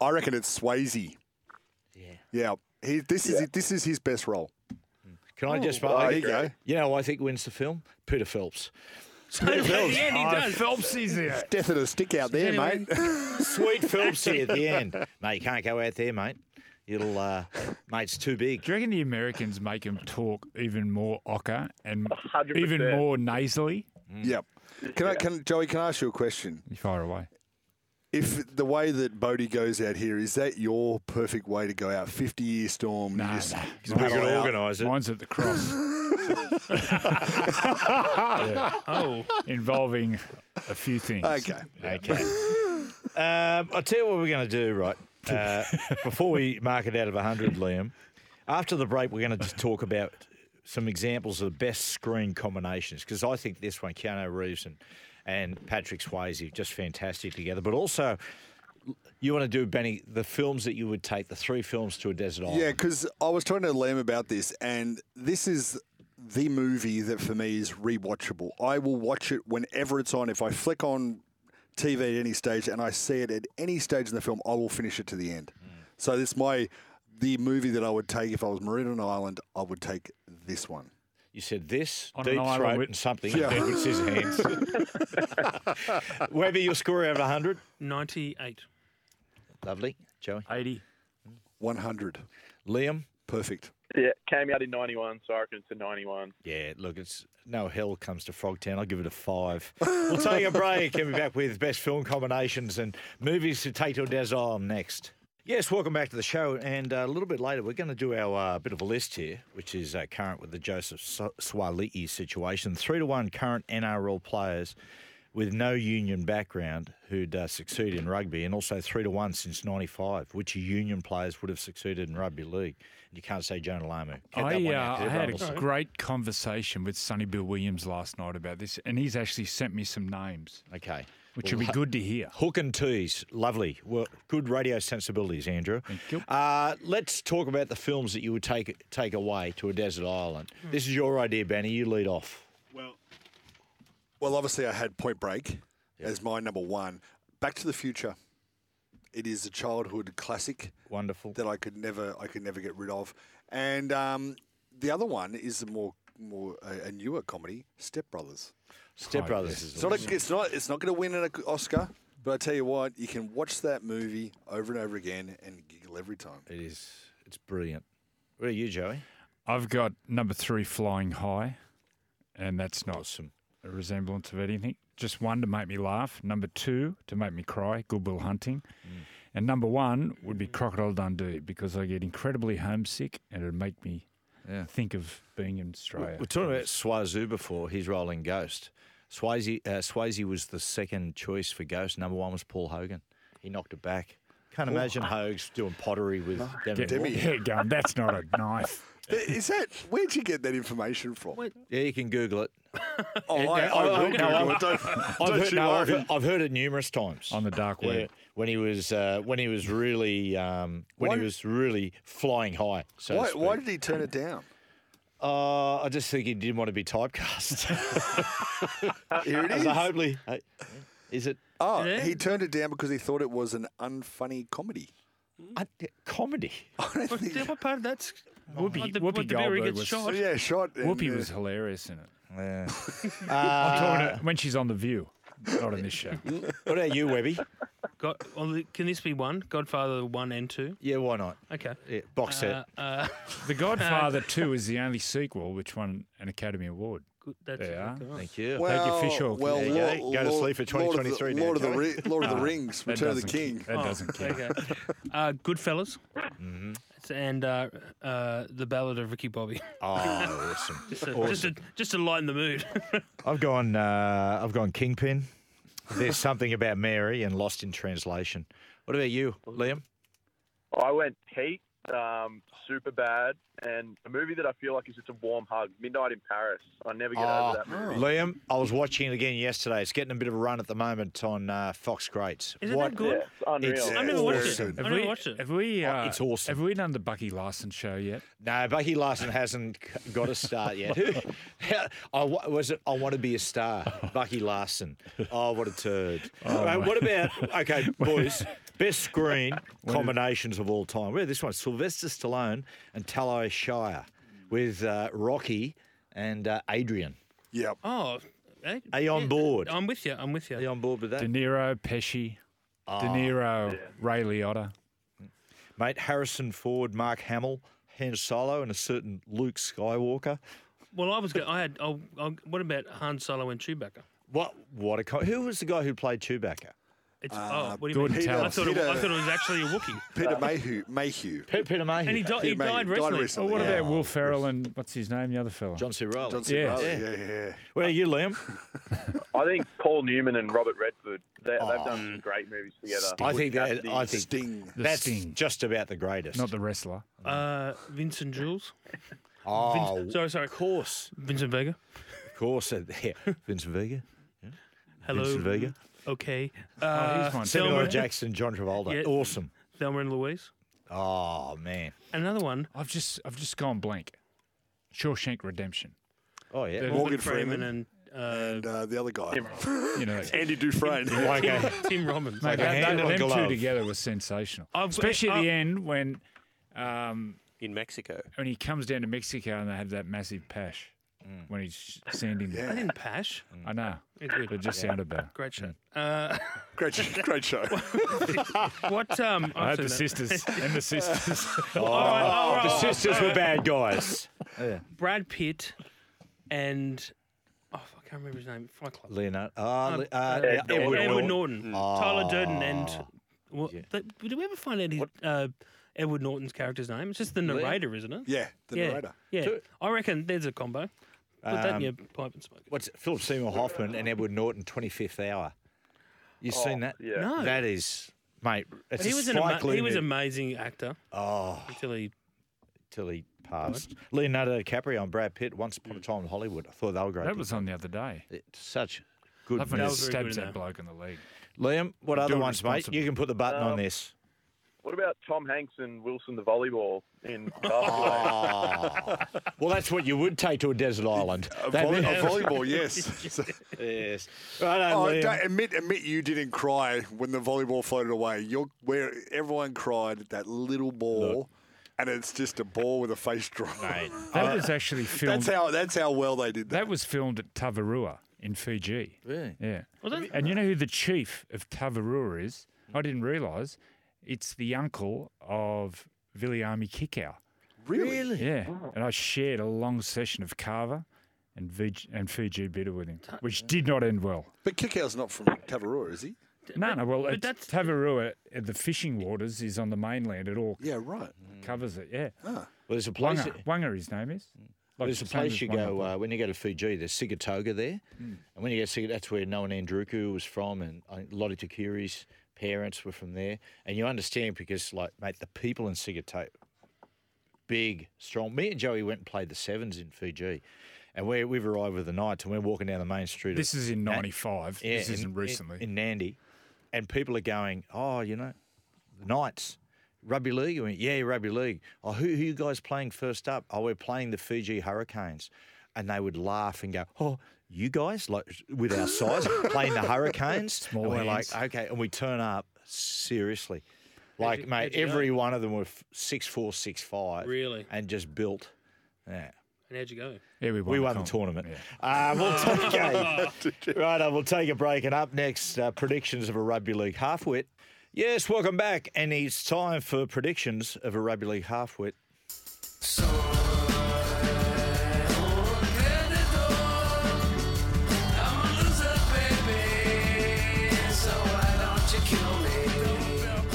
[SPEAKER 5] I reckon it's Swayze. Yeah. Yeah. He, this is this is his best role.
[SPEAKER 2] Can
[SPEAKER 5] Oh,
[SPEAKER 2] I just?
[SPEAKER 5] there
[SPEAKER 2] I,
[SPEAKER 5] you go.
[SPEAKER 2] You know, who I think wins the film. Peter Phelps.
[SPEAKER 3] Totally.
[SPEAKER 2] (laughs)
[SPEAKER 3] yeah, he does.
[SPEAKER 6] Oh, Phelps is here.
[SPEAKER 5] Death of a stick out there,
[SPEAKER 3] Anyway.
[SPEAKER 5] mate.
[SPEAKER 2] Sweet Phelpsy at
[SPEAKER 5] (laughs)
[SPEAKER 2] the end. Mate, you can't go out there, mate. It'll, uh, mate, it's too big.
[SPEAKER 6] Do you reckon the Americans make him talk even more ocker and
[SPEAKER 10] hundred
[SPEAKER 6] even
[SPEAKER 10] percent.
[SPEAKER 6] more nasally?
[SPEAKER 5] yep. Can I can Joey, can I ask you a question?
[SPEAKER 6] You fire away.
[SPEAKER 5] If the way that Bodie goes out here, is that your perfect way to go out? Fifty year storm. you
[SPEAKER 6] Nah,
[SPEAKER 5] just
[SPEAKER 6] nah.
[SPEAKER 2] We
[SPEAKER 5] paddle
[SPEAKER 2] could
[SPEAKER 5] out.
[SPEAKER 2] organise it.
[SPEAKER 6] Mine's at the cross.
[SPEAKER 2] (laughs)
[SPEAKER 6] Yeah,
[SPEAKER 3] Oh,
[SPEAKER 6] Involving a few things.
[SPEAKER 5] Okay.
[SPEAKER 6] Okay.
[SPEAKER 2] Um, I'll tell you what we're going to do, right? Uh, before we mark it out of 100, Liam, after the break, we're going to just talk about some examples of the best screen combinations because I think this one, Keanu Reeves and, and Patrick Swayze, just fantastic together. But also, you want to do, Benny, the films that you would take, the three films to a desert island.
[SPEAKER 5] Yeah, because I was talking to Liam about this, and this is the movie that for me is rewatchable. I will watch it whenever it's on. If I flick on
[SPEAKER 2] Mm.
[SPEAKER 5] TV at any stage and I see it at any stage in the film, I will finish it to the end. So it's my the movie that I would take if I was marine on an island, I would take this one.
[SPEAKER 2] You said this,
[SPEAKER 5] On an
[SPEAKER 2] deep
[SPEAKER 5] island
[SPEAKER 2] throat,
[SPEAKER 5] with-
[SPEAKER 2] and something.
[SPEAKER 5] Yeah.
[SPEAKER 2] Yeah. Edwards
[SPEAKER 5] (laughs)
[SPEAKER 2] his hands. Webby, your score out of 100?
[SPEAKER 3] 98.
[SPEAKER 2] Lovely. Joey?
[SPEAKER 6] 80.
[SPEAKER 5] 100.
[SPEAKER 2] Liam?
[SPEAKER 5] Perfect.
[SPEAKER 10] Yeah, came out in 91, so I reckon it's a 91.
[SPEAKER 2] Yeah, look, it's no hell comes to Frogtown. I'll give it a five. we'll take a break and be back with best film combinations and movies to take to a desire next. Yes, welcome back to the show. And uh, a little bit later, we're going to do our uh, bit of a list here, which is uh, current with the Joseph Swa- Swalii situation. Three to one current NRL players with no union background who'd uh, succeed in rugby, and also three to one since '95, which union players would have succeeded in rugby league. And you can't say Jonah Lamu. Get that
[SPEAKER 6] I,
[SPEAKER 2] one
[SPEAKER 6] uh,
[SPEAKER 2] out 'cause
[SPEAKER 6] I had
[SPEAKER 2] everyone
[SPEAKER 6] a
[SPEAKER 2] will-
[SPEAKER 6] great conversation with Sonny Bill Williams last night about this, and he's actually sent me some names,
[SPEAKER 2] Okay.
[SPEAKER 6] which would be good to hear.
[SPEAKER 2] Hook and tease, lovely. Well, good radio sensibilities, Andrew. Thank you. Uh, let's talk about the films that you would take take away to a desert island. This is your idea, Benny. You lead off.
[SPEAKER 5] Well, obviously, I had Point Break as my number one. Back to the Future. It is a childhood classic.
[SPEAKER 2] Wonderful.
[SPEAKER 5] That I could never, I could never get rid of. And um, the other one is a more, more a, a newer comedy, Step Brothers.
[SPEAKER 2] Step
[SPEAKER 5] Oh,
[SPEAKER 2] Brothers
[SPEAKER 5] yes.
[SPEAKER 2] is
[SPEAKER 5] It's not,
[SPEAKER 2] awesome.
[SPEAKER 5] a, it's not, it's not going to win an Oscar. But I tell you what, you can watch that movie over and over again and giggle every time.
[SPEAKER 2] It is. It's brilliant. Where are you, Joey?
[SPEAKER 6] I've got number three, Flying High, and that's not a resemblance of anything. Just one to make me laugh. Number two to make me cry, Good Will Hunting.
[SPEAKER 2] Mm.
[SPEAKER 6] And number one would be Crocodile Dundee because I get incredibly homesick and it'd make me think of being in Australia.
[SPEAKER 2] We're talking about Swazoo before. He's Rolling Ghost. Swayze, uh, Swayze was the second choice for Ghost. Number one was Paul Hogan. He knocked it back. Can't
[SPEAKER 5] Paul
[SPEAKER 2] imagine
[SPEAKER 5] Ho-
[SPEAKER 2] Hogs doing pottery with Demi.
[SPEAKER 5] Get- Demi.
[SPEAKER 2] Moore.
[SPEAKER 5] Yeah, going,
[SPEAKER 6] that's not
[SPEAKER 2] (laughs)
[SPEAKER 6] a knife.
[SPEAKER 5] Is that where'd you get that information from?
[SPEAKER 2] Yeah, you can Google it.
[SPEAKER 5] (laughs) Oh,
[SPEAKER 2] Yeah,
[SPEAKER 5] I,
[SPEAKER 2] no,
[SPEAKER 5] I will
[SPEAKER 2] I've- no,
[SPEAKER 5] Google
[SPEAKER 2] I've-
[SPEAKER 5] it. Don't, (laughs)
[SPEAKER 2] I've
[SPEAKER 5] don't
[SPEAKER 2] heard-
[SPEAKER 5] you
[SPEAKER 2] no, I've
[SPEAKER 5] worry.
[SPEAKER 2] heard- I've heard it numerous times
[SPEAKER 6] on the dark
[SPEAKER 2] Yeah,
[SPEAKER 6] web.
[SPEAKER 2] when he was uh, when he was really um, when he
[SPEAKER 5] Why-
[SPEAKER 2] was really flying high. So to
[SPEAKER 5] why,
[SPEAKER 2] speak.
[SPEAKER 5] why did he turn it down?
[SPEAKER 2] Uh, I just think he didn't want to
[SPEAKER 5] (laughs)
[SPEAKER 2] be typecast.
[SPEAKER 5] Here it
[SPEAKER 2] As a
[SPEAKER 5] is.
[SPEAKER 2] Hobley. Hey, Is it
[SPEAKER 5] Oh, he turned it down because he thought it was an unfunny comedy.
[SPEAKER 2] comedy?
[SPEAKER 3] What, what part of that's
[SPEAKER 6] Whoopi,
[SPEAKER 3] What the-
[SPEAKER 6] Whoopi
[SPEAKER 3] what the bear
[SPEAKER 6] Goldberg
[SPEAKER 3] gets
[SPEAKER 6] was
[SPEAKER 3] shot. Uh,
[SPEAKER 5] Yeah, shot. and,
[SPEAKER 6] Whoopi
[SPEAKER 5] uh,
[SPEAKER 6] was hilarious in it.
[SPEAKER 2] Yeah.
[SPEAKER 6] (laughs) I'm talking about when she's on the View, not in this show.
[SPEAKER 2] (laughs) what about you, Webby?
[SPEAKER 3] God, well, can this be one? Godfather one and two.
[SPEAKER 2] Yeah, why not?
[SPEAKER 3] Okay.
[SPEAKER 2] Yeah, box set.
[SPEAKER 3] Uh, uh,
[SPEAKER 6] The Godfather Two is the only sequel which won an Academy Award.
[SPEAKER 3] Good, that's
[SPEAKER 6] There you are.
[SPEAKER 3] good.
[SPEAKER 2] Thank you.
[SPEAKER 6] Well, Thank you, Fishhook.
[SPEAKER 5] Well,
[SPEAKER 6] There you
[SPEAKER 5] Lord,
[SPEAKER 2] go. Go to
[SPEAKER 5] Lord-
[SPEAKER 2] sleep for
[SPEAKER 5] Lord of the-
[SPEAKER 2] 2023 now,
[SPEAKER 5] Lord of the,
[SPEAKER 2] Joey.
[SPEAKER 5] Ri- Lord of the
[SPEAKER 6] No,
[SPEAKER 5] Rings,
[SPEAKER 6] that
[SPEAKER 5] Return of the
[SPEAKER 6] doesn't-
[SPEAKER 5] King.
[SPEAKER 3] Oh,
[SPEAKER 6] That doesn't count.
[SPEAKER 3] Okay. Uh, Goodfellas. It's- And uh, uh, the Ballad of Ricky Bobby. (laughs)
[SPEAKER 2] Oh, awesome.
[SPEAKER 3] Just to, just,
[SPEAKER 2] awesome.
[SPEAKER 3] to, just to lighten the mood. (laughs)
[SPEAKER 2] I've gone. Uh, I've gone Kingpin. There's something about Mary and Lost in Translation. What about you, Liam?
[SPEAKER 10] I went Heat, um, super bad, and a movie that I feel like is just a warm hug, Midnight in Paris. I never get
[SPEAKER 2] Ah,
[SPEAKER 10] over that movie.
[SPEAKER 2] Liam, I was watching it again yesterday. It's getting a bit of a run at the moment on uh, Fox Greats.
[SPEAKER 3] Is it that good?
[SPEAKER 10] It's unreal.
[SPEAKER 2] It's
[SPEAKER 3] I've never watched
[SPEAKER 2] awesome.
[SPEAKER 3] it. I've never watched it.
[SPEAKER 6] Have we?
[SPEAKER 2] Oh,
[SPEAKER 6] Uh,
[SPEAKER 2] it's awesome.
[SPEAKER 6] Have we done the Bucky Larson show yet?
[SPEAKER 2] No, Bucky
[SPEAKER 6] (laughs)
[SPEAKER 2] Larson hasn't c- (laughs) got a star yet. Who- I wa- was it? I want to be a star.
[SPEAKER 6] (laughs)
[SPEAKER 2] Bucky Larson. Oh, what a turd.
[SPEAKER 6] Oh,
[SPEAKER 2] Right, what about okay,
[SPEAKER 6] (laughs)
[SPEAKER 2] boys? Best screen combinations of all time. Where this one? Sylvester Stallone and Tallow Shire with uh, Rocky and uh, Adrian.
[SPEAKER 5] Yep.
[SPEAKER 3] Oh, eh?
[SPEAKER 2] Are you on board?
[SPEAKER 6] Oh.
[SPEAKER 3] I'm with you. I'm with you.
[SPEAKER 2] Are you on board with that, Ah,
[SPEAKER 6] De Niro, Pesci, De Niro, Ray Liotta.
[SPEAKER 2] mate? Harrison Ford, Mark Hamill, Han Solo, and a certain Luke Skywalker.
[SPEAKER 3] Well, I was. Go- I had. Oh, oh, what about Han Solo and Chewbacca?
[SPEAKER 2] What? What a co- who was the guy who played Chewbacca?
[SPEAKER 3] It's, oh, what do you
[SPEAKER 6] Gordon
[SPEAKER 3] mean?
[SPEAKER 6] Tell
[SPEAKER 3] I
[SPEAKER 6] us.
[SPEAKER 3] thought, it, I
[SPEAKER 5] Ah, Peter-
[SPEAKER 3] thought it was actually a Wookiee.
[SPEAKER 5] (laughs) Peter Mayhew. Mayhew.
[SPEAKER 2] Pe- Peter Mayhew.
[SPEAKER 3] And he, di- he
[SPEAKER 5] Peter Mayhew
[SPEAKER 3] died recently.
[SPEAKER 6] Oh, what
[SPEAKER 5] yeah.
[SPEAKER 6] about Will Ferrell and what's his name? The other fella.
[SPEAKER 2] John C. Reilly.
[SPEAKER 5] John C.
[SPEAKER 6] Yeah.
[SPEAKER 5] Reilly, Yeah. yeah, yeah.
[SPEAKER 2] Where are you, Liam?
[SPEAKER 10] (laughs) I think Paul Newman and Robert Redford, they, they've done some great movies together.
[SPEAKER 2] Oh, I think that
[SPEAKER 10] Cassidy.
[SPEAKER 2] I think
[SPEAKER 5] Sting.
[SPEAKER 6] The
[SPEAKER 2] that's
[SPEAKER 6] Sting.
[SPEAKER 2] just about the greatest.
[SPEAKER 6] Not the wrestler.
[SPEAKER 3] Uh, Vincent Jules.
[SPEAKER 2] oh,
[SPEAKER 3] Vince- sorry, sorry.
[SPEAKER 2] Of course,
[SPEAKER 3] Vincent Vega.
[SPEAKER 2] of course. uh, Yeah. Vincent Vega,
[SPEAKER 3] Hello.
[SPEAKER 2] Vincent Vega.
[SPEAKER 3] Okay.
[SPEAKER 6] Oh,
[SPEAKER 3] Uh,
[SPEAKER 6] he's fine.
[SPEAKER 2] Samuel L.
[SPEAKER 3] Thelma,
[SPEAKER 2] Jackson, John Travolta.
[SPEAKER 3] Yeah.
[SPEAKER 2] Awesome.
[SPEAKER 3] Thelma and Louise.
[SPEAKER 5] Ah,
[SPEAKER 2] Oh man.
[SPEAKER 3] Another one.
[SPEAKER 6] I've just I've just gone blank. Shawshank Redemption.
[SPEAKER 2] Oh yeah.
[SPEAKER 6] Well,
[SPEAKER 5] Morgan
[SPEAKER 3] Freeman,
[SPEAKER 5] Freeman.
[SPEAKER 3] and
[SPEAKER 5] And uh, the other guy.
[SPEAKER 2] (laughs)
[SPEAKER 6] You know, (laughs)
[SPEAKER 5] Andy Dufresne.
[SPEAKER 3] uh, Tim, Tim Robbins.
[SPEAKER 6] Mate,
[SPEAKER 2] a
[SPEAKER 6] that-
[SPEAKER 2] hand
[SPEAKER 6] that-
[SPEAKER 2] on
[SPEAKER 6] them
[SPEAKER 2] glove.
[SPEAKER 6] two together was sensational.
[SPEAKER 3] I've-
[SPEAKER 6] Especially at
[SPEAKER 3] I-
[SPEAKER 6] the end when Um,
[SPEAKER 4] in Mexico.
[SPEAKER 6] when he comes down to Mexico and they have that massive pash when he's sending.
[SPEAKER 3] I didn't pash.
[SPEAKER 6] I know.
[SPEAKER 3] Mm. It did.
[SPEAKER 6] It just
[SPEAKER 3] Yeah.
[SPEAKER 6] sounded better.
[SPEAKER 3] Great show. Uh,
[SPEAKER 5] (laughs) Great, sh- great show.
[SPEAKER 3] (laughs) what? Um,
[SPEAKER 6] I
[SPEAKER 3] I've
[SPEAKER 6] had
[SPEAKER 3] seen
[SPEAKER 6] the
[SPEAKER 3] that. (laughs) Oh,
[SPEAKER 6] sisters and the sisters.
[SPEAKER 3] all right,
[SPEAKER 2] Oh, the
[SPEAKER 3] all right.
[SPEAKER 2] sisters were bad guys.
[SPEAKER 3] Brad Pitt and oh, I can't remember his name. Fight Club.
[SPEAKER 2] Leonard. Uh,
[SPEAKER 3] Um,
[SPEAKER 2] Le- uh,
[SPEAKER 3] uh,
[SPEAKER 2] yeah,
[SPEAKER 3] Edward, Edward
[SPEAKER 2] Norton. Oh. Mm. Ah.
[SPEAKER 3] Norton, Tyler Durden, and well, th- did we ever find out his, uh, Edward Norton's character's name? It's just the narrator, isn't it?
[SPEAKER 5] yeah, the
[SPEAKER 3] yeah,
[SPEAKER 5] narrator.
[SPEAKER 3] yeah.
[SPEAKER 2] So-
[SPEAKER 3] I reckon there's a combo. Put that in
[SPEAKER 2] Um,
[SPEAKER 3] your pipe and smoke. it.
[SPEAKER 2] What's it? Philip Seymour Hoffman and Edward Norton, 25th hour. You've seen
[SPEAKER 6] Oh,
[SPEAKER 2] that?
[SPEAKER 10] yeah.
[SPEAKER 3] No.
[SPEAKER 2] That is, mate, it's
[SPEAKER 3] But he
[SPEAKER 2] a
[SPEAKER 3] was an
[SPEAKER 2] Spike
[SPEAKER 3] ama-
[SPEAKER 2] Lee
[SPEAKER 3] he was
[SPEAKER 2] movie.
[SPEAKER 3] an amazing actor
[SPEAKER 2] Oh,
[SPEAKER 3] until he
[SPEAKER 2] till he passed. Leonardo DiCaprio and Brad Pitt, Once Upon a Time in Hollywood. I thought they were great.
[SPEAKER 6] That was on the other day.
[SPEAKER 2] It's such good
[SPEAKER 6] Love when
[SPEAKER 3] That
[SPEAKER 6] he
[SPEAKER 2] movies.
[SPEAKER 3] was very good
[SPEAKER 6] stabs
[SPEAKER 3] in
[SPEAKER 6] that
[SPEAKER 3] that.
[SPEAKER 6] bloke in the leg.
[SPEAKER 2] Liam, what other
[SPEAKER 6] Do it
[SPEAKER 2] ones, mate? You
[SPEAKER 6] responsibly.
[SPEAKER 2] can put the button on
[SPEAKER 6] (laughs)
[SPEAKER 10] Um,
[SPEAKER 2] this.
[SPEAKER 10] What about Tom Hanks and Wilson the volleyball in
[SPEAKER 2] Oh.
[SPEAKER 10] Basketball?
[SPEAKER 2] (laughs)
[SPEAKER 6] oh.
[SPEAKER 2] Well, that's what you would take to a desert island.
[SPEAKER 5] A,
[SPEAKER 2] That
[SPEAKER 5] volley- a
[SPEAKER 2] means-
[SPEAKER 5] volleyball, yes. So-
[SPEAKER 2] (laughs) yes. Right
[SPEAKER 5] Oh,
[SPEAKER 2] on, Liam.
[SPEAKER 5] don't- admit, admit you didn't cry when the volleyball floated away. You're, where everyone cried at that little ball, and it's just a ball with a face drawn. (laughs) Uh,
[SPEAKER 6] That was actually filmed.
[SPEAKER 5] That's how that's how well they did that.
[SPEAKER 6] that was filmed at Tavarua in Fiji.
[SPEAKER 2] Really?
[SPEAKER 6] Yeah.
[SPEAKER 3] Was it?
[SPEAKER 6] And you know who the chief of Tavarua is? I didn't realise. It's the uncle of Viliami Kikau.
[SPEAKER 5] really?
[SPEAKER 6] Yeah. And I shared a long session of Carver and, Fiji and Fiji Bitter with him, which did not end well.
[SPEAKER 5] But Kickout's not from Tavarua, is he?
[SPEAKER 6] No, no. Well,
[SPEAKER 3] but
[SPEAKER 6] it's
[SPEAKER 3] that's-
[SPEAKER 6] Tavarua, uh, the fishing waters, is on the mainland. It all
[SPEAKER 5] Yeah, right. Ah.
[SPEAKER 6] covers it. Yeah.
[SPEAKER 2] Well, there's a place.
[SPEAKER 6] Wanga.
[SPEAKER 2] Mm.
[SPEAKER 6] Wanga, his name is. Like
[SPEAKER 2] There's a
[SPEAKER 6] the same
[SPEAKER 2] place
[SPEAKER 6] as
[SPEAKER 2] you
[SPEAKER 6] Wanga Mm.
[SPEAKER 2] go
[SPEAKER 6] Point.
[SPEAKER 2] uh, when you go to Fiji. There's Sigatoga there, and when you go to Sigatoga, that's where Noan Andruku was from, and I think Lottie Takiri's parents were from there. And you understand because, like, mate, the people in Sigatoga, big, strong. Me and Joey went and played the sevens in Fiji, and we we've arrived with the night, and we're walking down the main street. of-
[SPEAKER 6] This is in
[SPEAKER 2] Na-
[SPEAKER 6] '95.
[SPEAKER 2] yeah,
[SPEAKER 6] this
[SPEAKER 2] in-
[SPEAKER 6] isn't
[SPEAKER 2] in-
[SPEAKER 6] recently.
[SPEAKER 2] in, Nandi, and people are going, oh, you know, Knights, rugby league. I went, yeah, rugby league. Oh, who, who you guys playing first up? Oh, we're playing the Fiji Hurricanes, and they would laugh and go, oh. You guys, like with our size, (laughs) playing
[SPEAKER 3] (laughs)
[SPEAKER 2] the Hurricanes, and we're like, okay, and we turn up seriously, like
[SPEAKER 3] you- how'd
[SPEAKER 2] mate,
[SPEAKER 3] you go?
[SPEAKER 2] every one of them were f- six four, six five,
[SPEAKER 3] Really?
[SPEAKER 2] and just built. Yeah,
[SPEAKER 3] and how'd you go?
[SPEAKER 6] yeah, we won,
[SPEAKER 2] we won the
[SPEAKER 6] comp.
[SPEAKER 2] tournament.
[SPEAKER 6] Yeah.
[SPEAKER 2] Uh, we'll take a, right, uh, we'll take a break. And up next, uh, predictions of a rugby league halfwit. Yes, welcome back. And it's time for predictions of a rugby league halfwit.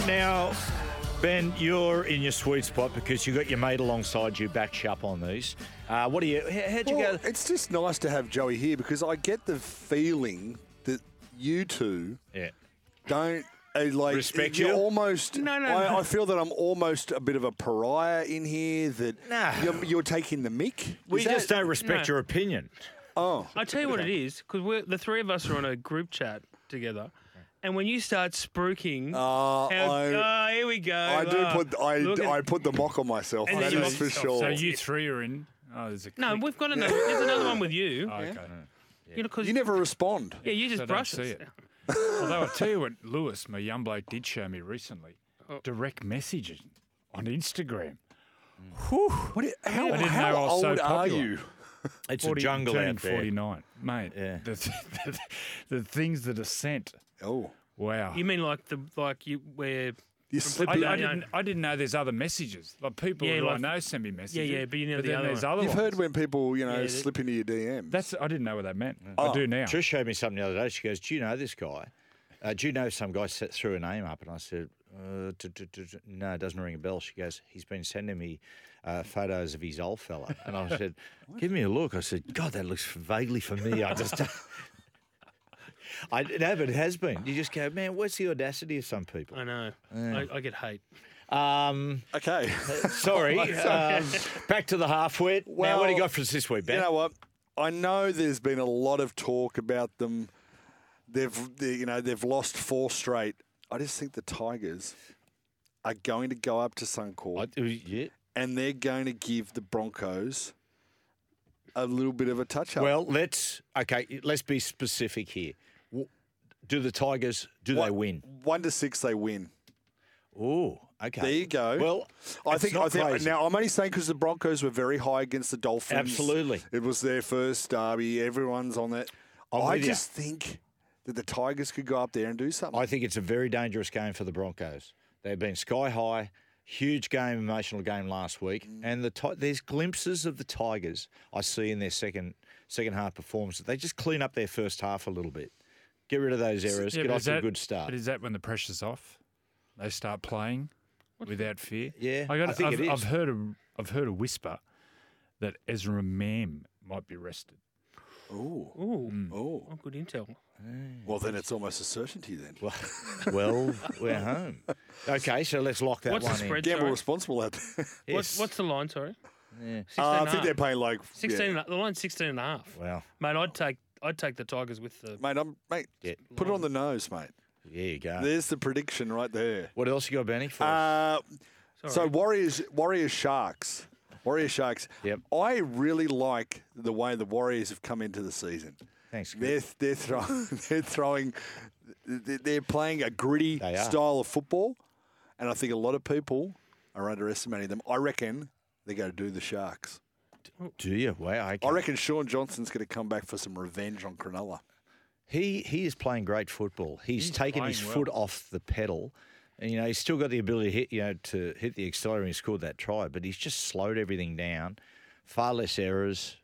[SPEAKER 2] Now, Ben, you're in your sweet spot because you got your mate alongside you, backed you up on these. Uh, what do you? how- How'd you
[SPEAKER 5] Well,
[SPEAKER 2] go?
[SPEAKER 5] it's just nice to have Joey here because I get the feeling that you two
[SPEAKER 2] Yeah.
[SPEAKER 5] don't uh, like
[SPEAKER 2] Respect
[SPEAKER 5] you're
[SPEAKER 2] you?
[SPEAKER 5] almost
[SPEAKER 3] No, no,
[SPEAKER 5] I,
[SPEAKER 3] no.
[SPEAKER 5] I feel that I'm almost a bit of a pariah in here that
[SPEAKER 2] Nah.
[SPEAKER 5] you're, you're taking the mick.
[SPEAKER 2] We
[SPEAKER 5] Is that-
[SPEAKER 2] just don't respect
[SPEAKER 3] No.
[SPEAKER 2] your opinion.
[SPEAKER 5] Oh,
[SPEAKER 3] I tell you what it is, because the three of us are on a group chat together, and when you start spooking,
[SPEAKER 5] uh,
[SPEAKER 3] how,
[SPEAKER 5] I,
[SPEAKER 3] oh, here we go.
[SPEAKER 5] I do
[SPEAKER 3] ah,
[SPEAKER 5] put I,
[SPEAKER 3] look at-
[SPEAKER 5] I put the mock on myself.
[SPEAKER 3] And
[SPEAKER 5] That
[SPEAKER 3] then you
[SPEAKER 5] is
[SPEAKER 3] mock
[SPEAKER 5] for
[SPEAKER 3] yourself.
[SPEAKER 5] sure.
[SPEAKER 6] So you three are in. Oh, there's a.
[SPEAKER 5] (laughs)
[SPEAKER 3] No,
[SPEAKER 6] click.
[SPEAKER 3] we've got another. There's another one with you.
[SPEAKER 6] Oh, okay.
[SPEAKER 3] You know, 'cause-
[SPEAKER 5] You never respond.
[SPEAKER 3] Yeah, you
[SPEAKER 6] I
[SPEAKER 3] just
[SPEAKER 6] don't
[SPEAKER 3] brush
[SPEAKER 6] see
[SPEAKER 3] us.
[SPEAKER 6] it. Although I tell you what, Lewis, my young bloke, did show me recently
[SPEAKER 3] Oh.
[SPEAKER 6] direct messages on Instagram.
[SPEAKER 5] What, how
[SPEAKER 6] I didn't
[SPEAKER 5] how
[SPEAKER 6] know I was
[SPEAKER 5] old
[SPEAKER 6] so
[SPEAKER 5] are
[SPEAKER 6] popular. (laughs)
[SPEAKER 5] you?
[SPEAKER 2] It's
[SPEAKER 6] 40
[SPEAKER 2] a jungle
[SPEAKER 6] turning
[SPEAKER 2] out there.
[SPEAKER 6] 49, mate.
[SPEAKER 2] Yeah.
[SPEAKER 6] The, (laughs) th- the, the things that are sent.
[SPEAKER 5] Oh,
[SPEAKER 6] Wow.
[SPEAKER 3] You mean like the like you where?
[SPEAKER 5] you slip
[SPEAKER 6] I,
[SPEAKER 3] I
[SPEAKER 5] in.
[SPEAKER 6] I
[SPEAKER 3] know.
[SPEAKER 6] didn't. I didn't know there's other messages. Like people
[SPEAKER 3] Yeah,
[SPEAKER 6] who
[SPEAKER 3] like-
[SPEAKER 6] I know send me messages.
[SPEAKER 3] yeah, but you know the
[SPEAKER 6] then
[SPEAKER 3] other
[SPEAKER 6] there's
[SPEAKER 3] one.
[SPEAKER 6] other
[SPEAKER 5] You've
[SPEAKER 6] ones.
[SPEAKER 5] heard when people you know
[SPEAKER 3] Yeah, they-
[SPEAKER 5] slip into your DMs.
[SPEAKER 6] That's. I didn't know what that meant. I do now.
[SPEAKER 2] Oh, Trish showed me something the other day. She goes, "Do you know this guy? Uh, do you know some guy set, threw a name up?" And I said, uh, d- d- d- d- "No, it doesn't ring a bell." She goes, "He's been sending me uh, photos of his old fella," and I said, "Give me a look." I said, "God, that looks vaguely familiar." I just. I no, but it has been. You just go, man. Where's the audacity of some
[SPEAKER 4] (laughs)
[SPEAKER 2] people?
[SPEAKER 3] I know. I, I get hate.
[SPEAKER 2] Um,
[SPEAKER 5] okay.
[SPEAKER 2] sorry.
[SPEAKER 4] Oh, (laughs)
[SPEAKER 2] (laughs) um, back to the halfwit. now, what do you
[SPEAKER 5] Well,
[SPEAKER 2] got for us this week, Ben?
[SPEAKER 5] You know what? I know there's been a lot of talk about them. They've, they, you know, they've lost four straight. I just think the Tigers are going to go up to Suncorp
[SPEAKER 2] I- uh, yeah.
[SPEAKER 5] and they're going to give the Broncos a little bit of a touch up.
[SPEAKER 2] Well, let's okay. Let's be specific here. W- Do the Tigers? Do they win?
[SPEAKER 5] one to six, they win.
[SPEAKER 2] Ooh, Okay.
[SPEAKER 5] There you go.
[SPEAKER 2] Well,
[SPEAKER 5] I
[SPEAKER 2] it's
[SPEAKER 5] think
[SPEAKER 2] not
[SPEAKER 5] I think
[SPEAKER 2] crazy.
[SPEAKER 5] now I'm only saying because the Broncos were very high against the Dolphins.
[SPEAKER 2] Absolutely.
[SPEAKER 5] it was their first derby. Everyone's on that.
[SPEAKER 2] I'm
[SPEAKER 5] I
[SPEAKER 2] with ya.
[SPEAKER 5] just think that the Tigers could go up there and do something.
[SPEAKER 2] I think it's a very dangerous game for the Broncos. They've been sky high, huge game, emotional game last week,
[SPEAKER 5] Mm.
[SPEAKER 2] and the Ti- there's glimpses of the Tigers I see in their second second half performance. They just clean up their first half a little bit, get rid of those errors,
[SPEAKER 6] Yeah,
[SPEAKER 2] get
[SPEAKER 6] but
[SPEAKER 2] off
[SPEAKER 6] is
[SPEAKER 2] to a
[SPEAKER 6] that-
[SPEAKER 2] good start.
[SPEAKER 6] But is that when the pressure's off? They start playing without fear.
[SPEAKER 2] Yeah,
[SPEAKER 6] I, got,
[SPEAKER 2] I think
[SPEAKER 6] have
[SPEAKER 2] it
[SPEAKER 6] I've
[SPEAKER 2] is.
[SPEAKER 6] heard a, I've heard a whisper that Ezra Mam might be rested.
[SPEAKER 5] Oh,
[SPEAKER 3] Ooh,
[SPEAKER 5] oh.
[SPEAKER 3] oh, good intel.
[SPEAKER 5] Well, then it's almost a certainty then.
[SPEAKER 2] Well, well, we're home.
[SPEAKER 5] (laughs)
[SPEAKER 2] Okay, so let's lock that
[SPEAKER 3] What's the
[SPEAKER 2] one
[SPEAKER 3] spread?
[SPEAKER 5] Gamble
[SPEAKER 3] sorry.
[SPEAKER 5] responsible out there.
[SPEAKER 2] in.
[SPEAKER 3] What's,
[SPEAKER 2] Yes.
[SPEAKER 3] what's the line? Sorry, yeah.
[SPEAKER 5] Uh, I think they're paying like yeah.
[SPEAKER 3] 16 and a- the line's 16 and a half.
[SPEAKER 2] Wow.
[SPEAKER 3] Mate, I'd take I'd take the Tigers with the
[SPEAKER 5] Mate, I'm mate.
[SPEAKER 2] Yeah.
[SPEAKER 5] Put it on the nose, mate.
[SPEAKER 2] There you go.
[SPEAKER 5] There's the prediction right there.
[SPEAKER 2] What else you got, Benny? For us?
[SPEAKER 5] Uh, so
[SPEAKER 3] Sorry.
[SPEAKER 5] Warriors, Warriors Sharks, Warrior Sharks.
[SPEAKER 2] Yep.
[SPEAKER 5] I really like the way the Warriors have come into the season.
[SPEAKER 2] Thanks, Chris.
[SPEAKER 5] They're they're throwing (laughs) they're throwing they're they're playing a gritty
[SPEAKER 2] They are.
[SPEAKER 5] style of football, and I think a lot of people are underestimating them. I reckon they're going to do the Sharks.
[SPEAKER 2] Do you? Wow. Okay.
[SPEAKER 5] I reckon Sean Johnson's going to come back for some revenge on Cronulla.
[SPEAKER 2] He he is playing great football. He's,
[SPEAKER 6] He's
[SPEAKER 2] taken
[SPEAKER 6] playing
[SPEAKER 2] his
[SPEAKER 6] well.
[SPEAKER 2] foot off the pedal, and you know he's still got the ability to hit you know to hit the accelerator. and He scored that try, but he's just slowed everything down. Far less errors,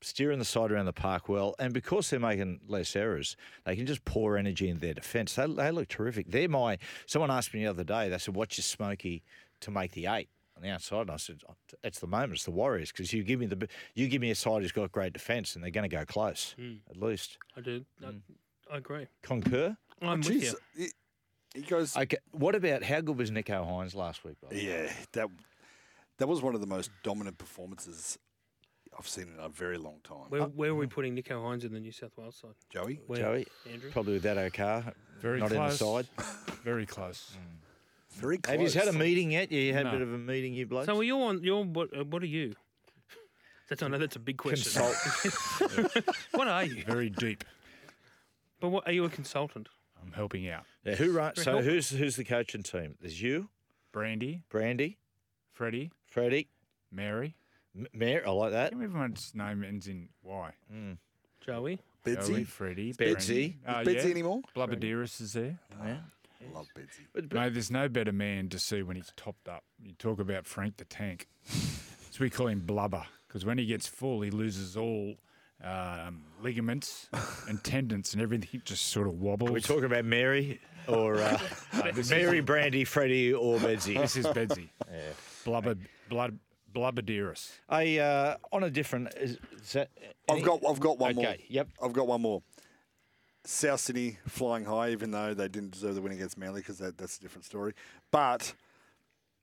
[SPEAKER 2] steering the side around the park well, and because they're making less errors, they can just pour energy into their defence. They, they look terrific. They're my. Someone asked me the other day. They said, "What's your smoky to make the eight? on the outside?" And I said, "Oh, "It's the moment. It's the Warriors because you give me the you give me a side who's got great defence, and they're going to go close
[SPEAKER 6] Hmm.
[SPEAKER 2] at least."
[SPEAKER 3] I do.
[SPEAKER 6] Mm.
[SPEAKER 3] I, I agree.
[SPEAKER 2] Concur.
[SPEAKER 3] I'm with
[SPEAKER 5] Jeez,
[SPEAKER 3] you.
[SPEAKER 5] he, Oh, he goes.
[SPEAKER 2] Okay. What about how good was Nico Hines last week? By the way?
[SPEAKER 5] Yeah, that that was one of the most dominant performances I've seen in a very long time.
[SPEAKER 2] Oh.
[SPEAKER 3] Where, where are we putting Nico Hines in the New South Wales side?
[SPEAKER 5] Joey,
[SPEAKER 3] Where,
[SPEAKER 2] Joey,
[SPEAKER 3] Andrew?
[SPEAKER 2] probably with that O'Carr,
[SPEAKER 6] Very
[SPEAKER 2] not
[SPEAKER 6] close.
[SPEAKER 2] in the side.
[SPEAKER 6] Very close.
[SPEAKER 5] very close.
[SPEAKER 2] Hmm. Have you had a meeting yet? Yeah, you had
[SPEAKER 6] No.
[SPEAKER 2] a bit of a meeting, you blokes.
[SPEAKER 3] So are you on? You're what? Uh, what are you? That's I know that's a big question.
[SPEAKER 2] consult.
[SPEAKER 3] what are you?
[SPEAKER 6] Very
[SPEAKER 2] (laughs)
[SPEAKER 6] deep.
[SPEAKER 3] (laughs) But what are you a consultant?
[SPEAKER 6] I'm helping out.
[SPEAKER 2] yeah, who run, So
[SPEAKER 3] help.
[SPEAKER 2] who's who's the coaching team? There's you,
[SPEAKER 6] Brandy,
[SPEAKER 2] Brandy,
[SPEAKER 6] Freddie,
[SPEAKER 2] Freddie,
[SPEAKER 6] Mary.
[SPEAKER 2] M- Mary. I like that. Mm.
[SPEAKER 6] I think everyone's name ends in Y.
[SPEAKER 3] Joey,
[SPEAKER 6] Joey, Oh,
[SPEAKER 5] Bedsy?
[SPEAKER 6] Freddie,
[SPEAKER 2] Betsy.
[SPEAKER 6] Brandy.
[SPEAKER 5] Betsy anymore?
[SPEAKER 6] Blubberdearus is there.
[SPEAKER 5] I Ah, love Bedsy.
[SPEAKER 2] But- but-
[SPEAKER 6] Mate, there's no better man to see when he's topped up. You talk about Frank the Tank. so we call him Blubber because when he gets full, he loses all um, ligaments
[SPEAKER 2] (laughs)
[SPEAKER 6] and tendons and everything just sort of wobbles.
[SPEAKER 2] Are
[SPEAKER 6] (laughs)
[SPEAKER 2] we talking about Mary or uh, Mary, Brandy, Freddie, or Bedsy?
[SPEAKER 6] (laughs) this is
[SPEAKER 2] (laughs)
[SPEAKER 6] Bedsy. Blubber, blood, Blubber Dearest.
[SPEAKER 2] Hey, uh, on a different. Is, is that,
[SPEAKER 5] I've got I've got one more.
[SPEAKER 2] Okay, yep.
[SPEAKER 5] I've got one more. South Sydney flying high, even though they didn't deserve the win against Manly because that, that's a different story. But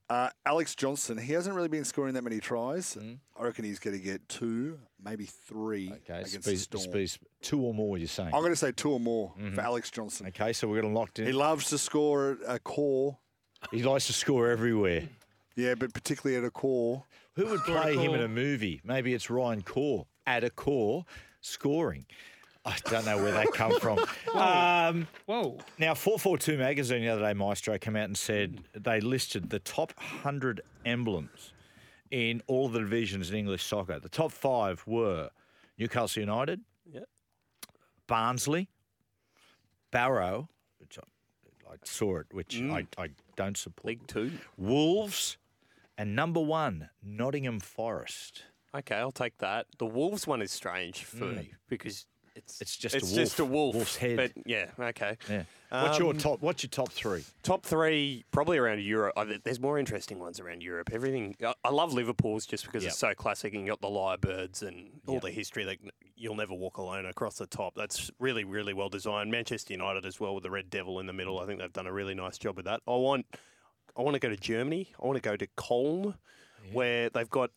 [SPEAKER 5] uh, Alex Johnson, he hasn't really been scoring that many tries.
[SPEAKER 2] Hmm.
[SPEAKER 5] I reckon he's going to get two, maybe three
[SPEAKER 2] Okay,
[SPEAKER 5] against the
[SPEAKER 2] Spees-
[SPEAKER 5] Storm.
[SPEAKER 2] Spees- two or more. You're saying.
[SPEAKER 5] I'm going to say two or more for Alex Johnson.
[SPEAKER 2] Mm-hmm. Okay, so we're going to lock
[SPEAKER 5] He
[SPEAKER 2] in.
[SPEAKER 5] loves to score at a core,
[SPEAKER 2] He likes to score everywhere.
[SPEAKER 5] yeah, but particularly at a core.
[SPEAKER 2] Who would play him in
[SPEAKER 3] core.
[SPEAKER 2] a movie? Maybe it's Ryan Core at a core scoring. I don't know where that come from. Um,
[SPEAKER 3] whoa,
[SPEAKER 2] now, 442 magazine the other day, Maestro came out and said they listed the top 100 emblems in all the divisions in English soccer. The top five were Newcastle United, Barnsley, Barrow, which I, I saw it, which I, I don't support,
[SPEAKER 4] Mm. League Two.
[SPEAKER 2] Wolves, and number one, Nottingham Forest.
[SPEAKER 4] Okay, I'll take that. The wolves one is strange for me because it's
[SPEAKER 2] Mm. It's just a
[SPEAKER 4] it's just a
[SPEAKER 2] wolf.
[SPEAKER 4] wolf.
[SPEAKER 2] Wolf's head.
[SPEAKER 4] But yeah, okay.
[SPEAKER 2] Yeah. What's your
[SPEAKER 4] Um,
[SPEAKER 2] top? What's your top three?
[SPEAKER 4] Top three, probably around Europe. I, th- there's more interesting ones around Europe. Everything. I, I love Liverpool's just because it's so classic and you got the Lyrebirds and all the history that n- you'll never walk alone across the top. That's really, really well designed. Manchester United as well with the Red Devil in the middle. I think they've done a really nice job with that. I want, I want to go to Germany. I want to go to Cologne, where they've got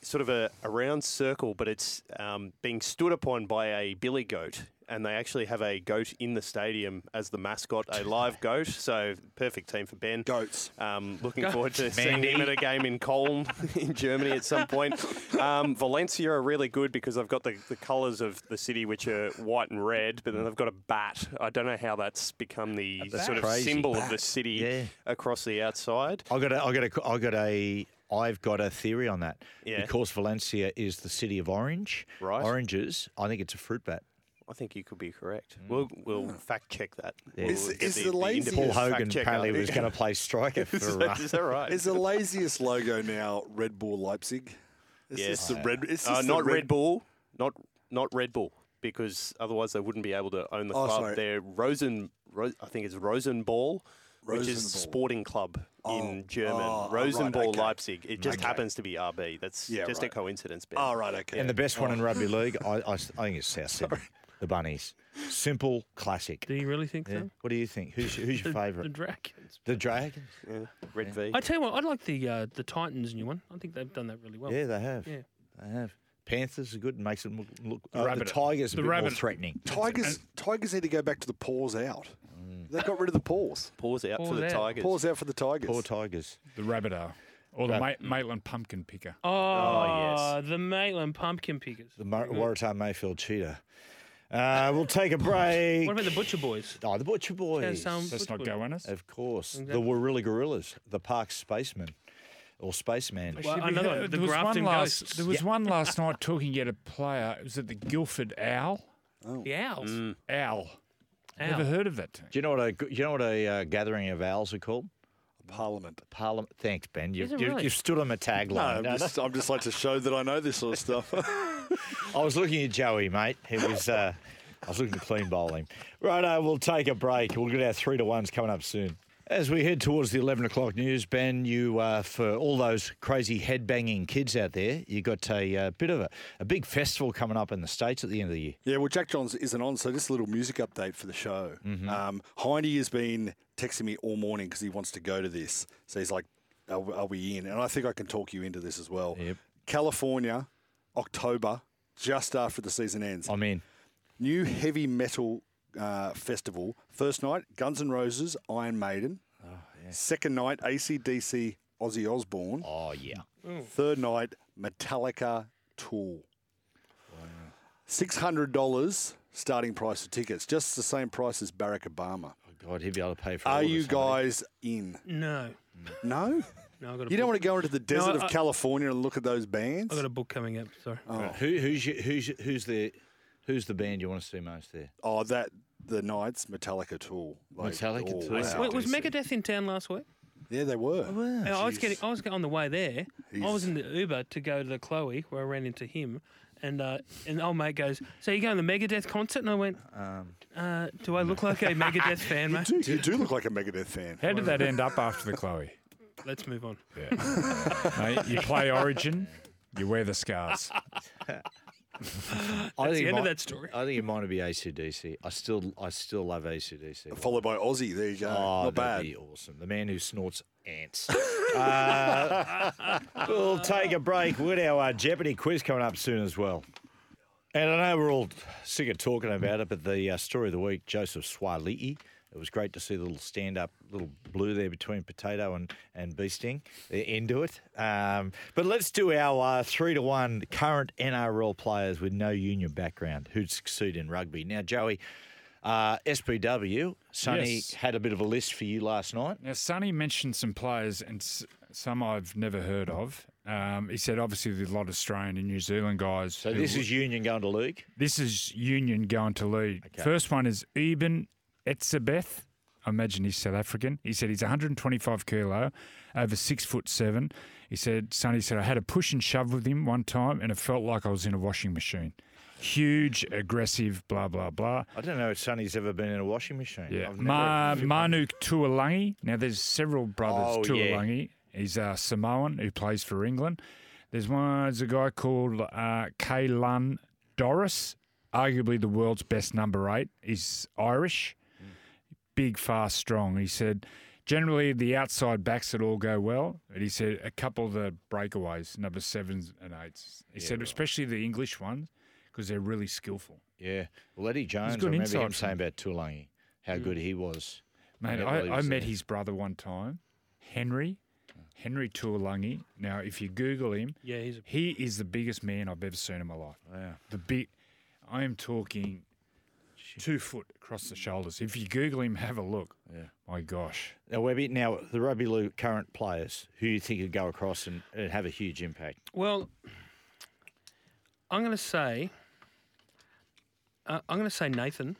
[SPEAKER 4] sort of a, a round circle, but it's um, being stood upon by a billy goat. and they actually have a goat in the stadium as the mascot, a live goat. So perfect team for Ben.
[SPEAKER 5] Goats.
[SPEAKER 4] Um, looking forward to seeing him at a game in Köln (laughs) in Germany at some point. Um, Valencia are really good because they've got the, the colours of the city, which are white and red, but then they've got a bat. I don't know how that's become the sort of
[SPEAKER 2] Crazy.
[SPEAKER 4] symbol of the city
[SPEAKER 2] Yeah.
[SPEAKER 4] across the outside.
[SPEAKER 2] I got a, I got a, I got a, I've got a theory on that.
[SPEAKER 4] Yeah.
[SPEAKER 2] Because Valencia is the city of orange.
[SPEAKER 4] Right.
[SPEAKER 2] Oranges. I think it's a fruit bat.
[SPEAKER 4] I think you could be correct.
[SPEAKER 2] Mm.
[SPEAKER 4] We'll
[SPEAKER 2] Hmm.
[SPEAKER 4] we'll fact check that. We'll
[SPEAKER 5] Is-
[SPEAKER 4] get
[SPEAKER 5] is the lazy-
[SPEAKER 4] independent
[SPEAKER 2] Paul
[SPEAKER 4] fact
[SPEAKER 2] Hogan
[SPEAKER 4] checker.
[SPEAKER 2] apparently was going to play
[SPEAKER 4] (laughs)
[SPEAKER 2] striker
[SPEAKER 4] is,
[SPEAKER 2] for. Uh,
[SPEAKER 4] that, is that right?
[SPEAKER 5] Is the laziest logo now Red Bull Leipzig? It's
[SPEAKER 4] Yes.
[SPEAKER 5] just the red. It's
[SPEAKER 4] Uh,
[SPEAKER 5] just the
[SPEAKER 4] not Red, Bull, not not Red Bull, because otherwise they wouldn't be able to own the
[SPEAKER 5] Oh,
[SPEAKER 4] club.
[SPEAKER 5] sorry.
[SPEAKER 4] They're Rosen, Ro- I think it's Rosenball, which is
[SPEAKER 5] Rosenball.
[SPEAKER 4] sporting club in German.
[SPEAKER 5] oh, right,
[SPEAKER 4] Rosenball
[SPEAKER 5] okay.
[SPEAKER 4] Leipzig. It just happens to be RB. That's
[SPEAKER 5] Yeah,
[SPEAKER 4] just a
[SPEAKER 5] right.
[SPEAKER 4] coincidence, Ben.
[SPEAKER 5] Oh right, okay.
[SPEAKER 2] And the best one in rugby league, I, I, s- I think
[SPEAKER 5] (laughs)
[SPEAKER 2] it's South Sydney. The bunnies. Simple, classic.
[SPEAKER 3] Do you really think
[SPEAKER 2] Yeah.
[SPEAKER 3] so?
[SPEAKER 2] What do you think? Who's your, who's
[SPEAKER 3] (laughs)
[SPEAKER 2] your
[SPEAKER 3] The
[SPEAKER 2] favourite?
[SPEAKER 3] Dragons.
[SPEAKER 2] The Dragons.
[SPEAKER 4] Yeah, Red V.
[SPEAKER 3] I tell you what, I like the uh, the Titans new one. I think they've done that really well.
[SPEAKER 2] Yeah, they have.
[SPEAKER 3] Yeah.
[SPEAKER 2] They have. Panthers are good and makes them look. look uh, the
[SPEAKER 6] rabbit.
[SPEAKER 2] Tigers are
[SPEAKER 6] The
[SPEAKER 2] a bit more
[SPEAKER 6] rabbit.
[SPEAKER 2] threatening.
[SPEAKER 5] Tigers. Tigers need to go back to the paws out. They got rid of the paws.
[SPEAKER 4] Pause out for
[SPEAKER 3] Pause
[SPEAKER 4] the
[SPEAKER 3] out.
[SPEAKER 4] Tigers.
[SPEAKER 5] Paws out for the Tigers.
[SPEAKER 2] Poor Tigers.
[SPEAKER 6] The Rabbitoh. Or the Ma- Maitland Pumpkin Picker.
[SPEAKER 3] Oh,
[SPEAKER 4] Oh,
[SPEAKER 3] the Maitland pumpkin pickers.
[SPEAKER 2] The Mar- Waratah Mayfield Cheetah. Uh, we'll take a break.
[SPEAKER 3] What about the butcher boys?
[SPEAKER 2] Oh, the Butcher Boys.
[SPEAKER 3] some-
[SPEAKER 6] Let's not
[SPEAKER 3] Good one.
[SPEAKER 6] go on us.
[SPEAKER 2] Of course. The
[SPEAKER 3] Exactly.
[SPEAKER 2] Warilla Gorillas, the Park Spaceman or Spaceman.
[SPEAKER 3] Well, another
[SPEAKER 6] (laughs)
[SPEAKER 3] one, the
[SPEAKER 6] there was
[SPEAKER 3] Grafton
[SPEAKER 6] one last,
[SPEAKER 3] Ghosts.
[SPEAKER 6] There was one last
[SPEAKER 2] (laughs)
[SPEAKER 6] night talking at a player. It was at the Guildford Owl.
[SPEAKER 2] Oh.
[SPEAKER 3] The owls.
[SPEAKER 2] Mm.
[SPEAKER 6] Owl.
[SPEAKER 3] Owl.
[SPEAKER 6] Never heard of that. term.
[SPEAKER 2] Do you know what a you know what a uh, gathering of owls are called?
[SPEAKER 5] Parliament.
[SPEAKER 2] Parliament. Thanks, Ben. You've,
[SPEAKER 3] Is it
[SPEAKER 2] you've,
[SPEAKER 3] really?
[SPEAKER 2] you've stood on
[SPEAKER 5] No,
[SPEAKER 2] a tagline.
[SPEAKER 5] I'm,
[SPEAKER 2] No,
[SPEAKER 5] just, I'm just like to show that I know this sort of stuff. (laughs)
[SPEAKER 2] I was looking at Joey, mate. He was. Uh, I was looking to clean bowl him. Right, uh, we'll take a break. We'll get our three to ones coming up soon. As we head towards the 11 o'clock news, Ben, you, uh, for all those crazy headbanging kids out there, you got a uh, bit of a, a big festival coming up in the States at the end of the year.
[SPEAKER 5] Yeah, well, Jack Johns isn't on, so just a little music update for the show.
[SPEAKER 2] Mm-hmm.
[SPEAKER 5] Um, Heidi has been texting me all morning because he wants to go to this. So he's like, are, we- are we in? And I think I can talk you into this as well.
[SPEAKER 2] Yep.
[SPEAKER 5] California, October, just after the season ends.
[SPEAKER 2] I'm in.
[SPEAKER 5] New heavy metal uh, festival. First night, Guns N' Roses, Iron Maiden.
[SPEAKER 2] Oh,
[SPEAKER 5] Second night, ACDC, Ozzy Osbourne.
[SPEAKER 2] Oh, yeah.
[SPEAKER 5] Third night, Metallica Tool. Six hundred dollars starting price for tickets, just the same price as Barack Obama.
[SPEAKER 2] Oh, God, he'd be able to pay for all
[SPEAKER 5] Are
[SPEAKER 2] of
[SPEAKER 5] you
[SPEAKER 2] us, wouldn't
[SPEAKER 5] guys in?
[SPEAKER 3] No,
[SPEAKER 2] (laughs)
[SPEAKER 5] No,
[SPEAKER 3] no, I got a
[SPEAKER 5] you don't
[SPEAKER 3] book.
[SPEAKER 5] want to go into the desert
[SPEAKER 3] I-
[SPEAKER 5] of California and look at those bands.
[SPEAKER 3] I got a book coming up. Sorry.
[SPEAKER 5] Oh.
[SPEAKER 2] he? Right, Who, who's, your, who's, your- who's, the, who's the band you want to see most there?
[SPEAKER 5] Oh, that the Knights Metallica Tool. Like,
[SPEAKER 2] Metallica
[SPEAKER 5] oh,
[SPEAKER 2] Tool.
[SPEAKER 5] wow.
[SPEAKER 3] Wait, was Megadeth in town last week?
[SPEAKER 5] Yeah, they were.
[SPEAKER 3] And Oh, I was getting, I was on the way there. I was
[SPEAKER 5] He's-
[SPEAKER 3] in the Uber to go to the Chloe, where I ran into him, and uh, and old mate goes, "So you going to the Megadeth concert?" And I went, uh, "Do I look like a Megadeth fan, mate?"
[SPEAKER 5] Dude, (laughs) you do look like a Megadeth fan.
[SPEAKER 6] How did that end up after the
[SPEAKER 2] (laughs)
[SPEAKER 6] Chloe?
[SPEAKER 3] Let's move on.
[SPEAKER 6] (laughs) Mate, you play Origin, you wear the scars.
[SPEAKER 2] I
[SPEAKER 3] That's
[SPEAKER 2] think
[SPEAKER 3] the
[SPEAKER 2] it
[SPEAKER 3] end of
[SPEAKER 2] might-
[SPEAKER 3] that story.
[SPEAKER 2] I think it might be ACDC. I still, I still love ACDC.
[SPEAKER 5] Followed by Aussie. There you go.
[SPEAKER 2] Oh,
[SPEAKER 5] Not
[SPEAKER 2] that'd
[SPEAKER 5] bad.
[SPEAKER 2] be awesome. The man who snorts
[SPEAKER 5] (laughs)
[SPEAKER 2] ants. Uh, we'll take a break. We've got our uh, Jeopardy quiz coming up soon as well. And I know we're all sick of talking about it, but the uh, story of the week, Joseph Swali'i. It was great to see the little stand up, little blue there between potato and, and bee sting. They're into it. Um, but let's do our uh, three to one current NRL players with no union background who'd succeed in rugby. Now, Joey, uh, SPW, Sonny
[SPEAKER 6] Yes.
[SPEAKER 2] had a bit of a list for you last night.
[SPEAKER 6] Now, Sonny mentioned some players and s- some I've never heard of. Um, he said, obviously, there's a lot of Australian and New Zealand guys.
[SPEAKER 2] So this is union going to league.
[SPEAKER 6] this is Union going to lead. First one is Eben Etzebeth. I imagine he's South African. He said he's 125 kilo, over six foot seven. He said, Sonny said, I had a push and shove with him one time and it felt like I was in a washing machine. Huge, aggressive, blah, blah, blah.
[SPEAKER 2] I don't know if Sonny's ever been in a washing machine.
[SPEAKER 6] Yeah,
[SPEAKER 2] I've never-
[SPEAKER 6] Ma- Manu Tuolangi. Now, there's several brothers
[SPEAKER 2] Oh, yeah.
[SPEAKER 6] Tuolangi. He's a Samoan who plays for England. There's one. There's a guy called uh, Kaylan Doris, arguably the world's best number eight. He's Irish, big, fast, strong. He said, generally the outside backs that all go well, but he said a couple of the breakaways, number sevens and eights. He said, especially the English ones. 'cause because they're really skillful.
[SPEAKER 2] Yeah. Well, Eddie Jones, I
[SPEAKER 6] good
[SPEAKER 2] remember
[SPEAKER 6] insight
[SPEAKER 2] him
[SPEAKER 6] from
[SPEAKER 2] saying about Tulangi, how good he was.
[SPEAKER 6] Mate,
[SPEAKER 2] Whenever he
[SPEAKER 6] I, I
[SPEAKER 2] was
[SPEAKER 6] met
[SPEAKER 2] there.
[SPEAKER 6] his brother one time, Henry, Henry Tuolangi. Now, if you Google him,
[SPEAKER 3] Yeah, he's a
[SPEAKER 6] he is the biggest man I've ever seen in my life.
[SPEAKER 2] Wow.
[SPEAKER 6] The big, I am talking two foot across the shoulders. If you Google him, have a look. Yeah. My gosh.
[SPEAKER 2] Now, Webby, now the rugby league current players, who you think could go across and, and have a huge impact?
[SPEAKER 3] (laughs) Well, I'm going to say, uh, I'm going to say Nathan.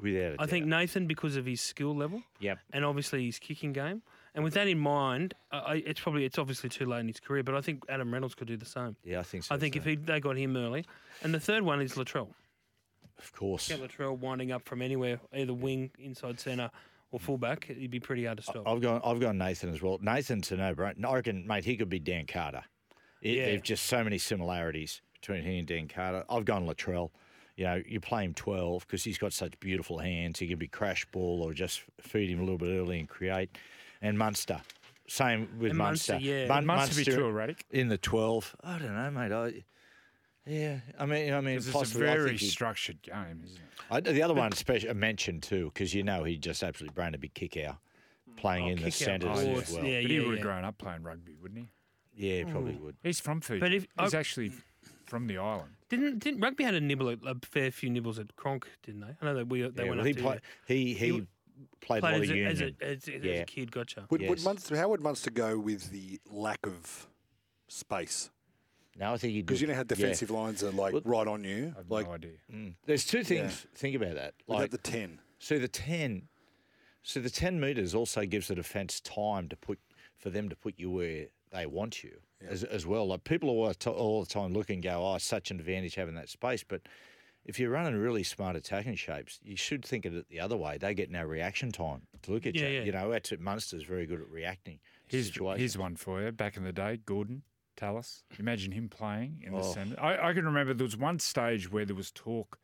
[SPEAKER 2] Without a
[SPEAKER 3] I think
[SPEAKER 2] doubt.
[SPEAKER 3] Nathan because of his skill level.
[SPEAKER 2] Yep.
[SPEAKER 3] and obviously his kicking game. And with that in mind, I, I- it's probably it's obviously too late in his career, but I think Adam Reynolds could do the same.
[SPEAKER 2] Yeah, I think so.
[SPEAKER 3] I think if
[SPEAKER 2] too.
[SPEAKER 3] he, they got him early, and the third one is Latrell.
[SPEAKER 2] of course,
[SPEAKER 3] Get Latrell winding up from anywhere, either wing, inside centre, or fullback. He'd be pretty hard to stop.
[SPEAKER 2] I've gone. I've gone Nathan as well. Nathan's a no-brainer. I reckon, mate, he could be Dan Carter. It,
[SPEAKER 3] Yeah.
[SPEAKER 2] There's just so many similarities between him and Dan Carter. I've gone Latrell. You know, you play him 12 because he's got such beautiful hands. He can be crash ball or just feed him a little bit early and create. And Munster, same with
[SPEAKER 3] And Munster,
[SPEAKER 2] Munster.
[SPEAKER 3] yeah.
[SPEAKER 2] Mun-
[SPEAKER 6] Munster be too erratic?
[SPEAKER 2] in the Oh, 12. I don't know, mate. I, yeah, I mean, I mean,
[SPEAKER 6] Because it's a
[SPEAKER 2] possibly, I think
[SPEAKER 6] very
[SPEAKER 2] he'd-
[SPEAKER 6] structured game, isn't it?
[SPEAKER 2] I, the other one special mentioned too, because you know he just absolutely brained a big kick out, playing in the
[SPEAKER 3] Oh, kick out
[SPEAKER 2] centres
[SPEAKER 3] balls,
[SPEAKER 2] as well.
[SPEAKER 3] yeah.
[SPEAKER 2] Yeah,
[SPEAKER 6] but he would
[SPEAKER 3] yeah. Mm.
[SPEAKER 6] have grown up playing rugby, wouldn't he?
[SPEAKER 2] he probably would.
[SPEAKER 6] He's from Fiji.
[SPEAKER 3] But if-
[SPEAKER 6] he's
[SPEAKER 3] I-
[SPEAKER 6] actually from the island.
[SPEAKER 3] Didn't didn't rugby had a nibble at, a fair few nibbles at Cronk, didn't they? I know that we they went
[SPEAKER 2] Yeah, well,
[SPEAKER 3] up
[SPEAKER 2] he,
[SPEAKER 3] to
[SPEAKER 2] play, he he
[SPEAKER 3] He
[SPEAKER 2] played a lot
[SPEAKER 3] played
[SPEAKER 2] of
[SPEAKER 3] as a,
[SPEAKER 2] union.
[SPEAKER 3] as, a, as, a, as
[SPEAKER 2] Yeah.
[SPEAKER 3] a kid. Gotcha.
[SPEAKER 5] Would, would
[SPEAKER 2] Yes.
[SPEAKER 5] Munster, how would Munster go with the lack of space?
[SPEAKER 2] no, I think he
[SPEAKER 5] Because you know how defensive lines are like
[SPEAKER 2] Well-
[SPEAKER 5] right on you.
[SPEAKER 6] I have
[SPEAKER 5] Like
[SPEAKER 6] no idea.
[SPEAKER 2] There's two things. Think about that.
[SPEAKER 5] look
[SPEAKER 2] Like
[SPEAKER 5] at the ten.
[SPEAKER 2] so, the ten, so the ten meters also gives the defence time to put for them to put you where they want you as, as well. Like people always t- all the time look and go, "Oh, it's such an advantage having that space," but if you're running really smart attacking shapes, you should think of it the other way. They get no reaction time to look at
[SPEAKER 3] Yeah,
[SPEAKER 2] you.
[SPEAKER 3] yeah.
[SPEAKER 2] You know, that's it. Munster's very good at reacting. to
[SPEAKER 6] Here's,
[SPEAKER 2] situations.
[SPEAKER 6] here's one for you. Back in the day, Gordon Tallis. Imagine him playing in
[SPEAKER 2] Oh.
[SPEAKER 6] the centre. I, I can remember there was one stage where there was talk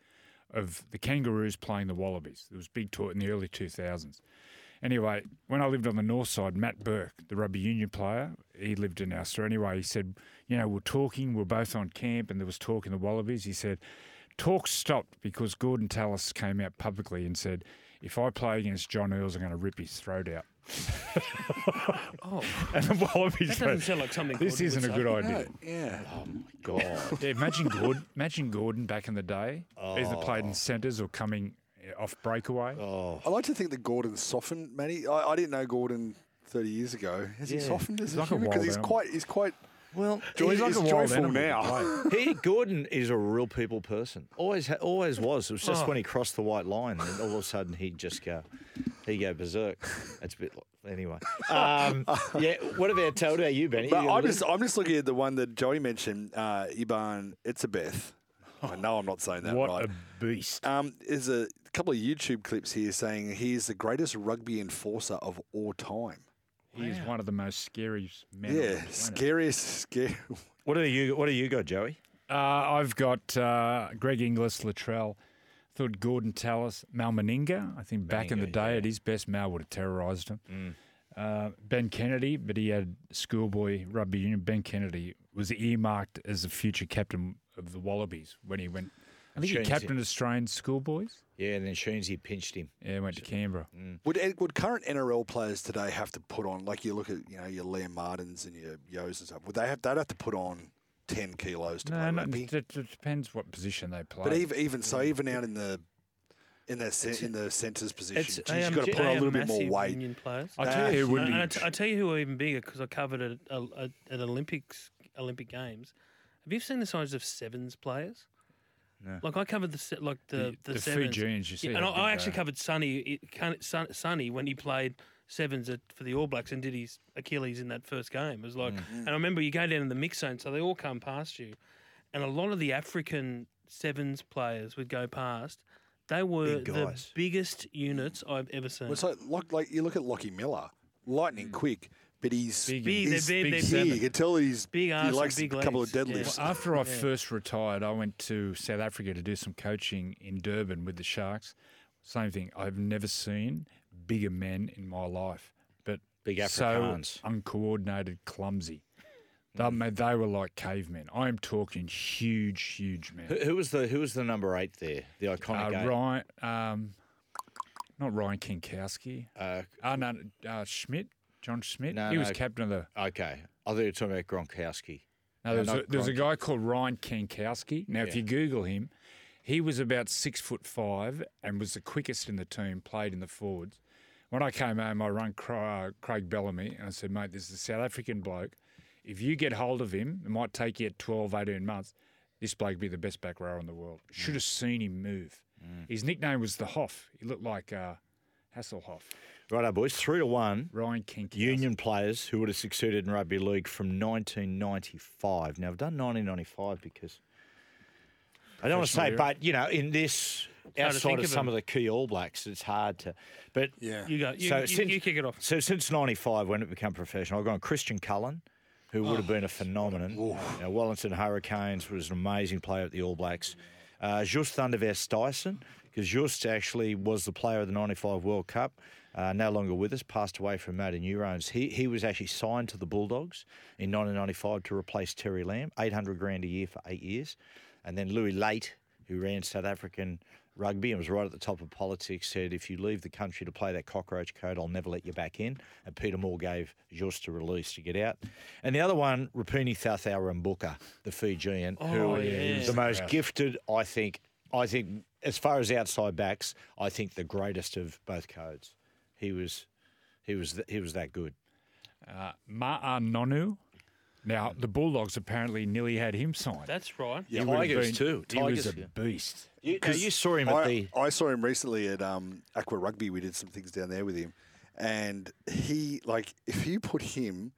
[SPEAKER 6] of the Kangaroos playing the Wallabies. There was big talk in the early 2000s. Anyway, when I lived on the north side, Matt Burke, the rugby union player, he lived in Astor. Anyway, he said, you know, we're talking, we're both on camp, and there was talk in the Wallabies. He said, talk stopped because Gordon Tallis came out publicly and said, if I play against John Earls, I'm going to rip his throat out.
[SPEAKER 3] Oh,
[SPEAKER 6] And the Wallabies
[SPEAKER 3] that doesn't
[SPEAKER 6] went,
[SPEAKER 3] sound like something.
[SPEAKER 6] this
[SPEAKER 3] Gordon would
[SPEAKER 6] isn't a
[SPEAKER 3] say. Oh,
[SPEAKER 6] good idea. Oh,
[SPEAKER 5] Yeah.
[SPEAKER 2] God.
[SPEAKER 6] Yeah, imagine Gordon. Imagine Gordon back in the day, either played
[SPEAKER 3] Oh.
[SPEAKER 6] in centres or coming uh, off breakaway.
[SPEAKER 5] I like to think that Gordon softened, Matty. I, I didn't know Gordon 30 years ago. Has he softened as
[SPEAKER 6] He's
[SPEAKER 5] a
[SPEAKER 6] like a
[SPEAKER 5] human? Because
[SPEAKER 6] wild
[SPEAKER 5] he's
[SPEAKER 6] animal.
[SPEAKER 5] quite, he's quite
[SPEAKER 2] Well,
[SPEAKER 5] joy,
[SPEAKER 2] he's
[SPEAKER 5] he's
[SPEAKER 2] like a wild
[SPEAKER 5] joyful
[SPEAKER 2] animal.
[SPEAKER 5] now. (laughs)
[SPEAKER 2] He Gordon is a real people person. Always, ha- always was. It was just when he crossed the white line, and all of a sudden he'd just go, he go berserk. That's a bit. li- Anyway, um, yeah. What about tell about you, Benny? You
[SPEAKER 5] But
[SPEAKER 2] got a
[SPEAKER 5] I'm
[SPEAKER 2] bit-
[SPEAKER 5] just, I'm just looking at the one that Joey mentioned, uh, Iban Itzabeth. I know I'm not saying that
[SPEAKER 6] what
[SPEAKER 5] right.
[SPEAKER 6] a beast!
[SPEAKER 5] Um, there's a couple of YouTube clips here saying he is the greatest rugby enforcer of all time.
[SPEAKER 6] He is one of the most scary men. on the
[SPEAKER 5] Yeah,
[SPEAKER 6] planet.
[SPEAKER 5] scariest, scary. (laughs)
[SPEAKER 2] what do you? What do you got, Joey?
[SPEAKER 6] Uh, I've got uh, Greg Inglis, Luttrell. Thought Gordon Tallis, Mal Meninga. I think back in the
[SPEAKER 2] Meninga,
[SPEAKER 6] day
[SPEAKER 2] yeah.
[SPEAKER 6] at his best, Mal would have terrorised him. Uh, ben Kennedy, but he had schoolboy rugby union. Ben Kennedy was earmarked as the future captain of the Wallabies when he went. I think he
[SPEAKER 2] Shouldn't he?
[SPEAKER 6] captained Australian schoolboys.
[SPEAKER 2] Yeah, and then Shoonsy pinched him.
[SPEAKER 6] Yeah, went to Canberra.
[SPEAKER 5] Would eh, would current NRL players today have to put on like you look at you know your Liam Martins and your Yos and stuff? Would they have they'd have to put on ten kilos to play
[SPEAKER 6] No, no,
[SPEAKER 5] rugby?
[SPEAKER 6] it, it depends what position they play.
[SPEAKER 5] But even even so, even out in the in the cen- in the centres position, geez,
[SPEAKER 3] They
[SPEAKER 5] you've
[SPEAKER 3] are
[SPEAKER 5] got to
[SPEAKER 3] gi-
[SPEAKER 5] put on
[SPEAKER 3] they
[SPEAKER 5] a
[SPEAKER 3] are
[SPEAKER 5] little bit more
[SPEAKER 3] massive
[SPEAKER 5] weight.
[SPEAKER 3] Union players.
[SPEAKER 6] I tell you, it would
[SPEAKER 3] And
[SPEAKER 6] be.
[SPEAKER 3] I, t- I tell you who are even bigger because I covered it at, at, at Olympics, Olympic Games. Have you seen the size of sevens players? No. Like I covered the se- like the
[SPEAKER 6] The-
[SPEAKER 3] the,
[SPEAKER 6] the
[SPEAKER 3] sevens.
[SPEAKER 6] Fijians, you see
[SPEAKER 3] and I,
[SPEAKER 6] how big
[SPEAKER 3] I
[SPEAKER 6] they
[SPEAKER 3] actually
[SPEAKER 6] are.
[SPEAKER 3] covered Sonny it- Con- Son- Sonny when he played sevens at, for the All Blacks and did his Achilles in that first game. It was like,
[SPEAKER 6] Mm.
[SPEAKER 3] and I remember you go down in the mix zone, so they all come past you, and a lot of the African sevens players would go past. They were
[SPEAKER 2] Big
[SPEAKER 3] the
[SPEAKER 2] guys.
[SPEAKER 3] biggest units I've ever seen.
[SPEAKER 5] Well, it's like, like like you look at Lockie Miller, lightning
[SPEAKER 6] Mm.
[SPEAKER 5] quick, but he's
[SPEAKER 6] Big,
[SPEAKER 3] Big,
[SPEAKER 5] he's
[SPEAKER 3] they're big,
[SPEAKER 5] big.
[SPEAKER 3] they're
[SPEAKER 5] You can tell he's
[SPEAKER 3] Big
[SPEAKER 5] he
[SPEAKER 3] arse and
[SPEAKER 5] likes
[SPEAKER 3] big
[SPEAKER 5] a couple of
[SPEAKER 3] legs, yeah.
[SPEAKER 5] deadlifts.
[SPEAKER 3] Well,
[SPEAKER 6] After I first retired, I went to South Africa to do some coaching in Durban with the Sharks. Same thing. I've never seen bigger men in my life, but
[SPEAKER 2] Big
[SPEAKER 6] so
[SPEAKER 2] Afrikaans.
[SPEAKER 6] uncoordinated, clumsy. They, mate, they were like cavemen. I am talking huge, huge
[SPEAKER 2] (laughs)
[SPEAKER 6] men.
[SPEAKER 2] Who, who was the who was the number eight there? The
[SPEAKER 6] Uh,
[SPEAKER 2] iconic eight.
[SPEAKER 6] Ryan, um, not Ryan Kinkowski.
[SPEAKER 2] Uh,
[SPEAKER 6] Oh, no, uh, Schmidt, John Schmidt.
[SPEAKER 2] No,
[SPEAKER 6] he was
[SPEAKER 2] no.
[SPEAKER 6] captain of the.
[SPEAKER 2] okay, I thought you were talking about Gronkowski.
[SPEAKER 6] No, there's, a,
[SPEAKER 2] not
[SPEAKER 6] there's a
[SPEAKER 2] Gronk.
[SPEAKER 6] guy called Ryan Kinkowski. Now, if you
[SPEAKER 2] Yeah.
[SPEAKER 6] Google him, he was about six foot five and was the quickest in the team. Played in the forwards. When I came home, I rang Cra- uh, Craig Bellamy and I said, "Mate, this is a South African bloke. If you get hold of him, it might take you 12, 18 months. This bloke would be the best back rower in the world. Should have seen him move. His nickname was the Hoff. He looked like uh, Hasselhoff.
[SPEAKER 2] Righto, boys, three to one.
[SPEAKER 6] Ryan Kinkowski.
[SPEAKER 2] Union players who would have succeeded in rugby league from 1995. Now I've done 1995 because I don't want to
[SPEAKER 6] Professional
[SPEAKER 2] say,
[SPEAKER 6] era.
[SPEAKER 2] but you know, in this
[SPEAKER 3] hard to
[SPEAKER 2] outside
[SPEAKER 3] think
[SPEAKER 2] of
[SPEAKER 3] of
[SPEAKER 2] some
[SPEAKER 3] them.
[SPEAKER 2] of the key All Blacks, it's hard to. But
[SPEAKER 5] Yeah.
[SPEAKER 3] You go. You, you, you kick it off.
[SPEAKER 2] So since '95, when it became professional, I've gone Christian Cullen, who would have been a phenomenon. Now, Wellington Hurricanes was an amazing player at the All Blacks. Uh, Just Thundervest Dyson, because Just actually was the player of the '95 World Cup. Uh, no longer with us, passed away from motor neurones. He he was actually signed to the Bulldogs in 1995 to replace Terry Lamb, 800 grand a year for eight years, and then Louis Late who ran South African rugby and was right at the top of politics, said, If you leave the country to play that cockroach code, I'll never let you back in. And Peter Moore gave Jost a release to get out. And the other one, Rapuni Thouthau Rambuka, the Fijian, who
[SPEAKER 3] Oh, yeah, he
[SPEAKER 2] is
[SPEAKER 3] was
[SPEAKER 2] the
[SPEAKER 3] a
[SPEAKER 2] most gifted, I think. I think, as far as outside backs, I think the greatest of both codes. He was. He was th- he was that good.
[SPEAKER 6] Uh, Ma'a Nonu. Now, the Bulldogs apparently nearly had him signed.
[SPEAKER 3] That's right.
[SPEAKER 6] He would have been- He was a beast.
[SPEAKER 2] You, now,
[SPEAKER 5] 'Cause
[SPEAKER 2] you saw him at
[SPEAKER 5] I,
[SPEAKER 2] the
[SPEAKER 5] I saw him recently at um, Aqua Rugby. We did some things down there with him, and he like if you put him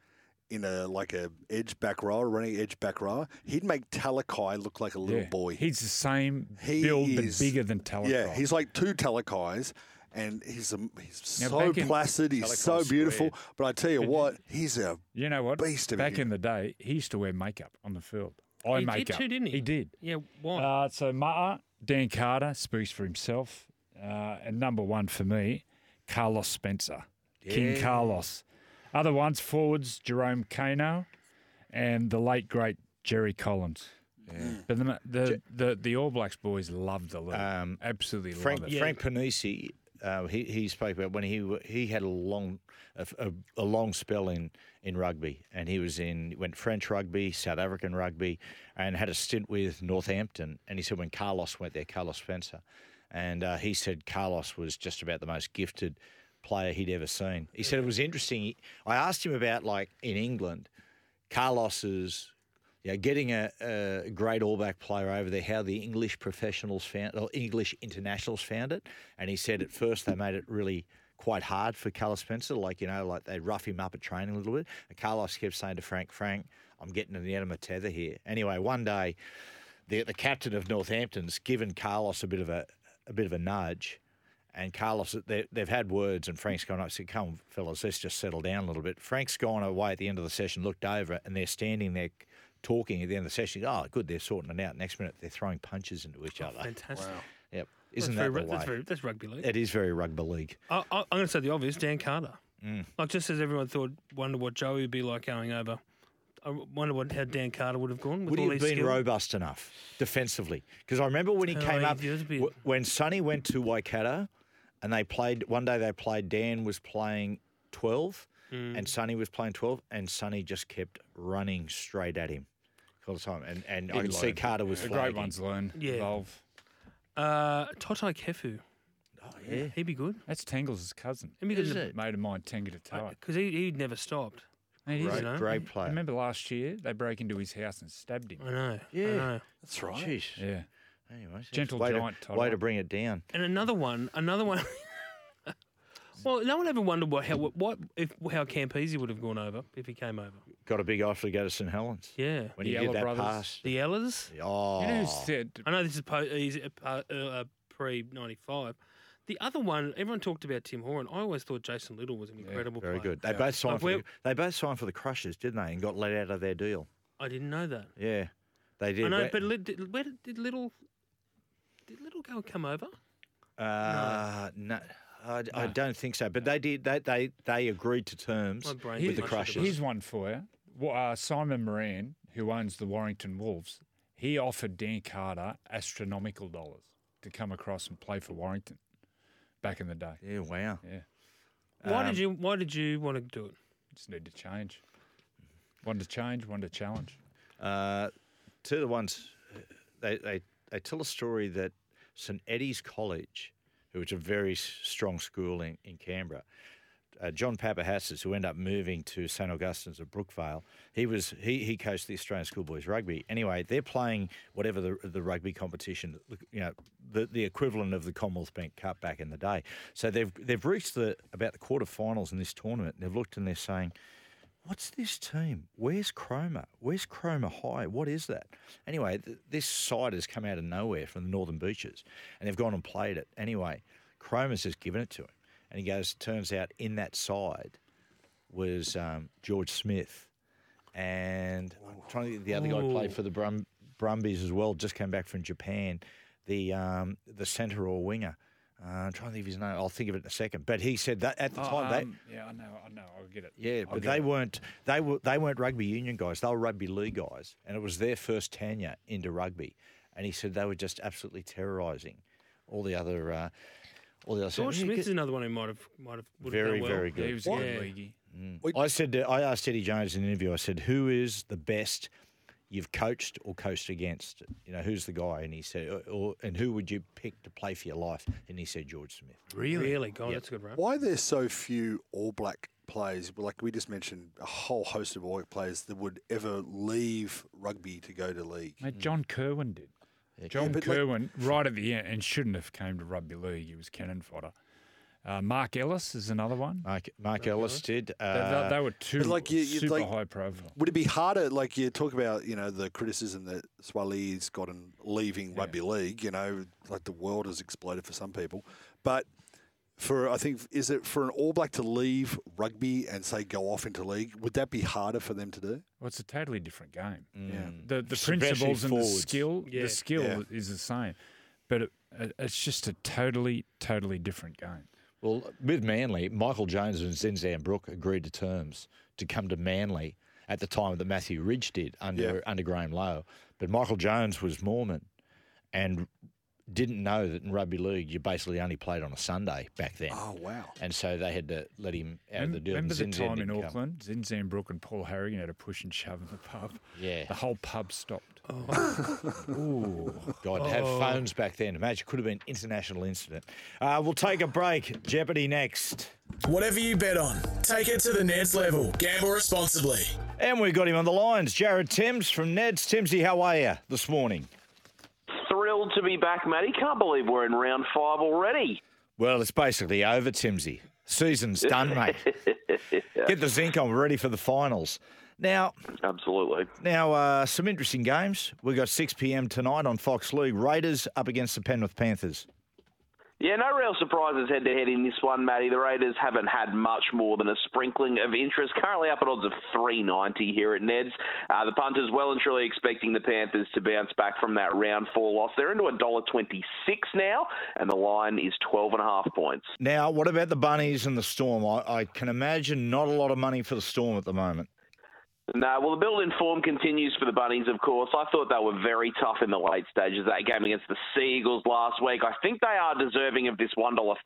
[SPEAKER 5] in a like a edge back row, a running edge back row, he'd make Talakai look like a little
[SPEAKER 6] Yeah.
[SPEAKER 5] boy.
[SPEAKER 6] He's the same
[SPEAKER 5] He
[SPEAKER 6] build,
[SPEAKER 5] is-
[SPEAKER 6] but bigger than Talakai.
[SPEAKER 5] yeah, he's like two Talakais. And he's um, he's
[SPEAKER 6] Now,
[SPEAKER 5] so
[SPEAKER 6] back in-
[SPEAKER 5] placid, he's so
[SPEAKER 2] Talakai
[SPEAKER 5] beautiful.
[SPEAKER 2] squared.
[SPEAKER 5] But I tell you what, he's a
[SPEAKER 6] you know what?
[SPEAKER 5] beast of a
[SPEAKER 6] Back
[SPEAKER 5] human.
[SPEAKER 6] in the day, he used to wear makeup on the field. Eye
[SPEAKER 3] He did
[SPEAKER 6] makeup.
[SPEAKER 3] too, didn't he?
[SPEAKER 6] He did.
[SPEAKER 3] Yeah. Why?
[SPEAKER 6] Uh, so Ma'a, Dan Carter speaks for himself, uh, and number one for me, Carlos Spencer, King Carlos. Other ones forwards Jerome Kano, and the late great Jerry Collins. But the, the the the All Blacks boys loved the league.
[SPEAKER 2] Um,
[SPEAKER 6] Absolutely
[SPEAKER 2] Frank
[SPEAKER 6] loved it.
[SPEAKER 2] Frank Panisi, uh, he he spoke about when he w- he had a long a, f- a- a long spell in in rugby, and he was in went French rugby, South African rugby, and had a stint with Northampton. And he said when Carlos went there, Carlos Spencer, and uh, he said Carlos was just about the most gifted player he'd ever seen. He said it was interesting. I asked him about like in England, Carlos's you know, getting a, a great All Black player over there, how the English professionals found, or English internationals found it. And he said at first they made it really quite hard for Carlos Spencer, like, you know, like they rough him up at training a little bit. And Carlos kept saying to Frank, Frank, I'm getting to the end of my tether here. Anyway, one day the, the captain of Northampton's given Carlos a bit of a, a bit of a nudge. And Carlos, they, they've had words, and Frank's gone up. Said, "Come, fellas, let's just settle down a little bit." Frank's gone away at the end of the session. Looked over, and they're standing there talking at the end of the session. Oh, good, they're sorting it out. Next minute, they're throwing punches into each other.
[SPEAKER 3] Oh, Fantastic.
[SPEAKER 2] Yep,
[SPEAKER 3] That's
[SPEAKER 2] isn't
[SPEAKER 3] very,
[SPEAKER 2] that the
[SPEAKER 3] ru- that's,
[SPEAKER 2] way?
[SPEAKER 3] very, that's rugby league.
[SPEAKER 2] It is very rugby league.
[SPEAKER 3] I, I, I'm going to say the obvious, Dan Carter.
[SPEAKER 2] Mm.
[SPEAKER 3] Like just as everyone thought, wonder what Joey would be like going over. I wonder what how Dan Carter would have gone with
[SPEAKER 2] Would
[SPEAKER 3] all
[SPEAKER 2] he have
[SPEAKER 3] these
[SPEAKER 2] been
[SPEAKER 3] skill.
[SPEAKER 2] robust enough defensively? Because I remember when he
[SPEAKER 3] Oh,
[SPEAKER 2] came
[SPEAKER 3] he
[SPEAKER 2] up,
[SPEAKER 3] was a bit-
[SPEAKER 2] w- when Sonny went to Waikato, and they played one day. They played. Dan was playing twelve,
[SPEAKER 3] Hmm.
[SPEAKER 2] and Sonny was playing twelve, and Sonny just kept running straight at him all the time. And and I
[SPEAKER 5] In
[SPEAKER 2] can see
[SPEAKER 5] line.
[SPEAKER 2] Carter was
[SPEAKER 6] The
[SPEAKER 2] flagging.
[SPEAKER 6] great ones learn,
[SPEAKER 3] Yeah.
[SPEAKER 6] evolve.
[SPEAKER 3] Uh, Toto Kefu. Oh yeah, he'd be good.
[SPEAKER 6] That's Tangles' cousin.
[SPEAKER 3] He'd be good. in the-
[SPEAKER 6] Mate of mine, Tenga Toa.
[SPEAKER 3] Because he, he'd never stopped.
[SPEAKER 6] Mate, he's
[SPEAKER 3] Right.
[SPEAKER 6] a-
[SPEAKER 3] know?
[SPEAKER 2] Great player.
[SPEAKER 6] I remember last year they broke into his house and stabbed him.
[SPEAKER 3] I know.
[SPEAKER 2] Yeah.
[SPEAKER 3] I know.
[SPEAKER 5] that's right.
[SPEAKER 2] Jeez.
[SPEAKER 6] Yeah.
[SPEAKER 2] Anyways,
[SPEAKER 6] Gentle
[SPEAKER 2] way
[SPEAKER 6] giant,
[SPEAKER 2] To, way
[SPEAKER 6] Toto.
[SPEAKER 2] to bring it down.
[SPEAKER 3] And another one, another one. (laughs) well, no one ever wondered what how what, what if how Campese would have gone over if he came over.
[SPEAKER 2] Got a big offer to go to St Helens.
[SPEAKER 3] Yeah.
[SPEAKER 2] When
[SPEAKER 6] The
[SPEAKER 2] you did
[SPEAKER 6] Ellar
[SPEAKER 2] that
[SPEAKER 6] brothers.
[SPEAKER 2] pass.
[SPEAKER 3] The Ellers.
[SPEAKER 2] Oh.
[SPEAKER 6] You know who said
[SPEAKER 3] I know this is po- he's, uh, uh, uh, pre ninety five. The other one, everyone talked about Tim Horan. I always thought Jason Little was an incredible
[SPEAKER 2] very
[SPEAKER 3] player.
[SPEAKER 2] good. They both signed.
[SPEAKER 3] Like
[SPEAKER 2] for the,
[SPEAKER 3] we're-
[SPEAKER 2] they both signed for the Crushers, didn't they? And got let out of their deal.
[SPEAKER 3] I didn't know that.
[SPEAKER 2] Yeah, they did.
[SPEAKER 3] I know,
[SPEAKER 2] Where-
[SPEAKER 3] but li- did, where did, did Little did Little go come over?
[SPEAKER 2] Uh, no. I, I don't think so, but they did. They they, they agreed to terms
[SPEAKER 3] My brain
[SPEAKER 2] with
[SPEAKER 3] mush at the
[SPEAKER 2] the Crushers.
[SPEAKER 3] moment.
[SPEAKER 6] Here's one for you. Wa- uh, Simon Moran, who owns the Warrington Wolves, he offered Dan Carter astronomical dollars to come across and play for Warrington back in the day.
[SPEAKER 2] Yeah, wow.
[SPEAKER 6] Yeah,
[SPEAKER 3] Why
[SPEAKER 6] Um,
[SPEAKER 3] did you Why did you want to do it?
[SPEAKER 6] just need to change. One to change, one to challenge.
[SPEAKER 2] Uh, two of the ones they, they they tell a story that St Eddie's College, which is a very s- strong school in, in Canberra, uh, John Papahassis, who ended up moving to St Augustine's at Brookvale, he was he he coached the Australian schoolboys rugby. Anyway, they're playing whatever the the rugby competition, you know, the, the equivalent of the Commonwealth Bank Cup back in the day. So they've they've reached the about the quarterfinals in this tournament. They've looked and they're saying, what's this team? Where's Cromer? Where's Cromer High? What is that? Anyway, th- this side has come out of nowhere from the Northern Beaches, and they've gone and played it. Anyway, Cromer's has given it to him, and he goes. Turns out, in that side was um, George Smith, and I'm trying to think, the other guy played for the Brum, Brumbies as well. Just came back from Japan. The um, the centre or winger. Uh, I'm trying to think of his name. I'll think of it in a second. But he said that at the time they,
[SPEAKER 6] Um, yeah, I know, I know, I'll get it.
[SPEAKER 2] yeah,
[SPEAKER 6] I'll
[SPEAKER 2] but
[SPEAKER 6] get
[SPEAKER 2] Oh, they
[SPEAKER 6] it.
[SPEAKER 2] weren't they were they weren't rugby union guys. They were rugby league guys, and it was their first tenure into rugby. And he said they were just absolutely terrorising all the other uh, all the other.
[SPEAKER 3] George
[SPEAKER 2] Yeah,
[SPEAKER 3] Smith
[SPEAKER 2] get-
[SPEAKER 3] is another one who might have might have would have
[SPEAKER 2] Very,
[SPEAKER 3] done well.
[SPEAKER 2] very
[SPEAKER 6] Yeah, he
[SPEAKER 2] good.
[SPEAKER 6] was a good
[SPEAKER 3] Yeah.
[SPEAKER 6] leaguey.
[SPEAKER 2] Mm. I said to, I asked Eddie Jones in an interview. I said, "Who is the best you've coached or coached against? You know, who's the guy?" And he said, or, or, "And who would you pick to play for your life?" And he said, "George Smith."
[SPEAKER 3] Really, really, God, that's a good run.
[SPEAKER 5] Why there's so few All Black players? Like we just mentioned, a whole host of All Black players that would ever leave rugby to go to league.
[SPEAKER 6] Mate, John Kerwin did. John
[SPEAKER 5] but like-
[SPEAKER 6] Kerwin, right at the end, and shouldn't have came to rugby league. He was cannon fodder. Uh, Mark Ellis is another one.
[SPEAKER 2] Mark, Mark Ellis did.
[SPEAKER 6] They- they,
[SPEAKER 2] Uh,
[SPEAKER 6] they were two
[SPEAKER 5] but like you- you-
[SPEAKER 6] super
[SPEAKER 5] like-
[SPEAKER 6] high profile.
[SPEAKER 5] Would it be harder, like you talk about, you know, the criticism that Swalee's gotten leaving rugby league, you know, like the world has exploded for some people. But for, I think, is it for an All Black to leave rugby and say go off into league, would that be harder for them to do?
[SPEAKER 6] Well, it's a totally different game.
[SPEAKER 5] Yeah.
[SPEAKER 6] The the
[SPEAKER 2] Mm. Especially
[SPEAKER 6] principles and the
[SPEAKER 2] forwards.
[SPEAKER 6] skill,
[SPEAKER 3] Yeah.
[SPEAKER 6] the skill
[SPEAKER 5] Yeah.
[SPEAKER 6] is the same, but it, it- it's just a totally, totally different game.
[SPEAKER 2] Well, with Manly, Michael Jones and Zinzan Brook agreed to terms to come to Manly at the time that Matthew Ridge did under
[SPEAKER 5] Yeah.
[SPEAKER 2] under Graham Lowe. But Michael Jones was Mormon and didn't know that in rugby league you basically only played on a Sunday back then.
[SPEAKER 5] Oh, wow.
[SPEAKER 2] And so they had to let him out of the deal. and
[SPEAKER 6] Remember the
[SPEAKER 2] Zinzan
[SPEAKER 6] time in
[SPEAKER 2] didn't come.
[SPEAKER 6] Auckland, Zinzan Brook and Paul Harrigan had a push and shove in the pub.
[SPEAKER 2] Yeah.
[SPEAKER 6] the whole pub stopped.
[SPEAKER 3] Oh.
[SPEAKER 2] (laughs) Oh, God, to have phones back then. Imagine it could have been international incident. Uh, we'll take a break. Jeopardy next.
[SPEAKER 11] Whatever you bet on, take it to the next level. Gamble responsibly.
[SPEAKER 2] And we've got him on the lines. Jared Timms from Ned's. Timsy, how are you this morning?
[SPEAKER 12] Thrilled to be back, Matty. Can't believe we're in round five already.
[SPEAKER 2] Well, it's basically over, Timsy. Season's done,
[SPEAKER 12] (laughs)
[SPEAKER 2] mate. Get the zinc on. We're ready for the finals. Now,
[SPEAKER 12] Absolutely.
[SPEAKER 2] now, uh, some interesting games. We've got 6 p.m. tonight on Fox League. Raiders up against the Penrith Panthers.
[SPEAKER 12] Yeah, no real surprises head to head in this one, Matty. The Raiders haven't had much more than a sprinkling of interest. Currently up at odds of 390 here at Ned's. Uh, the punters well and truly expecting the Panthers to bounce back from that round four loss. They're into $1.26 now, and the line is 12.5 points.
[SPEAKER 2] Now, what about the Bunnies and the Storm? I, I can imagine not a lot of money for the Storm at the moment.
[SPEAKER 12] No, well, the build in form continues for the Bunnies, of course. I thought they were very tough in the late stages of that game against the Seagulls last week. I think they are deserving of this $1.55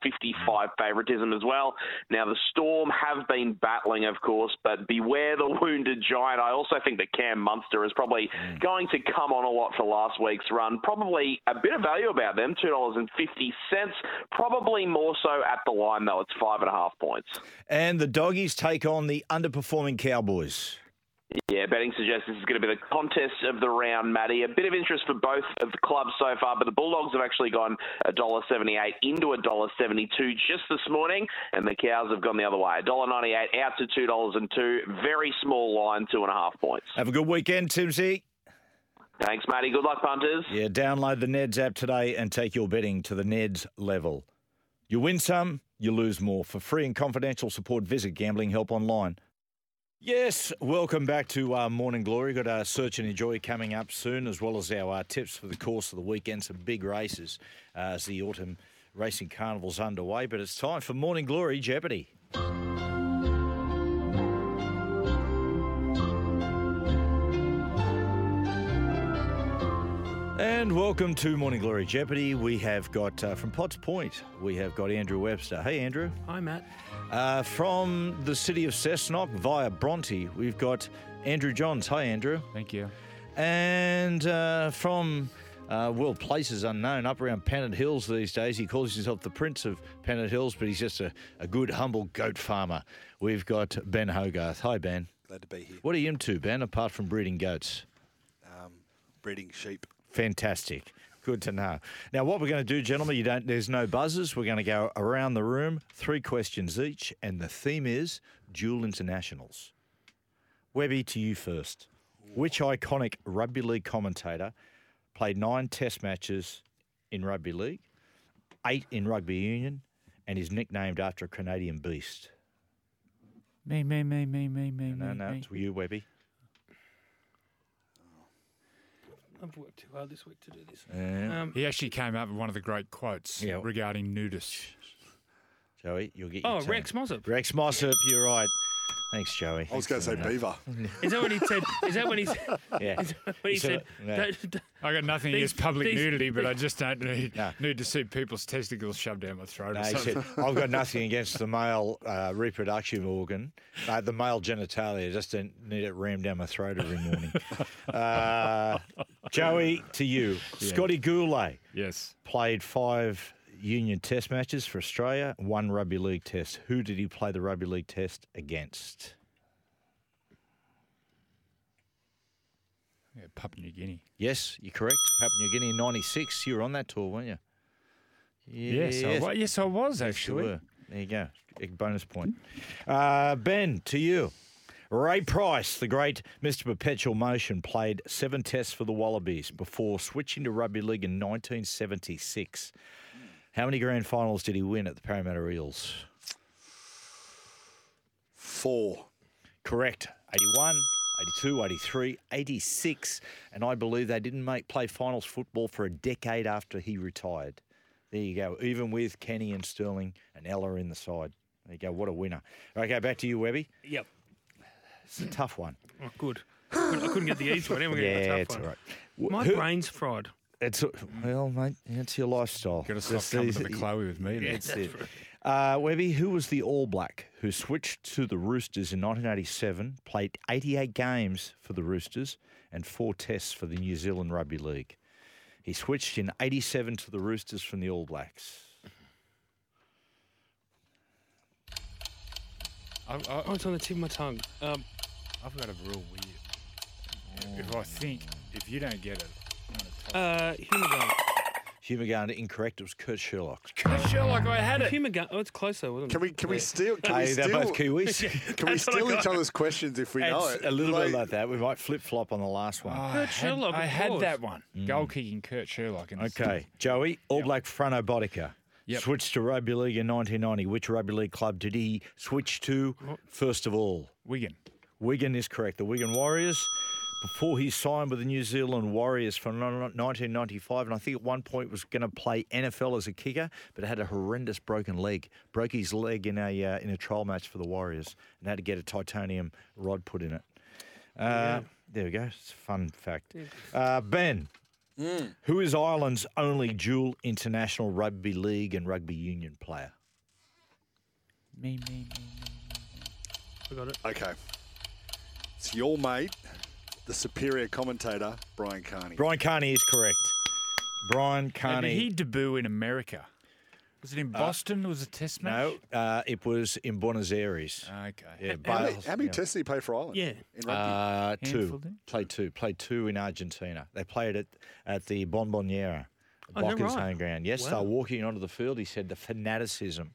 [SPEAKER 12] favouritism as well. Now, the Storm have been battling, of course, but beware the wounded giant. I also think that Cam Munster is probably going to come on a lot for last week's run. Probably a bit of value about them, $2.50. Probably more so at the line, though. It's five and a half points.
[SPEAKER 2] And the Doggies take on the underperforming Cowboys.
[SPEAKER 12] Yeah, betting suggests this is going to be the contest of the round, Matty. A bit of interest for both of the clubs so far, but the Bulldogs have actually gone $1.78 into $1.72 just this morning, and the Cows have gone the other way. $1.98 out to $2.02. Very small line, two and a half points.
[SPEAKER 2] Have a good weekend, Timsy.
[SPEAKER 12] Thanks, Matty. Good luck, punters.
[SPEAKER 2] Yeah, download the Neds app today and take your betting to the Neds level. You win some, you lose more. For free and confidential support, visit Gambling Help Online. Yes, welcome back to uh, Morning Glory. Got our Search and Enjoy coming up soon, as well as our uh, tips for the course of the weekend. Some big races uh, as the autumn racing carnival's underway. But it's time for Morning Glory Jeopardy. And welcome to Morning Glory Jeopardy. We have got uh, from Potts Point, we have got Andrew Webster. Hey, Andrew.
[SPEAKER 3] Hi, Matt.
[SPEAKER 2] Uh, from the city of Cessnock via Bronte, we've got Andrew Johns. Hi, Andrew.
[SPEAKER 6] Thank you.
[SPEAKER 2] And uh, from, uh, well, places unknown up around Pennant Hills these days. He calls himself the Prince of Pennant Hills, but he's just a, a good, humble goat farmer. We've got Ben Hogarth. Hi, Ben.
[SPEAKER 5] Glad to be here.
[SPEAKER 2] What are you into, Ben, apart from breeding goats?
[SPEAKER 5] Um, breeding sheep.
[SPEAKER 2] Fantastic. Good to know. Now, what we're going to do, gentlemen, you don't. There's no buzzers. We're going to go around the room, three questions each, and the theme is dual internationals. Webby, to you first. Which iconic rugby league commentator played nine Test matches in rugby league, eight in rugby union, and is nicknamed after a Canadian beast?
[SPEAKER 6] Me, me, me, me, me, me,
[SPEAKER 2] No,
[SPEAKER 6] me,
[SPEAKER 2] no,
[SPEAKER 6] me.
[SPEAKER 2] it's you, Webby.
[SPEAKER 3] I've worked too hard this week to do this.
[SPEAKER 2] Yeah.
[SPEAKER 3] Um,
[SPEAKER 6] He actually came up with one of the great quotes
[SPEAKER 2] Yeah.
[SPEAKER 6] regarding nudists.
[SPEAKER 2] Joey, you'll get. Your
[SPEAKER 3] oh, (laughs)
[SPEAKER 2] turn.
[SPEAKER 3] Rex Mossop.
[SPEAKER 2] Rex Mossop, you're right. Thanks, Joey.
[SPEAKER 5] I was going to say beaver.
[SPEAKER 3] Is that when he said? Is that
[SPEAKER 2] (laughs)
[SPEAKER 3] when he? s-
[SPEAKER 2] Yeah.
[SPEAKER 3] Is that when he
[SPEAKER 2] So,
[SPEAKER 3] said?
[SPEAKER 2] no.
[SPEAKER 3] "Don't- don't-
[SPEAKER 6] I got nothing
[SPEAKER 3] These-
[SPEAKER 6] against public
[SPEAKER 3] these-
[SPEAKER 6] nudity,
[SPEAKER 3] (laughs)
[SPEAKER 6] but I just don't need,
[SPEAKER 2] No.
[SPEAKER 6] need to see people's testicles shoved down my throat.
[SPEAKER 2] No,
[SPEAKER 6] or
[SPEAKER 2] he
[SPEAKER 6] something.
[SPEAKER 2] said, I've got nothing against the male uh, reproduction organ, uh, the male genitalia. Just don't need it rammed down my throat
[SPEAKER 6] (laughs)
[SPEAKER 2] every morning. Uh, Joey, to you. Scotty Goulet
[SPEAKER 6] yes.
[SPEAKER 2] played five Union Test matches for Australia, one Rugby League Test. Who did he play the Rugby League Test against?
[SPEAKER 6] Yeah, Papua New Guinea.
[SPEAKER 2] Yes, you're correct. Papua New Guinea in '96. You were on that tour, weren't you?
[SPEAKER 6] (laughs) Yes, I was. Yes, I was
[SPEAKER 2] Yes, you
[SPEAKER 6] actually.
[SPEAKER 2] were. There you go. Big bonus point. Uh, ben, to you. Ray Price, the great Mr. Perpetual Motion, played seven tests for the Wallabies before switching to rugby league in 1976. How many grand finals did he win at the Parramatta Eels?
[SPEAKER 5] Four.
[SPEAKER 2] Correct. 81, 82, 83, 86. And I believe they didn't make play finals football for a decade after he retired. There you go. Even with Kenny and Sterling and Ella in the side. There you go. What a winner. Okay, back to you, Webby.
[SPEAKER 3] Yep.
[SPEAKER 2] It's a tough one.
[SPEAKER 3] Oh, good. Good, I couldn't get the easy one. Now we're gonna get the
[SPEAKER 2] (laughs) yeah,
[SPEAKER 3] tough
[SPEAKER 2] it's
[SPEAKER 3] one.
[SPEAKER 2] all right. Wh-
[SPEAKER 3] My
[SPEAKER 2] who-
[SPEAKER 3] brain's fried.
[SPEAKER 2] It's well, mate. It's your lifestyle.
[SPEAKER 6] Got to stop
[SPEAKER 2] That's
[SPEAKER 6] coming
[SPEAKER 2] the-
[SPEAKER 6] to the Chloe with me. then.
[SPEAKER 2] That's it. Uh, Webby, who was the All Black who switched to the Roosters in 1987, played 88 games for the Roosters and four tests for the New Zealand Rugby League. He switched in 87 to the Roosters from the All Blacks.
[SPEAKER 6] I, I,
[SPEAKER 3] Oh, it's on the tip of my tongue. Um,
[SPEAKER 6] I've got a real weird. If I think, if you don't get it, I'm gonna tell
[SPEAKER 3] uh, Humagun.
[SPEAKER 2] Hugh McGarn, incorrect. It was Kurt Sherlock.
[SPEAKER 6] you. Sherlock, I had it.
[SPEAKER 3] Humagun. Oh, it's closer, wasn't it?
[SPEAKER 5] Can we can we steal can we
[SPEAKER 2] Hey, they're
[SPEAKER 5] steal,
[SPEAKER 2] both
[SPEAKER 6] (laughs)
[SPEAKER 3] (laughs)
[SPEAKER 2] Kiwis.
[SPEAKER 3] That's
[SPEAKER 5] can we
[SPEAKER 3] what I
[SPEAKER 5] steal each
[SPEAKER 3] got.
[SPEAKER 5] other's questions if we know
[SPEAKER 2] it's
[SPEAKER 5] it?
[SPEAKER 2] a little bit like that. We might flip flop on the last one.
[SPEAKER 6] I
[SPEAKER 3] Kurt
[SPEAKER 6] had-
[SPEAKER 3] Sherlock,
[SPEAKER 6] I
[SPEAKER 3] of
[SPEAKER 6] had
[SPEAKER 3] course.
[SPEAKER 6] that one.
[SPEAKER 2] Mm.
[SPEAKER 6] Goal kicking Kurt Sherlock. And
[SPEAKER 2] Okay, Joey, All Black front Obotica.
[SPEAKER 6] Yep.
[SPEAKER 2] Switched to rugby league in 1990. Which rugby league club did he switch to first of all?
[SPEAKER 6] Wigan.
[SPEAKER 2] Wigan is correct. The Wigan Warriors. Before he signed with the New Zealand Warriors from 1995, and I think at one point was going to play NFL as a kicker, but had a horrendous broken leg. Broke his leg in a uh, in a trial match for the Warriors, and had to get a titanium rod put in it. Uh, There we go. It's a fun fact. Uh, ben, who is Ireland's only dual international rugby league and rugby union player?
[SPEAKER 6] Me, me, me.
[SPEAKER 3] I got it.
[SPEAKER 5] Okay. It's your mate, the superior commentator, Brian Carney.
[SPEAKER 2] Brian Carney is correct. Brian
[SPEAKER 6] And
[SPEAKER 2] Carney.
[SPEAKER 6] did he debut in America? Was it in Boston? was it a test match?
[SPEAKER 2] No, uh, it was in Buenos Aires.
[SPEAKER 6] Okay.
[SPEAKER 2] yeah,
[SPEAKER 5] how many,
[SPEAKER 2] Bales,
[SPEAKER 5] how many
[SPEAKER 2] yeah.
[SPEAKER 5] tests did he play for Ireland?
[SPEAKER 3] Yeah.
[SPEAKER 5] In rugby?
[SPEAKER 2] Uh,
[SPEAKER 6] Handful,
[SPEAKER 2] two.
[SPEAKER 6] didn't
[SPEAKER 2] Played two. Played two in Argentina. They played it at the Bonboniera,
[SPEAKER 3] Oh, is that
[SPEAKER 2] Boca's
[SPEAKER 3] right?
[SPEAKER 2] home ground. Yes, they
[SPEAKER 3] Wow.
[SPEAKER 2] were walking onto the field. He said the fanaticism.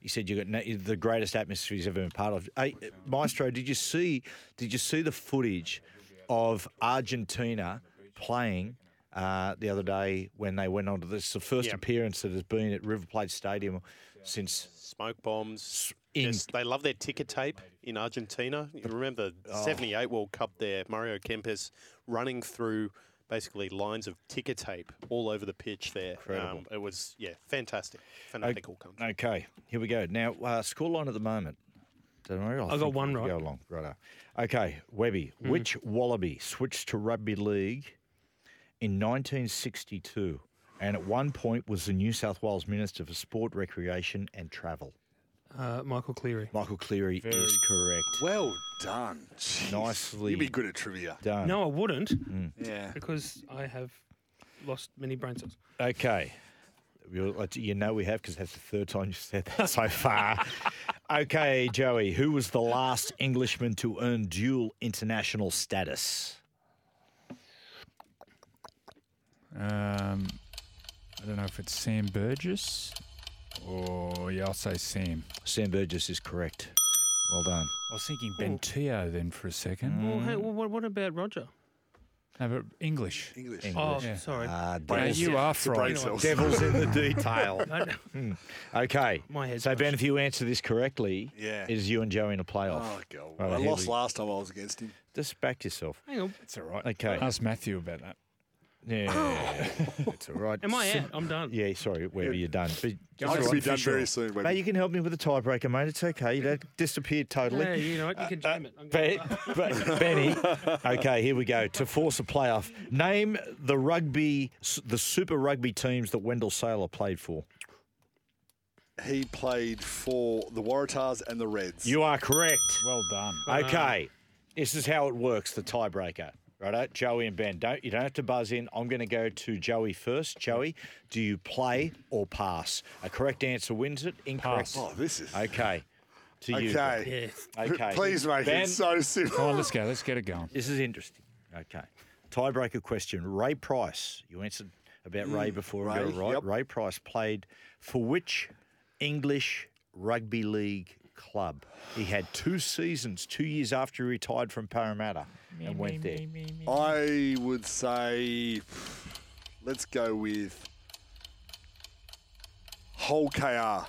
[SPEAKER 2] He said you got na- the greatest atmosphere he's ever been part of. Hey, Maestro, did you see? Did you see the footage of Argentina playing? Uh, the other day when they went on to this, the first
[SPEAKER 4] Yeah.
[SPEAKER 2] appearance that has been at River Plate Stadium since
[SPEAKER 4] Smoke bombs.
[SPEAKER 2] In-
[SPEAKER 4] Just- they love their ticker tape in Argentina. You remember the
[SPEAKER 2] Oh.
[SPEAKER 4] 78 World Cup there, Mario Kempis running through basically lines of ticker tape all over the pitch there. Um, it was, yeah, fantastic. Fanatical country.
[SPEAKER 2] Okay, here we go. Now, uh, scoreline at the moment. Don't worry, I
[SPEAKER 3] got
[SPEAKER 2] think we
[SPEAKER 3] one
[SPEAKER 2] can
[SPEAKER 3] right. Hmm.
[SPEAKER 2] Go along, right? Okay, Webby. Which Wallaby switched to rugby league in 1962 and at one point was the New South Wales Minister for Sport, Recreation and Travel.
[SPEAKER 3] Uh, Michael Cleary.
[SPEAKER 2] Michael Cleary is correct.
[SPEAKER 5] Well done.
[SPEAKER 2] Nicely.
[SPEAKER 5] You'd be good at trivia.
[SPEAKER 2] Done.
[SPEAKER 3] No, I wouldn't.
[SPEAKER 2] Mm.
[SPEAKER 5] Yeah.
[SPEAKER 3] Because I have lost many brain cells.
[SPEAKER 2] Okay. We'll- uh, You know we have because that's the third time you've said that so far. okay, Joey, who was the last Englishman to earn dual international status?
[SPEAKER 6] Um, I don't know if it's Sam Burgess or yeah, I'll say Sam.
[SPEAKER 2] Sam Burgess is correct. Well done.
[SPEAKER 6] I was thinking Ben Teo then for a second.
[SPEAKER 3] Mm.
[SPEAKER 2] Mm.
[SPEAKER 3] Well, hey, well, what, what about Roger?
[SPEAKER 6] No, but English.
[SPEAKER 5] English.
[SPEAKER 3] Oh,
[SPEAKER 6] Yeah.
[SPEAKER 3] sorry.
[SPEAKER 2] Ah,
[SPEAKER 6] Yeah,
[SPEAKER 2] devil's-
[SPEAKER 6] you are
[SPEAKER 5] the brain
[SPEAKER 6] fried.
[SPEAKER 5] cells.
[SPEAKER 2] Devil's in the detail.
[SPEAKER 5] (laughs)
[SPEAKER 2] Hmm.
[SPEAKER 3] I-
[SPEAKER 2] Okay.
[SPEAKER 3] My head's
[SPEAKER 2] so, Ben, if you answer this correctly,
[SPEAKER 5] Yeah.
[SPEAKER 2] it is you and Joey in a playoff.
[SPEAKER 5] Oh, God.
[SPEAKER 2] Right,
[SPEAKER 5] I
[SPEAKER 2] here
[SPEAKER 5] lost
[SPEAKER 2] we-
[SPEAKER 5] last time I was against him.
[SPEAKER 2] Just back yourself.
[SPEAKER 3] hang on.
[SPEAKER 6] It's all right.
[SPEAKER 2] Okay.
[SPEAKER 6] Ask Matthew about that.
[SPEAKER 2] Yeah. it's all right.
[SPEAKER 3] Am I out? I'm done.
[SPEAKER 2] Yeah, sorry, Webber, you're done. But
[SPEAKER 5] I could be done very soon. Webby.
[SPEAKER 2] Mate, you can help me with the tiebreaker, mate. It's okay. You don't disappear totally.
[SPEAKER 3] Yeah,
[SPEAKER 2] (laughs)
[SPEAKER 3] you know what? You can jam it. I'm
[SPEAKER 2] Be-
[SPEAKER 3] going-
[SPEAKER 2] Uh, Be-
[SPEAKER 5] (laughs)
[SPEAKER 2] Benny. Okay, here we go. To force a playoff, name the rugby, the Super Rugby teams that Wendell Saylor played for.
[SPEAKER 5] He played for the Waratahs and the Reds.
[SPEAKER 2] You are correct.
[SPEAKER 6] Well done.
[SPEAKER 2] Okay, this is how it works. The tiebreaker. Righto, Joey and Ben. Don't you don't have to buzz in. I'm going to go to Joey first. Joey, do you play or pass? A correct answer wins it. Incorrect.
[SPEAKER 5] oh, this is.
[SPEAKER 2] Okay, to you.
[SPEAKER 5] okay.
[SPEAKER 3] Yes.
[SPEAKER 2] Okay.
[SPEAKER 5] Please make
[SPEAKER 2] Ben,
[SPEAKER 5] it so simple.
[SPEAKER 6] Come on, let's go. Let's get it going.
[SPEAKER 2] This is interesting. Okay. Tiebreaker question. Ray Price. You answered about Mm, Ray before I got it
[SPEAKER 5] Ray,
[SPEAKER 2] right.
[SPEAKER 5] yep.
[SPEAKER 2] Ray Price played for which English rugby league club? He had two seasons, two years after he retired from Parramatta and went there.
[SPEAKER 5] I would say, let's go with whole KR.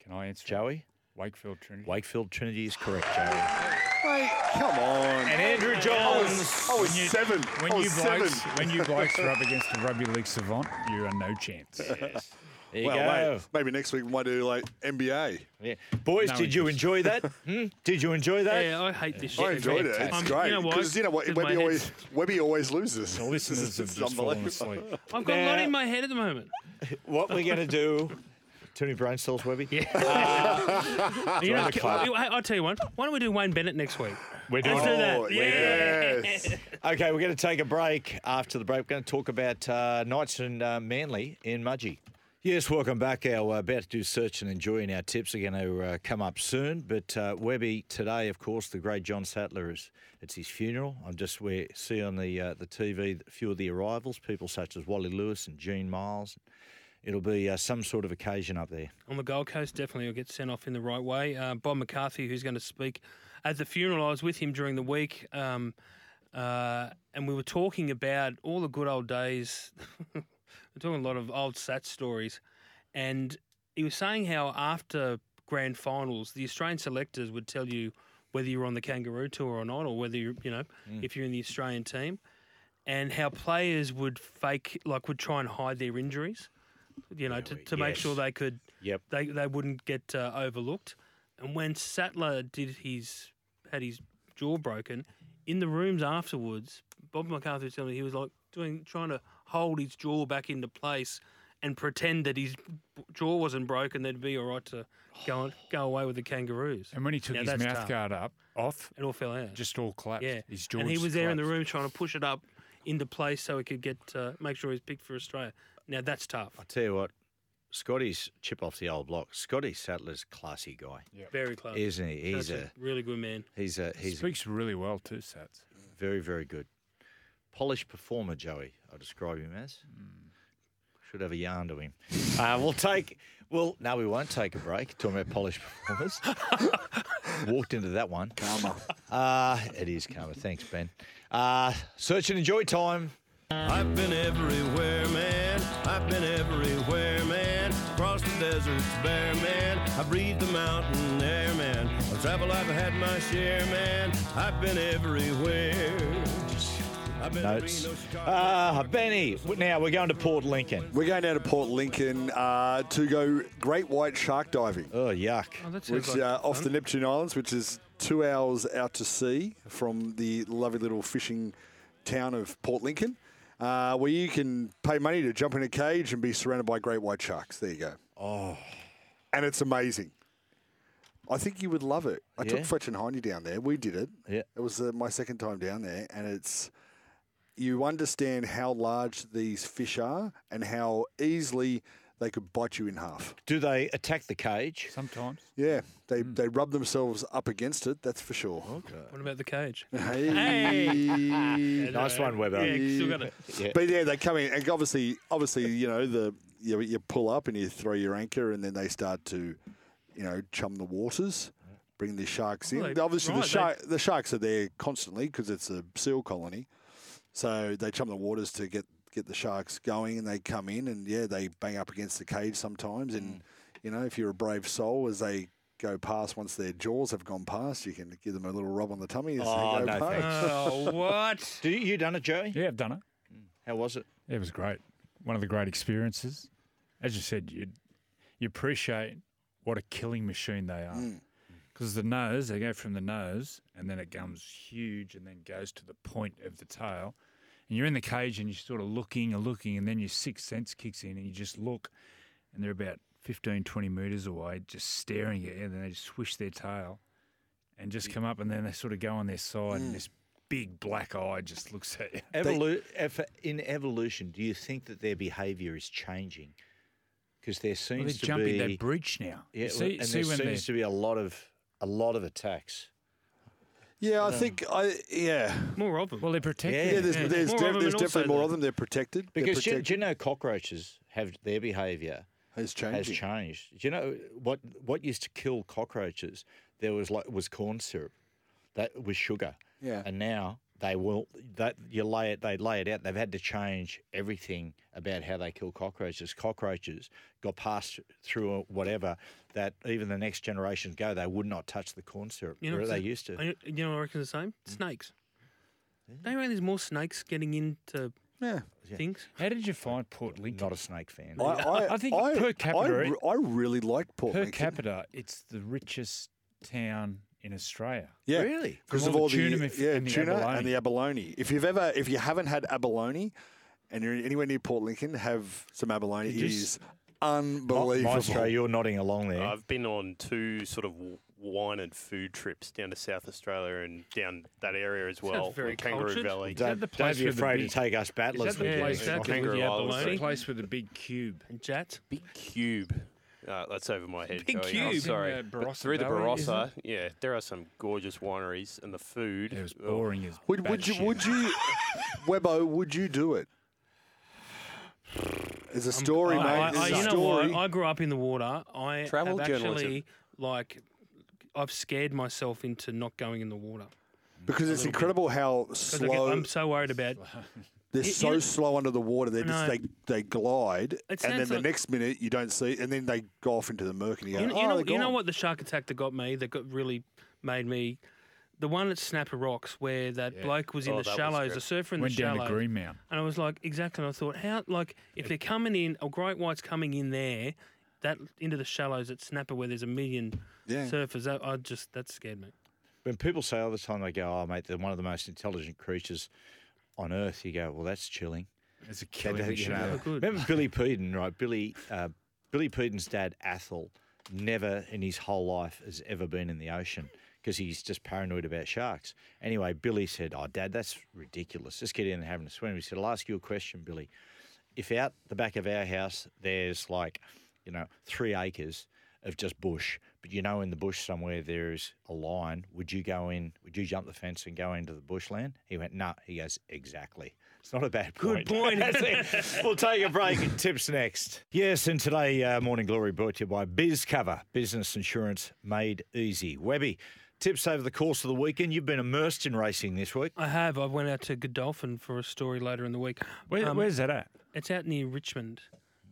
[SPEAKER 6] Can I answer?
[SPEAKER 2] Joey?
[SPEAKER 6] Wakefield Trinity.
[SPEAKER 2] Wakefield Trinity is correct, Joey.
[SPEAKER 5] Mate, come on.
[SPEAKER 2] And Andrew Johns.
[SPEAKER 5] I was seven.
[SPEAKER 6] When
[SPEAKER 5] I
[SPEAKER 6] you
[SPEAKER 5] was seven.
[SPEAKER 6] blokes, when you blokes are up against the rugby league savant, you are no chance.
[SPEAKER 2] There you
[SPEAKER 5] Well,
[SPEAKER 2] go.
[SPEAKER 5] mate, maybe next week we might do like NBA.
[SPEAKER 2] Yeah. Boys,
[SPEAKER 6] No
[SPEAKER 2] did you
[SPEAKER 6] interest.
[SPEAKER 3] (laughs)
[SPEAKER 6] (laughs)
[SPEAKER 2] enjoy that? Hmm? Did you enjoy that?
[SPEAKER 3] Yeah, I hate this shit.
[SPEAKER 5] I enjoyed it. It's
[SPEAKER 3] I'm-
[SPEAKER 5] great.
[SPEAKER 3] You know why?
[SPEAKER 5] Because you know what?
[SPEAKER 3] 'Cause my
[SPEAKER 5] Webby
[SPEAKER 3] head's-
[SPEAKER 5] always, Webby always loses.
[SPEAKER 6] The
[SPEAKER 5] (laughs)
[SPEAKER 6] listeners have
[SPEAKER 5] It's
[SPEAKER 6] just fallen
[SPEAKER 5] unbelievable.
[SPEAKER 6] asleep.
[SPEAKER 5] (laughs)
[SPEAKER 3] I've got a lot
[SPEAKER 2] Nah.
[SPEAKER 3] in my head at the moment.
[SPEAKER 2] What we're going to do. Too many brain cells,
[SPEAKER 6] (laughs)
[SPEAKER 2] Webby. Yeah.
[SPEAKER 3] You know,
[SPEAKER 2] the club.
[SPEAKER 3] I- I- I'll tell you one. Why don't we do Wayne Bennett next week?
[SPEAKER 2] We're doing
[SPEAKER 3] Let's
[SPEAKER 2] it.
[SPEAKER 3] do that.
[SPEAKER 5] Oh,
[SPEAKER 3] Yeah.
[SPEAKER 5] yes.
[SPEAKER 2] (laughs) Okay, we're going to take a break. After the break, we're going to talk about uh, Knights and uh, Manly in Mudgee. Yes, welcome back. Our uh, about to do search and enjoying our tips are going to uh, come up soon. But uh, Webby today, of course, the great John Sattler is it's his funeral. I'm just we see on the uh, the TV a few of the arrivals, people such as Wally Lewis and Gene Miles. It'll be uh, some sort of occasion up there.
[SPEAKER 3] on the Gold Coast, definitely will get sent off in the right way. Uh, Bob McCarthy, who's going to speak at the funeral, I was with him during the week, um, uh, and we were talking about all the good old days. (laughs) we're talking a lot of old Sat stories, and he was saying how after grand finals, the Australian selectors would tell you whether you're on the Kangaroo Tour or not, or whether you're, you know,
[SPEAKER 2] Mm.
[SPEAKER 3] if you're in the Australian team, and how players would fake, like, would try and hide their injuries. You know, to, to make
[SPEAKER 2] yes.
[SPEAKER 3] sure they could
[SPEAKER 2] Yep.
[SPEAKER 3] they they wouldn't get uh, overlooked. And when Sattler did his had his jaw broken in the rooms afterwards, Bob McCarthy was telling me he was like doing trying to hold his jaw back into place and pretend that his b- jaw wasn't broken. They'd be all right to go on, go away with the kangaroos.
[SPEAKER 6] And when he took
[SPEAKER 3] Now
[SPEAKER 6] his
[SPEAKER 3] that's
[SPEAKER 6] mouth
[SPEAKER 3] tough.
[SPEAKER 6] guard up off,
[SPEAKER 3] it all fell out.
[SPEAKER 6] just all collapsed.
[SPEAKER 3] yeah,
[SPEAKER 6] His jaw
[SPEAKER 3] and he
[SPEAKER 6] just
[SPEAKER 3] was there in the
[SPEAKER 6] collapsed.
[SPEAKER 3] room trying to push it up into place so he could get uh, make sure he's picked for Australia. Now that's tough.
[SPEAKER 2] I tell you what, Scotty's chip off the old block. Scotty Sattler's classy guy,
[SPEAKER 3] Very close.
[SPEAKER 2] isn't he? He's
[SPEAKER 3] That's
[SPEAKER 2] a
[SPEAKER 3] really good man.
[SPEAKER 2] he's a he's a
[SPEAKER 6] Speaks really well too, Sats.
[SPEAKER 2] Very, very good. Polished performer, Joey. I describe him as.
[SPEAKER 6] Hmm.
[SPEAKER 2] Should have a yarn to him. Uh, we'll take. Well, no, we won't take a break. Talking about polished
[SPEAKER 6] (laughs)
[SPEAKER 2] performers. Walked into that one. Karma. Uh, it is karma. Thanks, Ben. Uh, search and enjoy time.
[SPEAKER 9] I've been everywhere,
[SPEAKER 4] Oh,
[SPEAKER 9] man. I've been everywhere, man. Across the deserts, bare man. I breathe the mountain air, man. I travel, I've had my share, man. I've been everywhere. I've been
[SPEAKER 2] Notes.
[SPEAKER 9] to Reno, Chicago,
[SPEAKER 2] Uh, Benny, now we're going to Port Lincoln.
[SPEAKER 5] We're going down to Port Lincoln uh, to go great white shark diving,
[SPEAKER 2] Oh, yuck.
[SPEAKER 3] Oh, that sounds
[SPEAKER 5] which
[SPEAKER 3] like
[SPEAKER 5] uh, off
[SPEAKER 3] fun.
[SPEAKER 5] the Neptune Islands, which is two hours out to sea from the lovely little fishing town of Port Lincoln, uh, where you can pay money to jump in a cage and be surrounded by great white sharks. There you go. Oh, and it's amazing. I think you would love it. I
[SPEAKER 2] Yeah?
[SPEAKER 5] took Fletch and Heine down there. We did it.
[SPEAKER 2] Yeah.
[SPEAKER 5] It was uh, my second time down there, and it's you understand how large these fish are and how easily they could bite you in half.
[SPEAKER 2] Do they attack the cage?
[SPEAKER 6] Sometimes.
[SPEAKER 5] Yeah, they
[SPEAKER 2] Hmm.
[SPEAKER 5] they rub themselves up against it. That's for sure.
[SPEAKER 3] What about the cage?
[SPEAKER 5] Hey.
[SPEAKER 3] Nice one, Webber. Yeah, still got it. Yeah.
[SPEAKER 5] But yeah, they come in, and obviously, obviously, you know, the you, you pull up and you throw your anchor, and then they start to, you know, chum the waters, bring the sharks in.
[SPEAKER 2] Well, they-
[SPEAKER 5] obviously,
[SPEAKER 2] right,
[SPEAKER 5] the
[SPEAKER 2] they-
[SPEAKER 5] shark the sharks are there constantly because it's a seal colony, so they chum the waters to get get the sharks going, and they come in, and yeah, they bang up against the cage sometimes, and you know, if you're a brave soul, as they go past once their jaws have gone past, you can give them a little rub on the tummy as
[SPEAKER 2] Oh,
[SPEAKER 5] they go
[SPEAKER 2] no
[SPEAKER 5] past. (laughs)
[SPEAKER 2] thanks. Oh,
[SPEAKER 3] what?
[SPEAKER 2] (laughs) Do you, you done it, Joey? Mm.
[SPEAKER 6] Yeah, I've done it.
[SPEAKER 2] How was it?
[SPEAKER 6] It was great. One of the great experiences. As you said, you you appreciate what a killing machine they are. Because the nose, they go from the nose, and then it comes huge, and then goes to the point of the tail. And you're in the cage, and you're sort of looking and looking, and then your sixth sense kicks in, and you just look, and they're about 15, 20 metres away, just staring at you, and then they just swish their tail and just come up, and then they sort of go on their side, and this big black eye just looks at you.
[SPEAKER 2] Evolu- ev- in evolution, do you think that their behaviour is changing? Because there seems
[SPEAKER 6] they're
[SPEAKER 2] to
[SPEAKER 6] jumping
[SPEAKER 2] be
[SPEAKER 6] that breach now.
[SPEAKER 2] Yeah,
[SPEAKER 6] You see-
[SPEAKER 2] and
[SPEAKER 6] see
[SPEAKER 2] there
[SPEAKER 6] when
[SPEAKER 2] seems to be a lot of a lot of attacks.
[SPEAKER 5] Yeah, I
[SPEAKER 2] No.
[SPEAKER 5] think I yeah.
[SPEAKER 3] More of them.
[SPEAKER 6] Well, they're
[SPEAKER 5] Yeah,
[SPEAKER 6] protected.
[SPEAKER 5] there's, there's, def- there's definitely more of them. They're protected. They're
[SPEAKER 2] Because do you,
[SPEAKER 5] protected.
[SPEAKER 2] do you know cockroaches have their behaviour
[SPEAKER 5] has
[SPEAKER 2] has
[SPEAKER 5] changed.
[SPEAKER 2] changed. Do you know what what used to kill cockroaches? There was like was corn syrup, that was sugar.
[SPEAKER 5] Yeah.
[SPEAKER 2] And now they will that you lay it they lay it out. They've had to change everything about how they kill cockroaches. Cockroaches got passed through whatever that even the next generation go. They would not touch the corn syrup.
[SPEAKER 3] You know,
[SPEAKER 2] where
[SPEAKER 3] what's
[SPEAKER 2] they
[SPEAKER 3] the-
[SPEAKER 2] used to. Hmm.
[SPEAKER 3] I- You know, what I reckon it's the same. Snakes. Don't you reckon there's more snakes getting into
[SPEAKER 5] yeah.
[SPEAKER 3] things?
[SPEAKER 6] How did you find Port Lincoln?
[SPEAKER 2] Not a snake fan.
[SPEAKER 5] I, I,
[SPEAKER 6] I think
[SPEAKER 5] I,
[SPEAKER 6] per capita,
[SPEAKER 5] I, re- I really like Port
[SPEAKER 6] per
[SPEAKER 5] Lincoln.
[SPEAKER 6] capita, it's the richest town in Australia.
[SPEAKER 5] Yeah,
[SPEAKER 2] Really?
[SPEAKER 5] Because
[SPEAKER 6] From
[SPEAKER 5] of
[SPEAKER 6] all
[SPEAKER 5] all
[SPEAKER 6] the
[SPEAKER 5] the,
[SPEAKER 6] tuna mif-
[SPEAKER 5] yeah,
[SPEAKER 6] and the
[SPEAKER 5] tuna
[SPEAKER 6] abalone.
[SPEAKER 5] and the abalone. If you've ever, if you haven't had abalone, and you're anywhere near Port Lincoln, have some abalone. It
[SPEAKER 2] you
[SPEAKER 5] is
[SPEAKER 2] s-
[SPEAKER 5] unbelievable.
[SPEAKER 2] Maestro, you're nodding along there.
[SPEAKER 4] I've been on two sort of w- wine and food trips down to South Australia and down that area as well.
[SPEAKER 3] very
[SPEAKER 4] like Kangaroo
[SPEAKER 3] cultured.
[SPEAKER 4] Valley.
[SPEAKER 3] Is that
[SPEAKER 2] don't,
[SPEAKER 3] the
[SPEAKER 2] don't
[SPEAKER 3] place
[SPEAKER 2] be
[SPEAKER 3] with the
[SPEAKER 2] afraid
[SPEAKER 3] big-
[SPEAKER 2] to take us battlers.
[SPEAKER 6] Is that the
[SPEAKER 2] with you.
[SPEAKER 6] place
[SPEAKER 4] exactly, with
[SPEAKER 6] the
[SPEAKER 4] the
[SPEAKER 6] abalone?
[SPEAKER 4] abalone?
[SPEAKER 6] The place with the big cube.
[SPEAKER 3] And jats?
[SPEAKER 4] Big cube. Uh, that's over my head.
[SPEAKER 3] Big
[SPEAKER 4] Joey.
[SPEAKER 3] cube.
[SPEAKER 4] I'm
[SPEAKER 3] In
[SPEAKER 4] sorry.
[SPEAKER 6] the
[SPEAKER 4] But
[SPEAKER 6] Barossa
[SPEAKER 4] through the
[SPEAKER 6] Valley, isn't
[SPEAKER 4] Barossa, yeah, there are some gorgeous wineries and the food.
[SPEAKER 6] It was
[SPEAKER 4] oh,
[SPEAKER 6] boring as
[SPEAKER 5] Would, would you? Would you? Webbo, would you do it? There's a story, mate.
[SPEAKER 3] I, I-
[SPEAKER 5] There's
[SPEAKER 3] I-
[SPEAKER 5] a
[SPEAKER 3] you know
[SPEAKER 5] story.
[SPEAKER 3] what? I grew up in the water. I
[SPEAKER 4] Travel
[SPEAKER 3] have
[SPEAKER 4] journalism.
[SPEAKER 3] actually like I've scared myself into not going in the water
[SPEAKER 5] because it's incredible how
[SPEAKER 3] 'Cause I get-
[SPEAKER 5] slow.
[SPEAKER 3] I'm so worried
[SPEAKER 6] (laughs)
[SPEAKER 3] about.
[SPEAKER 5] They're
[SPEAKER 3] You-
[SPEAKER 5] so
[SPEAKER 3] you-
[SPEAKER 5] slow under the water. They just
[SPEAKER 3] know.
[SPEAKER 5] they they glide,
[SPEAKER 3] It
[SPEAKER 5] and then
[SPEAKER 3] sounds
[SPEAKER 5] the
[SPEAKER 3] like-
[SPEAKER 5] next minute you don't see, and then they go off into the murk, and you go,
[SPEAKER 3] You know,
[SPEAKER 5] oh,
[SPEAKER 3] you, know,
[SPEAKER 5] they're
[SPEAKER 3] you know
[SPEAKER 5] gone."
[SPEAKER 3] what the shark attack that got me that got really made me the one at Snapper Rocks where that bloke was in
[SPEAKER 4] Oh,
[SPEAKER 3] the
[SPEAKER 4] that was
[SPEAKER 3] shallows,
[SPEAKER 4] good.
[SPEAKER 3] the surfer in
[SPEAKER 6] Went
[SPEAKER 3] the
[SPEAKER 6] down
[SPEAKER 3] shallows.
[SPEAKER 6] to Greenmount.
[SPEAKER 3] And I was like, exactly. And I thought, how, like, if they're coming in, a great white's coming in there, that into the shallows at Snapper where there's a million
[SPEAKER 5] Yeah.
[SPEAKER 3] surfers, that, I just, that scared me.
[SPEAKER 2] When people say all the time, they go, "Oh, mate, they're one of the most intelligent creatures on Earth." You go, "Well, that's chilling."
[SPEAKER 6] It's a
[SPEAKER 2] They
[SPEAKER 6] killing
[SPEAKER 2] don't-
[SPEAKER 6] machine.
[SPEAKER 2] you know,
[SPEAKER 3] Oh, good.
[SPEAKER 2] remember Billy Peden, right? Billy, uh, Billy Peden's dad, Athol, never in his whole life has ever been in the ocean because he's just paranoid about sharks. Anyway, Billy said, "Oh, Dad, that's ridiculous. Just get in and have a swim." He said, "I'll ask you a question, Billy. If out the back of our house there's like, you know, three acres." Of just bush, but you know, in the bush somewhere there is a line. Would you go in? Would you jump the fence and go into the bushland? He went, No. He goes, Exactly. It's not a bad
[SPEAKER 3] Good point.
[SPEAKER 2] (laughs) That's it. We'll take a
[SPEAKER 3] (laughs)
[SPEAKER 2] break. Tips next. Yes, and today uh, Morning Glory brought to you by Biz Cover, business insurance made easy. Webby, tips over the course of the weekend. You've been immersed in racing this week.
[SPEAKER 3] I have. I went out to Godolphin for a story later in the week.
[SPEAKER 6] Where,
[SPEAKER 3] Um,
[SPEAKER 6] where's that at?
[SPEAKER 3] It's out near Richmond,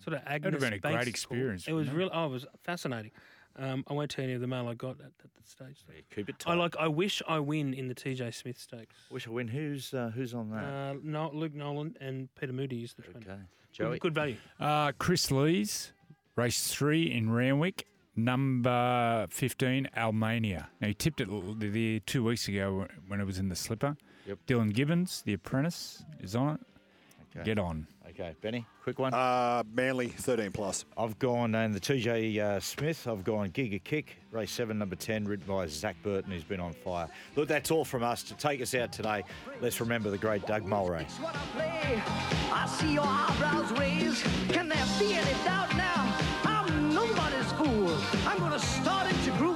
[SPEAKER 3] sort of Agnes.
[SPEAKER 6] been a great
[SPEAKER 3] Banks Court.
[SPEAKER 6] experience,
[SPEAKER 3] It was
[SPEAKER 6] wouldn't
[SPEAKER 3] real. Oh, it was fascinating. Um, I won't tell you the mail I got at, at that stage. though.
[SPEAKER 2] Keep it tight.
[SPEAKER 3] I like. I wish I win in the T.J. Smith Stakes.
[SPEAKER 2] Wish I win. Who's uh, who's on that?
[SPEAKER 3] Uh, no, Luke Nolan and Peter Moody is the trainer.
[SPEAKER 2] okay,
[SPEAKER 3] Good,
[SPEAKER 2] Joey.
[SPEAKER 3] good value.
[SPEAKER 6] Uh, Chris Lees, race three in Ranwick, number 15, Almania. Now, he tipped it l- the, the two weeks ago when it was in the slipper. Dylan Gibbons, The Apprentice, is on it.
[SPEAKER 2] Okay.
[SPEAKER 6] Get on.
[SPEAKER 2] Okay, Benny, quick one.
[SPEAKER 5] Uh, Manly, 13 plus.
[SPEAKER 2] I've gone, and the TJ uh, Smith, I've gone Giga Kick, race seven, number 10, ridden by Zach Burton, who's been on fire. Look, that's all from us. To take us out today, let's remember the great Doug Mulray.
[SPEAKER 7] play. I see your eyebrows raised. Can there be any doubt now? I'm nobody's fool. I'm gonna start it to groove.